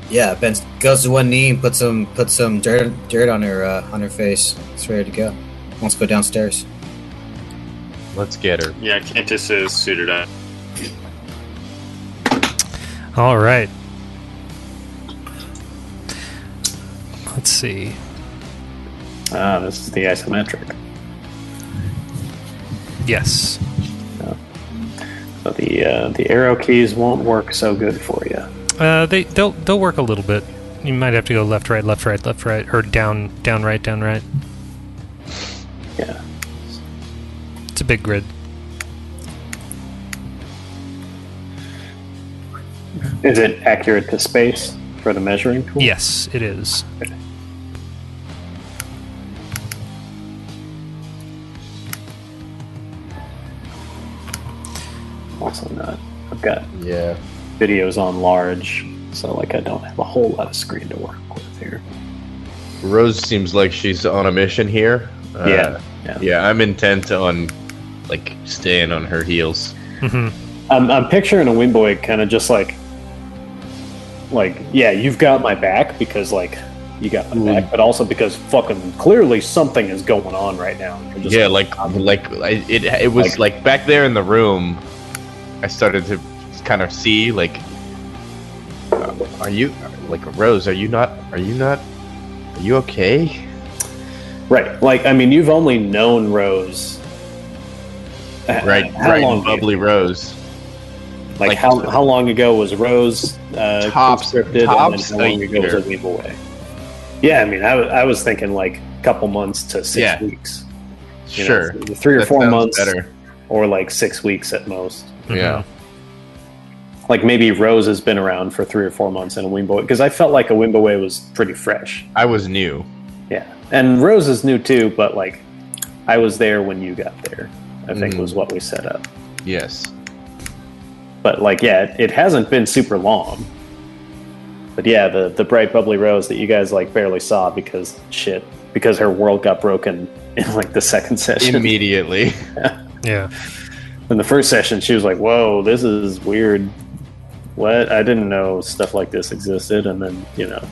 yeah ben goes to one knee and puts some puts some dirt dirt on her uh, on her face it's ready to go wants to go downstairs Let's get her. Yeah, Cantus is suited up. All right. Let's see. Ah, this is the isometric. Yes. So the uh, the arrow keys won't work so good for you. Uh, they they'll they'll work a little bit. You might have to go left, right, left, right, left, right, or down, down, right, down, right. Yeah. It's a big grid. Is it accurate to space for the measuring tool? Yes, it is. Also not. I've got Yeah. videos on large, so like I don't have a whole lot of screen to work with here. Rose seems like she's on a mission here. Uh, Yeah, yeah. Yeah, I'm intent on like staying on her heels. hmm I'm, I'm picturing a Wimboy kind of just like, like yeah, you've got my back because like you got my Mm. back, but also because fucking clearly something is going on right now. You're just- yeah, like like I, it it was like, back there in the room. I started to kind of see like, uh, are you like Rose? Are you not? Are you not? Are you okay? right. Like I mean, you've only known Rose. Uh, Right, How right, long? bubbly Rose. Like, like- how how long ago was Rose uh, Tops- conscripted, tops and then how long a ago was year. it Wimboy? Yeah, I mean, I, wa- I was thinking like a couple months to six Yeah. weeks. you know, Sure, three or that four sounds months, Better. or like six weeks at most. Yeah, Mm-hmm. like maybe Rose has been around for three or four months in a Wimboy because I felt like a Wimboy was pretty fresh. I was new. Yeah, and Rose is new too, but like I was there when you got there. I think Mhm. was what we set up. [laughs] Yes, But like, yeah, it, it hasn't been super long. But yeah, the the bright bubbly Rose that you guys like barely saw because shit because her world got broken [laughs] in like the second session. immediately. Yeah. in the first session she was like whoa this is weird what i didn't know stuff like this existed and then you know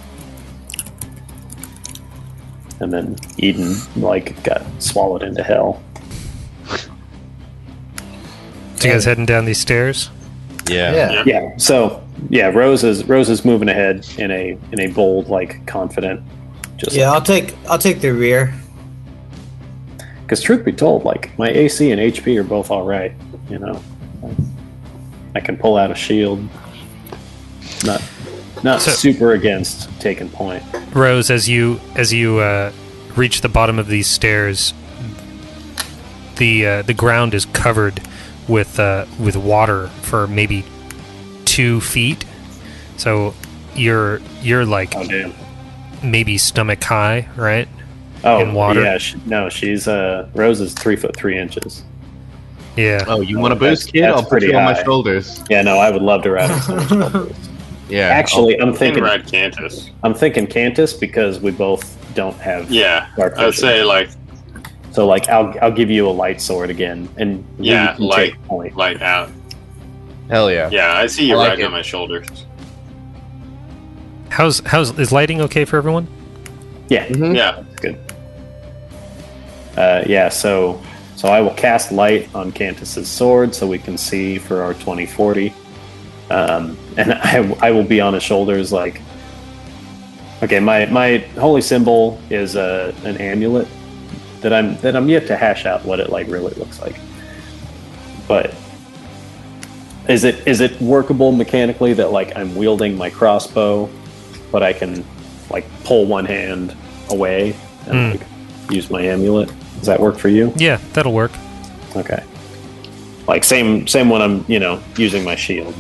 and then eden like got swallowed into hell So you guys heading down these stairs? Yeah. yeah yeah so yeah rose is rose is moving ahead in a in a bold like confident just yeah i'll take i'll take the rear because truth be told like my ac and hp are both all right you know i can pull out a shield not not So- super against taking point Rose, as you as you uh, reach the bottom of these stairs, the uh, the ground is covered with uh, with water for maybe two feet. So you're you're like Oh damn! maybe stomach high, right? Oh, In water? Yeah, she, no, she's uh, Rose is three foot three inches. Yeah. [laughs] Oh, you want a That's- boost, kid? that's I'll put pretty you on high. my shoulders. Yeah, no, I would love to ride. [laughs] her. Yeah. Actually, I'm Think thinking ride Cantus. I'm thinking Cantus because we both don't have Yeah, dark I would vision. say like So like I'll I'll give you a light sword again, and you Yeah, can light. take point. Light out. Oh, Hell yeah. Yeah, I see you I like riding it. on my shoulders. How's how's is lighting okay for everyone? Yeah, Mhm. Yeah. uh, yeah. So so I will cast light on Cantus's sword so we can see for our twenty forty, um, [laughs] and I I will be on his shoulders like. Okay, my, my holy symbol is uh, an amulet that I'm that I'm yet to hash out what it like really looks like. But is it is it workable mechanically that like I'm wielding my crossbow, but I can like pull one hand away and Hmm. like use my amulet? Does that work for you? Yeah, that'll work. Okay. Like same same when I'm you know using my shield.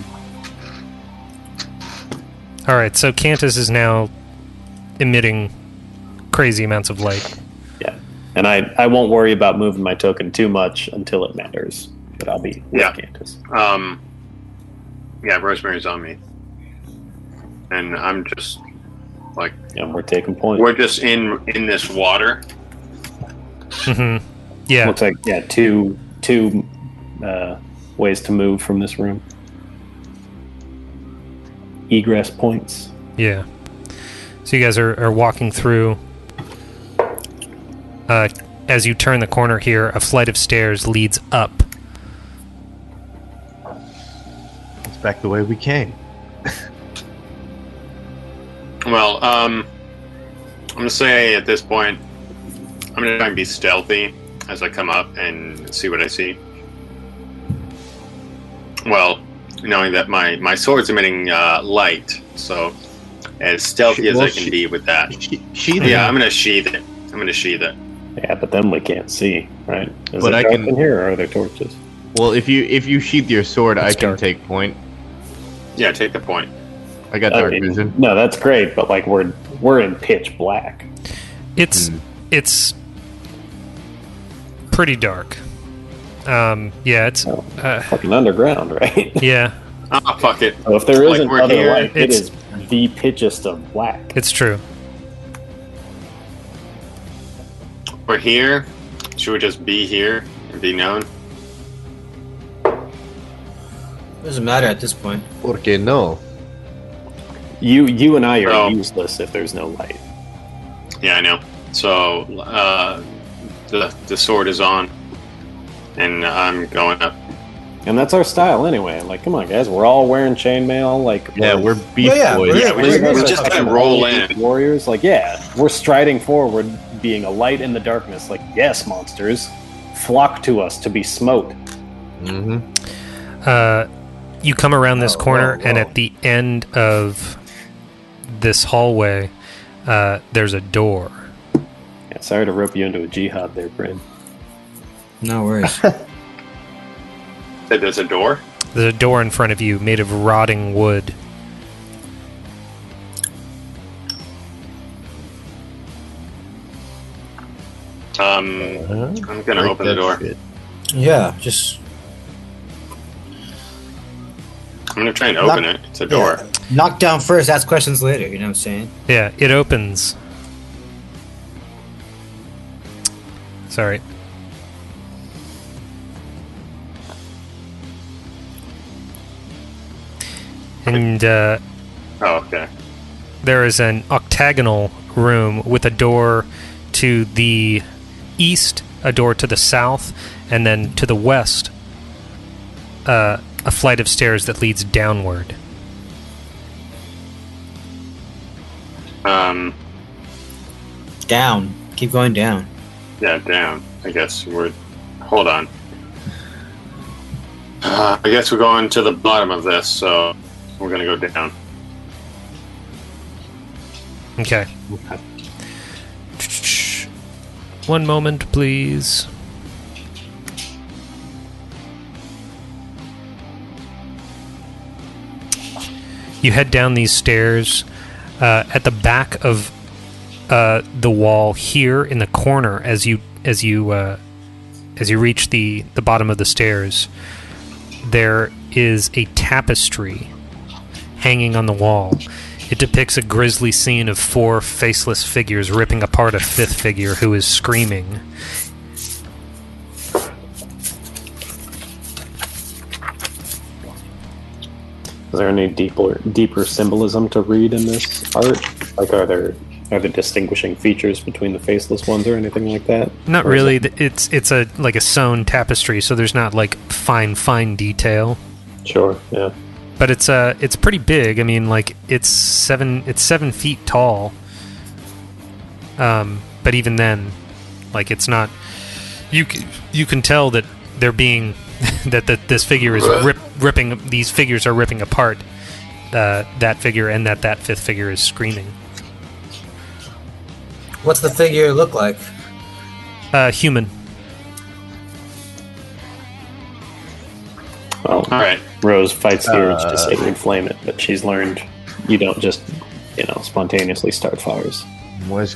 All right, so Cantus is now emitting crazy amounts of light. Yeah, and I I won't worry about moving my token too much until it matters. But I'll be with Yeah. Cantus. Um. Yeah, Rosemary's on me, and I'm just like And we're taking points. we're just in in this water. hmm Yeah, Looks like yeah, two two uh, ways to move from this room. Egress points. yeah. So you guys are, are walking through. Uh, as you turn the corner here, a flight of stairs leads up. It's back the way we came. Well, um, I'm gonna say at this point, I'm gonna try and be stealthy as I come up and see what I see. Well, knowing that my my sword's emitting uh, light, so as stealthy as Well, I can she- be with that. She, she Yeah, I'm gonna sheath it. I'm gonna sheath it. Yeah, but then we can't see, right? Is But it I dark can- in here, or are there torches? Well, if you if you sheath your sword, I It's can dark. take point. Yeah, take the point. I got I dark mean, vision. No, that's great, but like we're we're in pitch black. It's Hmm. Mm. it's pretty dark. Um, yeah, it's Oh. uh, Fucking underground, [laughs] right? yeah, Ah, fuck it. so if there Like, isn't we're other here, light, it it's- is the pitchest of black. it's true. We're here. Should we just be here and be known? Doesn't matter at this point. Porque no. You you and I are Oh. useless if there's no light. Yeah, I know. So uh, the the sword is on, and uh, I'm going up. And that's our style anyway. Like, come on, guys, we're all wearing chainmail. Like, Yeah, we're beef Yeah, yeah, boys. we're- we just, Three of we us just are gotta fucking roll elite in. Warriors, like, yeah, we're striding forward, being a light in the darkness. Like, yes, monsters, flock to us to be smote. hmm Uh, you come around this Whoa, corner, Oh, whoa, and whoa. at the end of this hallway, uh, there's a door. Yeah, sorry to rope you into a jihad there, Bryn. No worries. That There's a door. There's a door in front of you made of rotting wood. Um, Uh-huh. I'm gonna open the door. [laughs] yeah, just I'm gonna try and open it. It's a door. yeah, knock down first, ask questions later. You know what I'm saying? Yeah, it opens. Sorry. And uh, Oh, okay. there is an octagonal room with a door to the east, a door to the south, and then to the west, uh, a flight of stairs that leads downward. Um, Down. Keep going down. yeah, down. I guess we're. Hold on. Uh, I guess we're going to the bottom of this, so we're gonna go down. Okay. One moment, please. You head down these stairs. Uh, at the back of uh, the wall, here in the corner, as you as you uh, as you reach the the bottom of the stairs, there is a tapestry hanging on the wall. It depicts a grisly scene of four faceless figures ripping apart a fifth figure who is screaming. Is there any deeper deeper symbolism to read in this art? Like, are there are there distinguishing features between the faceless ones or anything like that? Not Or is really. it- th- It's it's a like a sewn tapestry, so there's not like fine fine detail. Sure. Yeah. But it's uh it's pretty big. I mean, like it's seven it's seven feet tall. Um, but even then, like it's not. You c- you can tell that they're being [laughs] that that this figure is rip, ripping these figures are ripping apart uh, that figure and that that fifth figure is screaming. What's the figure look like? Uh, human. Well, All right. Rose fights the urge Uh, to sacred flame it, but she's learned you don't just you know spontaneously start fires. Was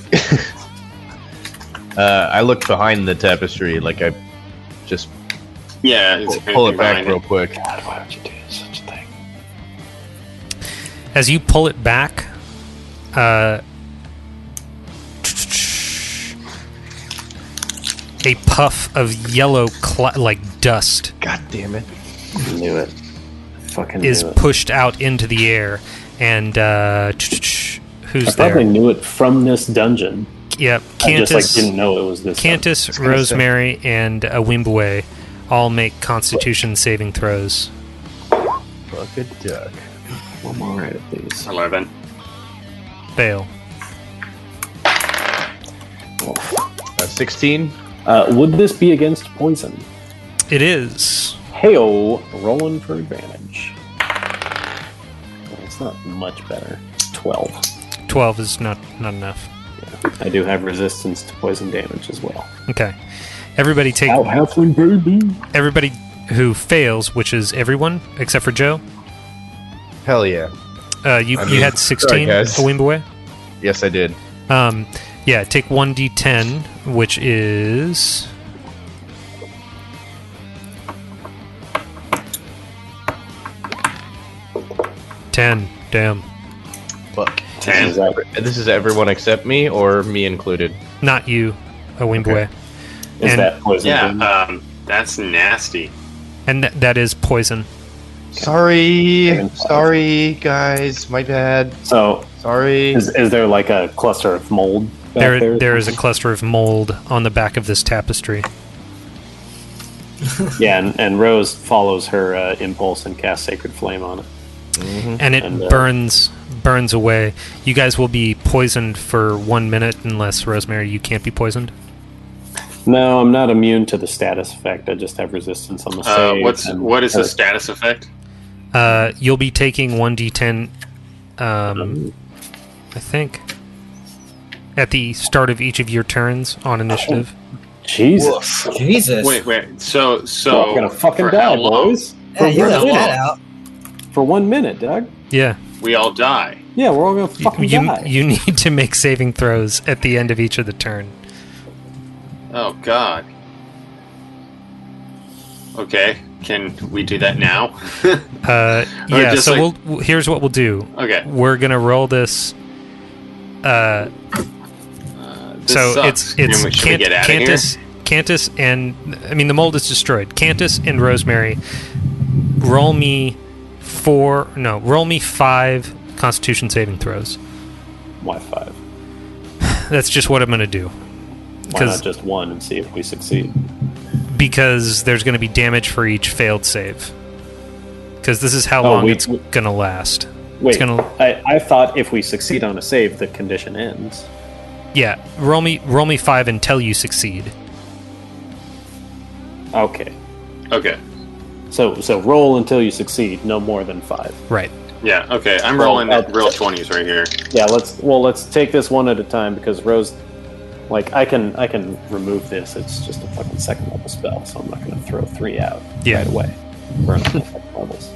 [laughs] uh, I look behind the tapestry, like I just Yeah, it's pull, gonna pull be it back behind real quick. God, why would you do such a thing? as you pull it back, uh, a puff of yellow, cl- like dust, God damn it! Knew it. Fucking is knew it. pushed out into the air. And uh, I who's there? probably knew it from this dungeon. Yep, I just like Cantus, didn't know it was this. dungeon. Cantus, gonna say- Rosemary, and uh, Wimbwe all make Constitution saving throws. Fuck a duck. One more out of these. Eleven. Fail. Uh, Sixteen. Uh, would this be against poison? It is. Heyo, rolling for advantage. Well, It's not much better. Twelve. 12 is not, not enough. I do have resistance to poison damage as well. Okay. Everybody take Ow, halfling baby. everybody who fails, which is everyone except for Joe. Hell yeah! Uh, you I you mean, had sorry, sixteen a guys. Wimbaway. Yes, I did. Um, yeah, take one d10, which is ten. Damn, Fuck. Ten. Is that- This is everyone except me, or me included. not you, a Wimbaway, is And- that poison Yeah, damage? um, that's nasty. and th- that is poison. Sorry, Seven. sorry, guys. My bad. So, Sorry. is, is there like a cluster of mold back There, there? there is a cluster of mold on the back of this tapestry. yeah, and, and Rose follows her uh, impulse and casts Sacred Flame on it. and it And, uh, burns burns away. You guys will be poisoned for one minute unless Rosemary, you can't be poisoned. No, I'm not immune to the status effect. I just have resistance on the Uh, save. what's and- what is the uh, status effect? Uh, you'll be taking one d10, um, I think, at the start of each of your turns on initiative. Jesus. Jesus. Wait, wait. So, so I'm gonna fucking for die, how long? boys. Yeah, you one left minute. that out. For one minute, Doug. Yeah, We all die. Yeah, we're all gonna fucking you die. you [laughs] need to make saving throws at the end of each of the turn. Oh God. Okay, can we do that now? [laughs] Uh, Or yeah, just so like- we'll, w- here's what we'll do. Okay. We're gonna roll this. Uh, This so sucks. it's it's Can we- should we Cant- get out Cantus, Cantus, and I mean the mold is destroyed. Cantus and Rosemary, roll me four. No, roll me five Constitution saving throws. Why five? That's just what I'm gonna do Why because not just one and see if we succeed? because there's gonna be damage for each failed save. Because this is how Oh, long we- it's gonna last. Wait, gonna- I, I thought if we succeed on a save, the condition ends. Yeah, roll me roll me five until you succeed. Okay, here? Okay. so so roll until you succeed, no more than five. Right. Yeah. Okay. I'm Well, rolling uh, real twenties right here. Yeah, let's well let's take this one at a time because Rose, like I can I can remove this. It's just a fucking second level spell, so I'm not gonna throw three out Yeah. right away. We're not on second levels,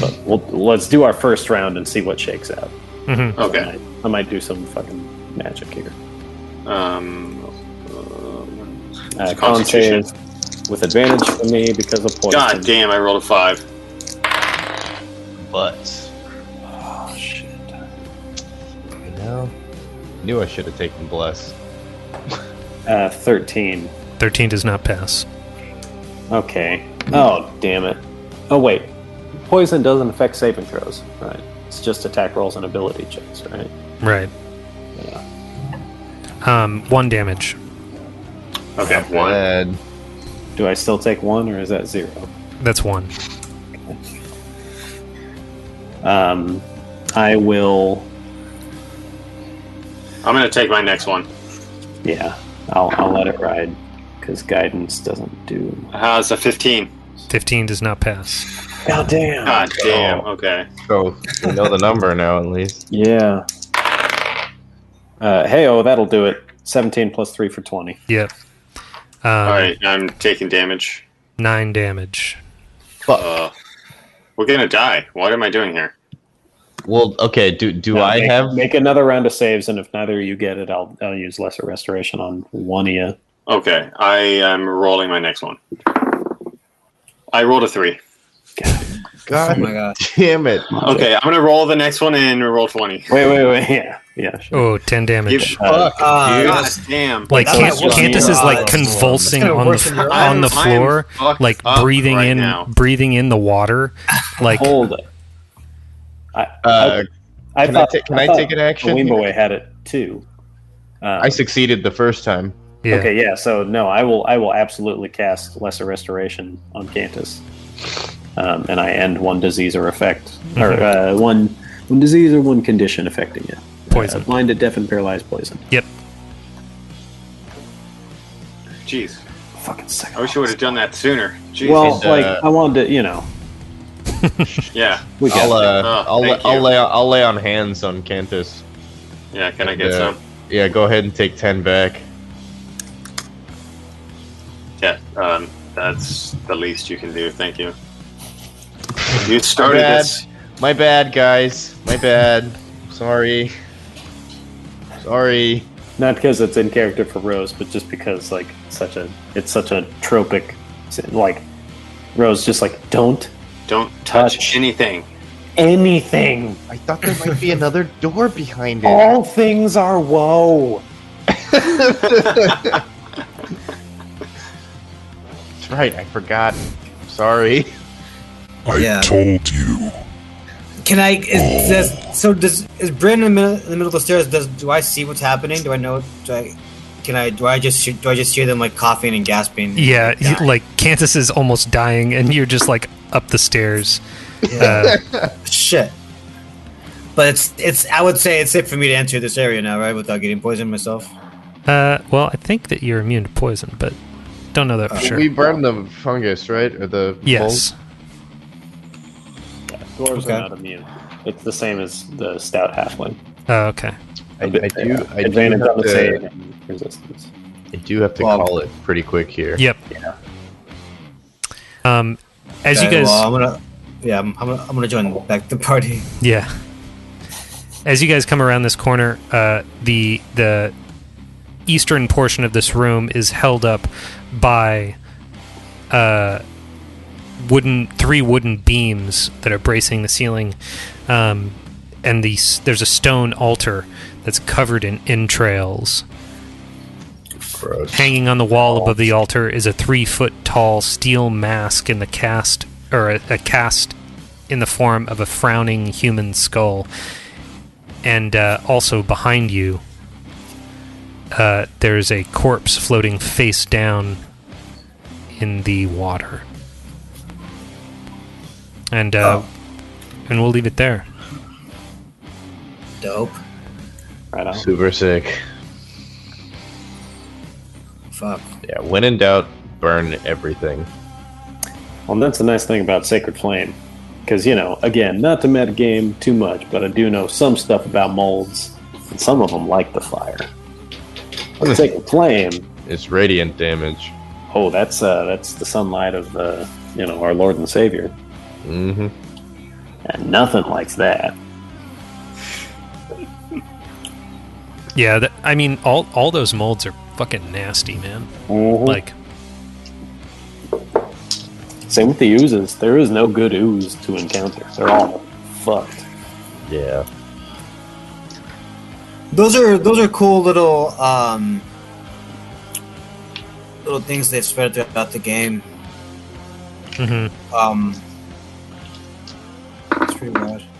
but we'll, let's do our first round and see what shakes out. hmm I Okay. might, I might do some fucking magic here. Um. uh, Uh, con Constitution. save with advantage for me because of poison. God damn! I rolled a five. But Oh, shit. you know, knew I should have taken bless. Uh, Thirteen. Thirteen does not pass. Okay. Oh damn it. Oh wait. poison doesn't affect saving throws, right? It's just attack rolls and ability checks, right? Right. Um, one damage. Okay, one. Bad. Do I still take one, or is that zero? That's one. Um, I will. I'm gonna take my next one. Yeah, I'll, I'll let it ride because guidance doesn't do. Uh, it's a 15. 15 does not pass. God damn. God damn. Okay. So we know the number now at least. Yeah. Uh, hey, oh, that'll do it. 17 plus 3 for 20. Yep. Um, All right. I'm taking damage. Nine damage. Uh, we're gonna die. What am I doing here? Well, okay. Do do Now I make, have? Make another round of saves, and if neither of you get it, I'll, I'll use Lesser Restoration on one of you. Okay. I am rolling my next one. I rolled a three. Oh God my god. [laughs] damn it! Okay. I'm gonna roll the next one and roll 20. Wait, wait, wait. [laughs] Yeah. Yeah. Sure. Oh, 10 damage. Give- Uh, Fuck. Uh, God that's- damn. like That's Can- not what Candace you is like realized. convulsing It's gonna on the worsen f- your on the eyes. I am floor, fucked like up breathing right in now. breathing in the [laughs] water. Like Hold it. I, Uh, I, I can I thought, ta- can I thought take an action? Wimbowe had it too. Um, I succeeded the first time. yeah, Okay, yeah. So no, I will. I will absolutely cast Lesser Restoration on Cantus, um, and I end one disease or effect, or uh, one one disease or one condition affecting it. poison. Uh, blinded, deafened, paralyzed, poison. Yep. Jeez. Fucking sick. I wish you would have done that sooner. Jeez. Well, And, uh, like I wanted to, you know. yeah. We got. I'll uh, Oh, I'll, thank I'll you. lay I'll lay on hands on Cantus. Yeah. Can I get Yeah. some? Yeah, go ahead and take ten back. Yeah. Um, that's the least you can do. Thank you. You started bad. this. My bad, guys. My bad. Sorry. Sorry. not because it's in character for Rose, but just because like such a it's such a tropic, like Rose just like don't Don't touch, Touch. anything. anything. I thought there might be another door behind it. All things are woe. That's right. I forgot. Sorry. I Yeah. told you. Can I? Is, does, so does is Bryn in the, middle, in the middle of the stairs? Does do I see what's happening? Do I know? Do I? Can I? Do I just? Do I just hear them like coughing and gasping? Yeah, you- Yeah. like Candace is almost dying, and you're just like up the stairs. Uh, Shit. But it's it's. I would say it's safe for me to enter this area now, right? Without getting poisoned myself. uh, well, I think that you're immune to poison, but don't know that Uh, for sure. We burned the fungus, right? Or the yes, Dwarves Okay. are not immune. It's the same as the stout halfling. Uh, okay. mold? I, I do. Yeah. I do, Advantage have on the save to, and resistance. I do have to Well- call it pretty quick here. Yep. Um, as you Okay, guys, well, I'm gonna. Yeah, I'm, I'm, gonna, I'm gonna join back the party. Yeah. As you guys come around this corner, uh, the the eastern portion of this room is held up by uh, wooden three wooden beams that are bracing the ceiling, um, and the, s- there's a stone altar that's covered in entrails. Gross. Hanging on the wall above the altar is a three foot tall steel mask in the cast, or a, a cast in the form of a frowning human skull. And uh, also behind you, uh, there's a corpse floating face down in the water. And uh, and we'll leave it there. Dope. Right on. Super sick. Fuck. Yeah. When in doubt, burn everything. Well, that's the nice thing about Sacred Flame. Because, you know, again, not to metagame too much, but I do know some stuff about molds, and some of them like the fire. But Sacred Flame, It's radiant damage. oh, that's uh, that's the sunlight of, uh, you know, our Lord and Savior. Mm-hmm. And nothing likes that. Yeah, that, I mean, all all those molds are fucking nasty, man. Like, Same with the oozes. There is no good ooze to encounter. They're all fucked. Yeah. Those are those are cool little um little things they've spread throughout the game. mhm. Um pretty loud.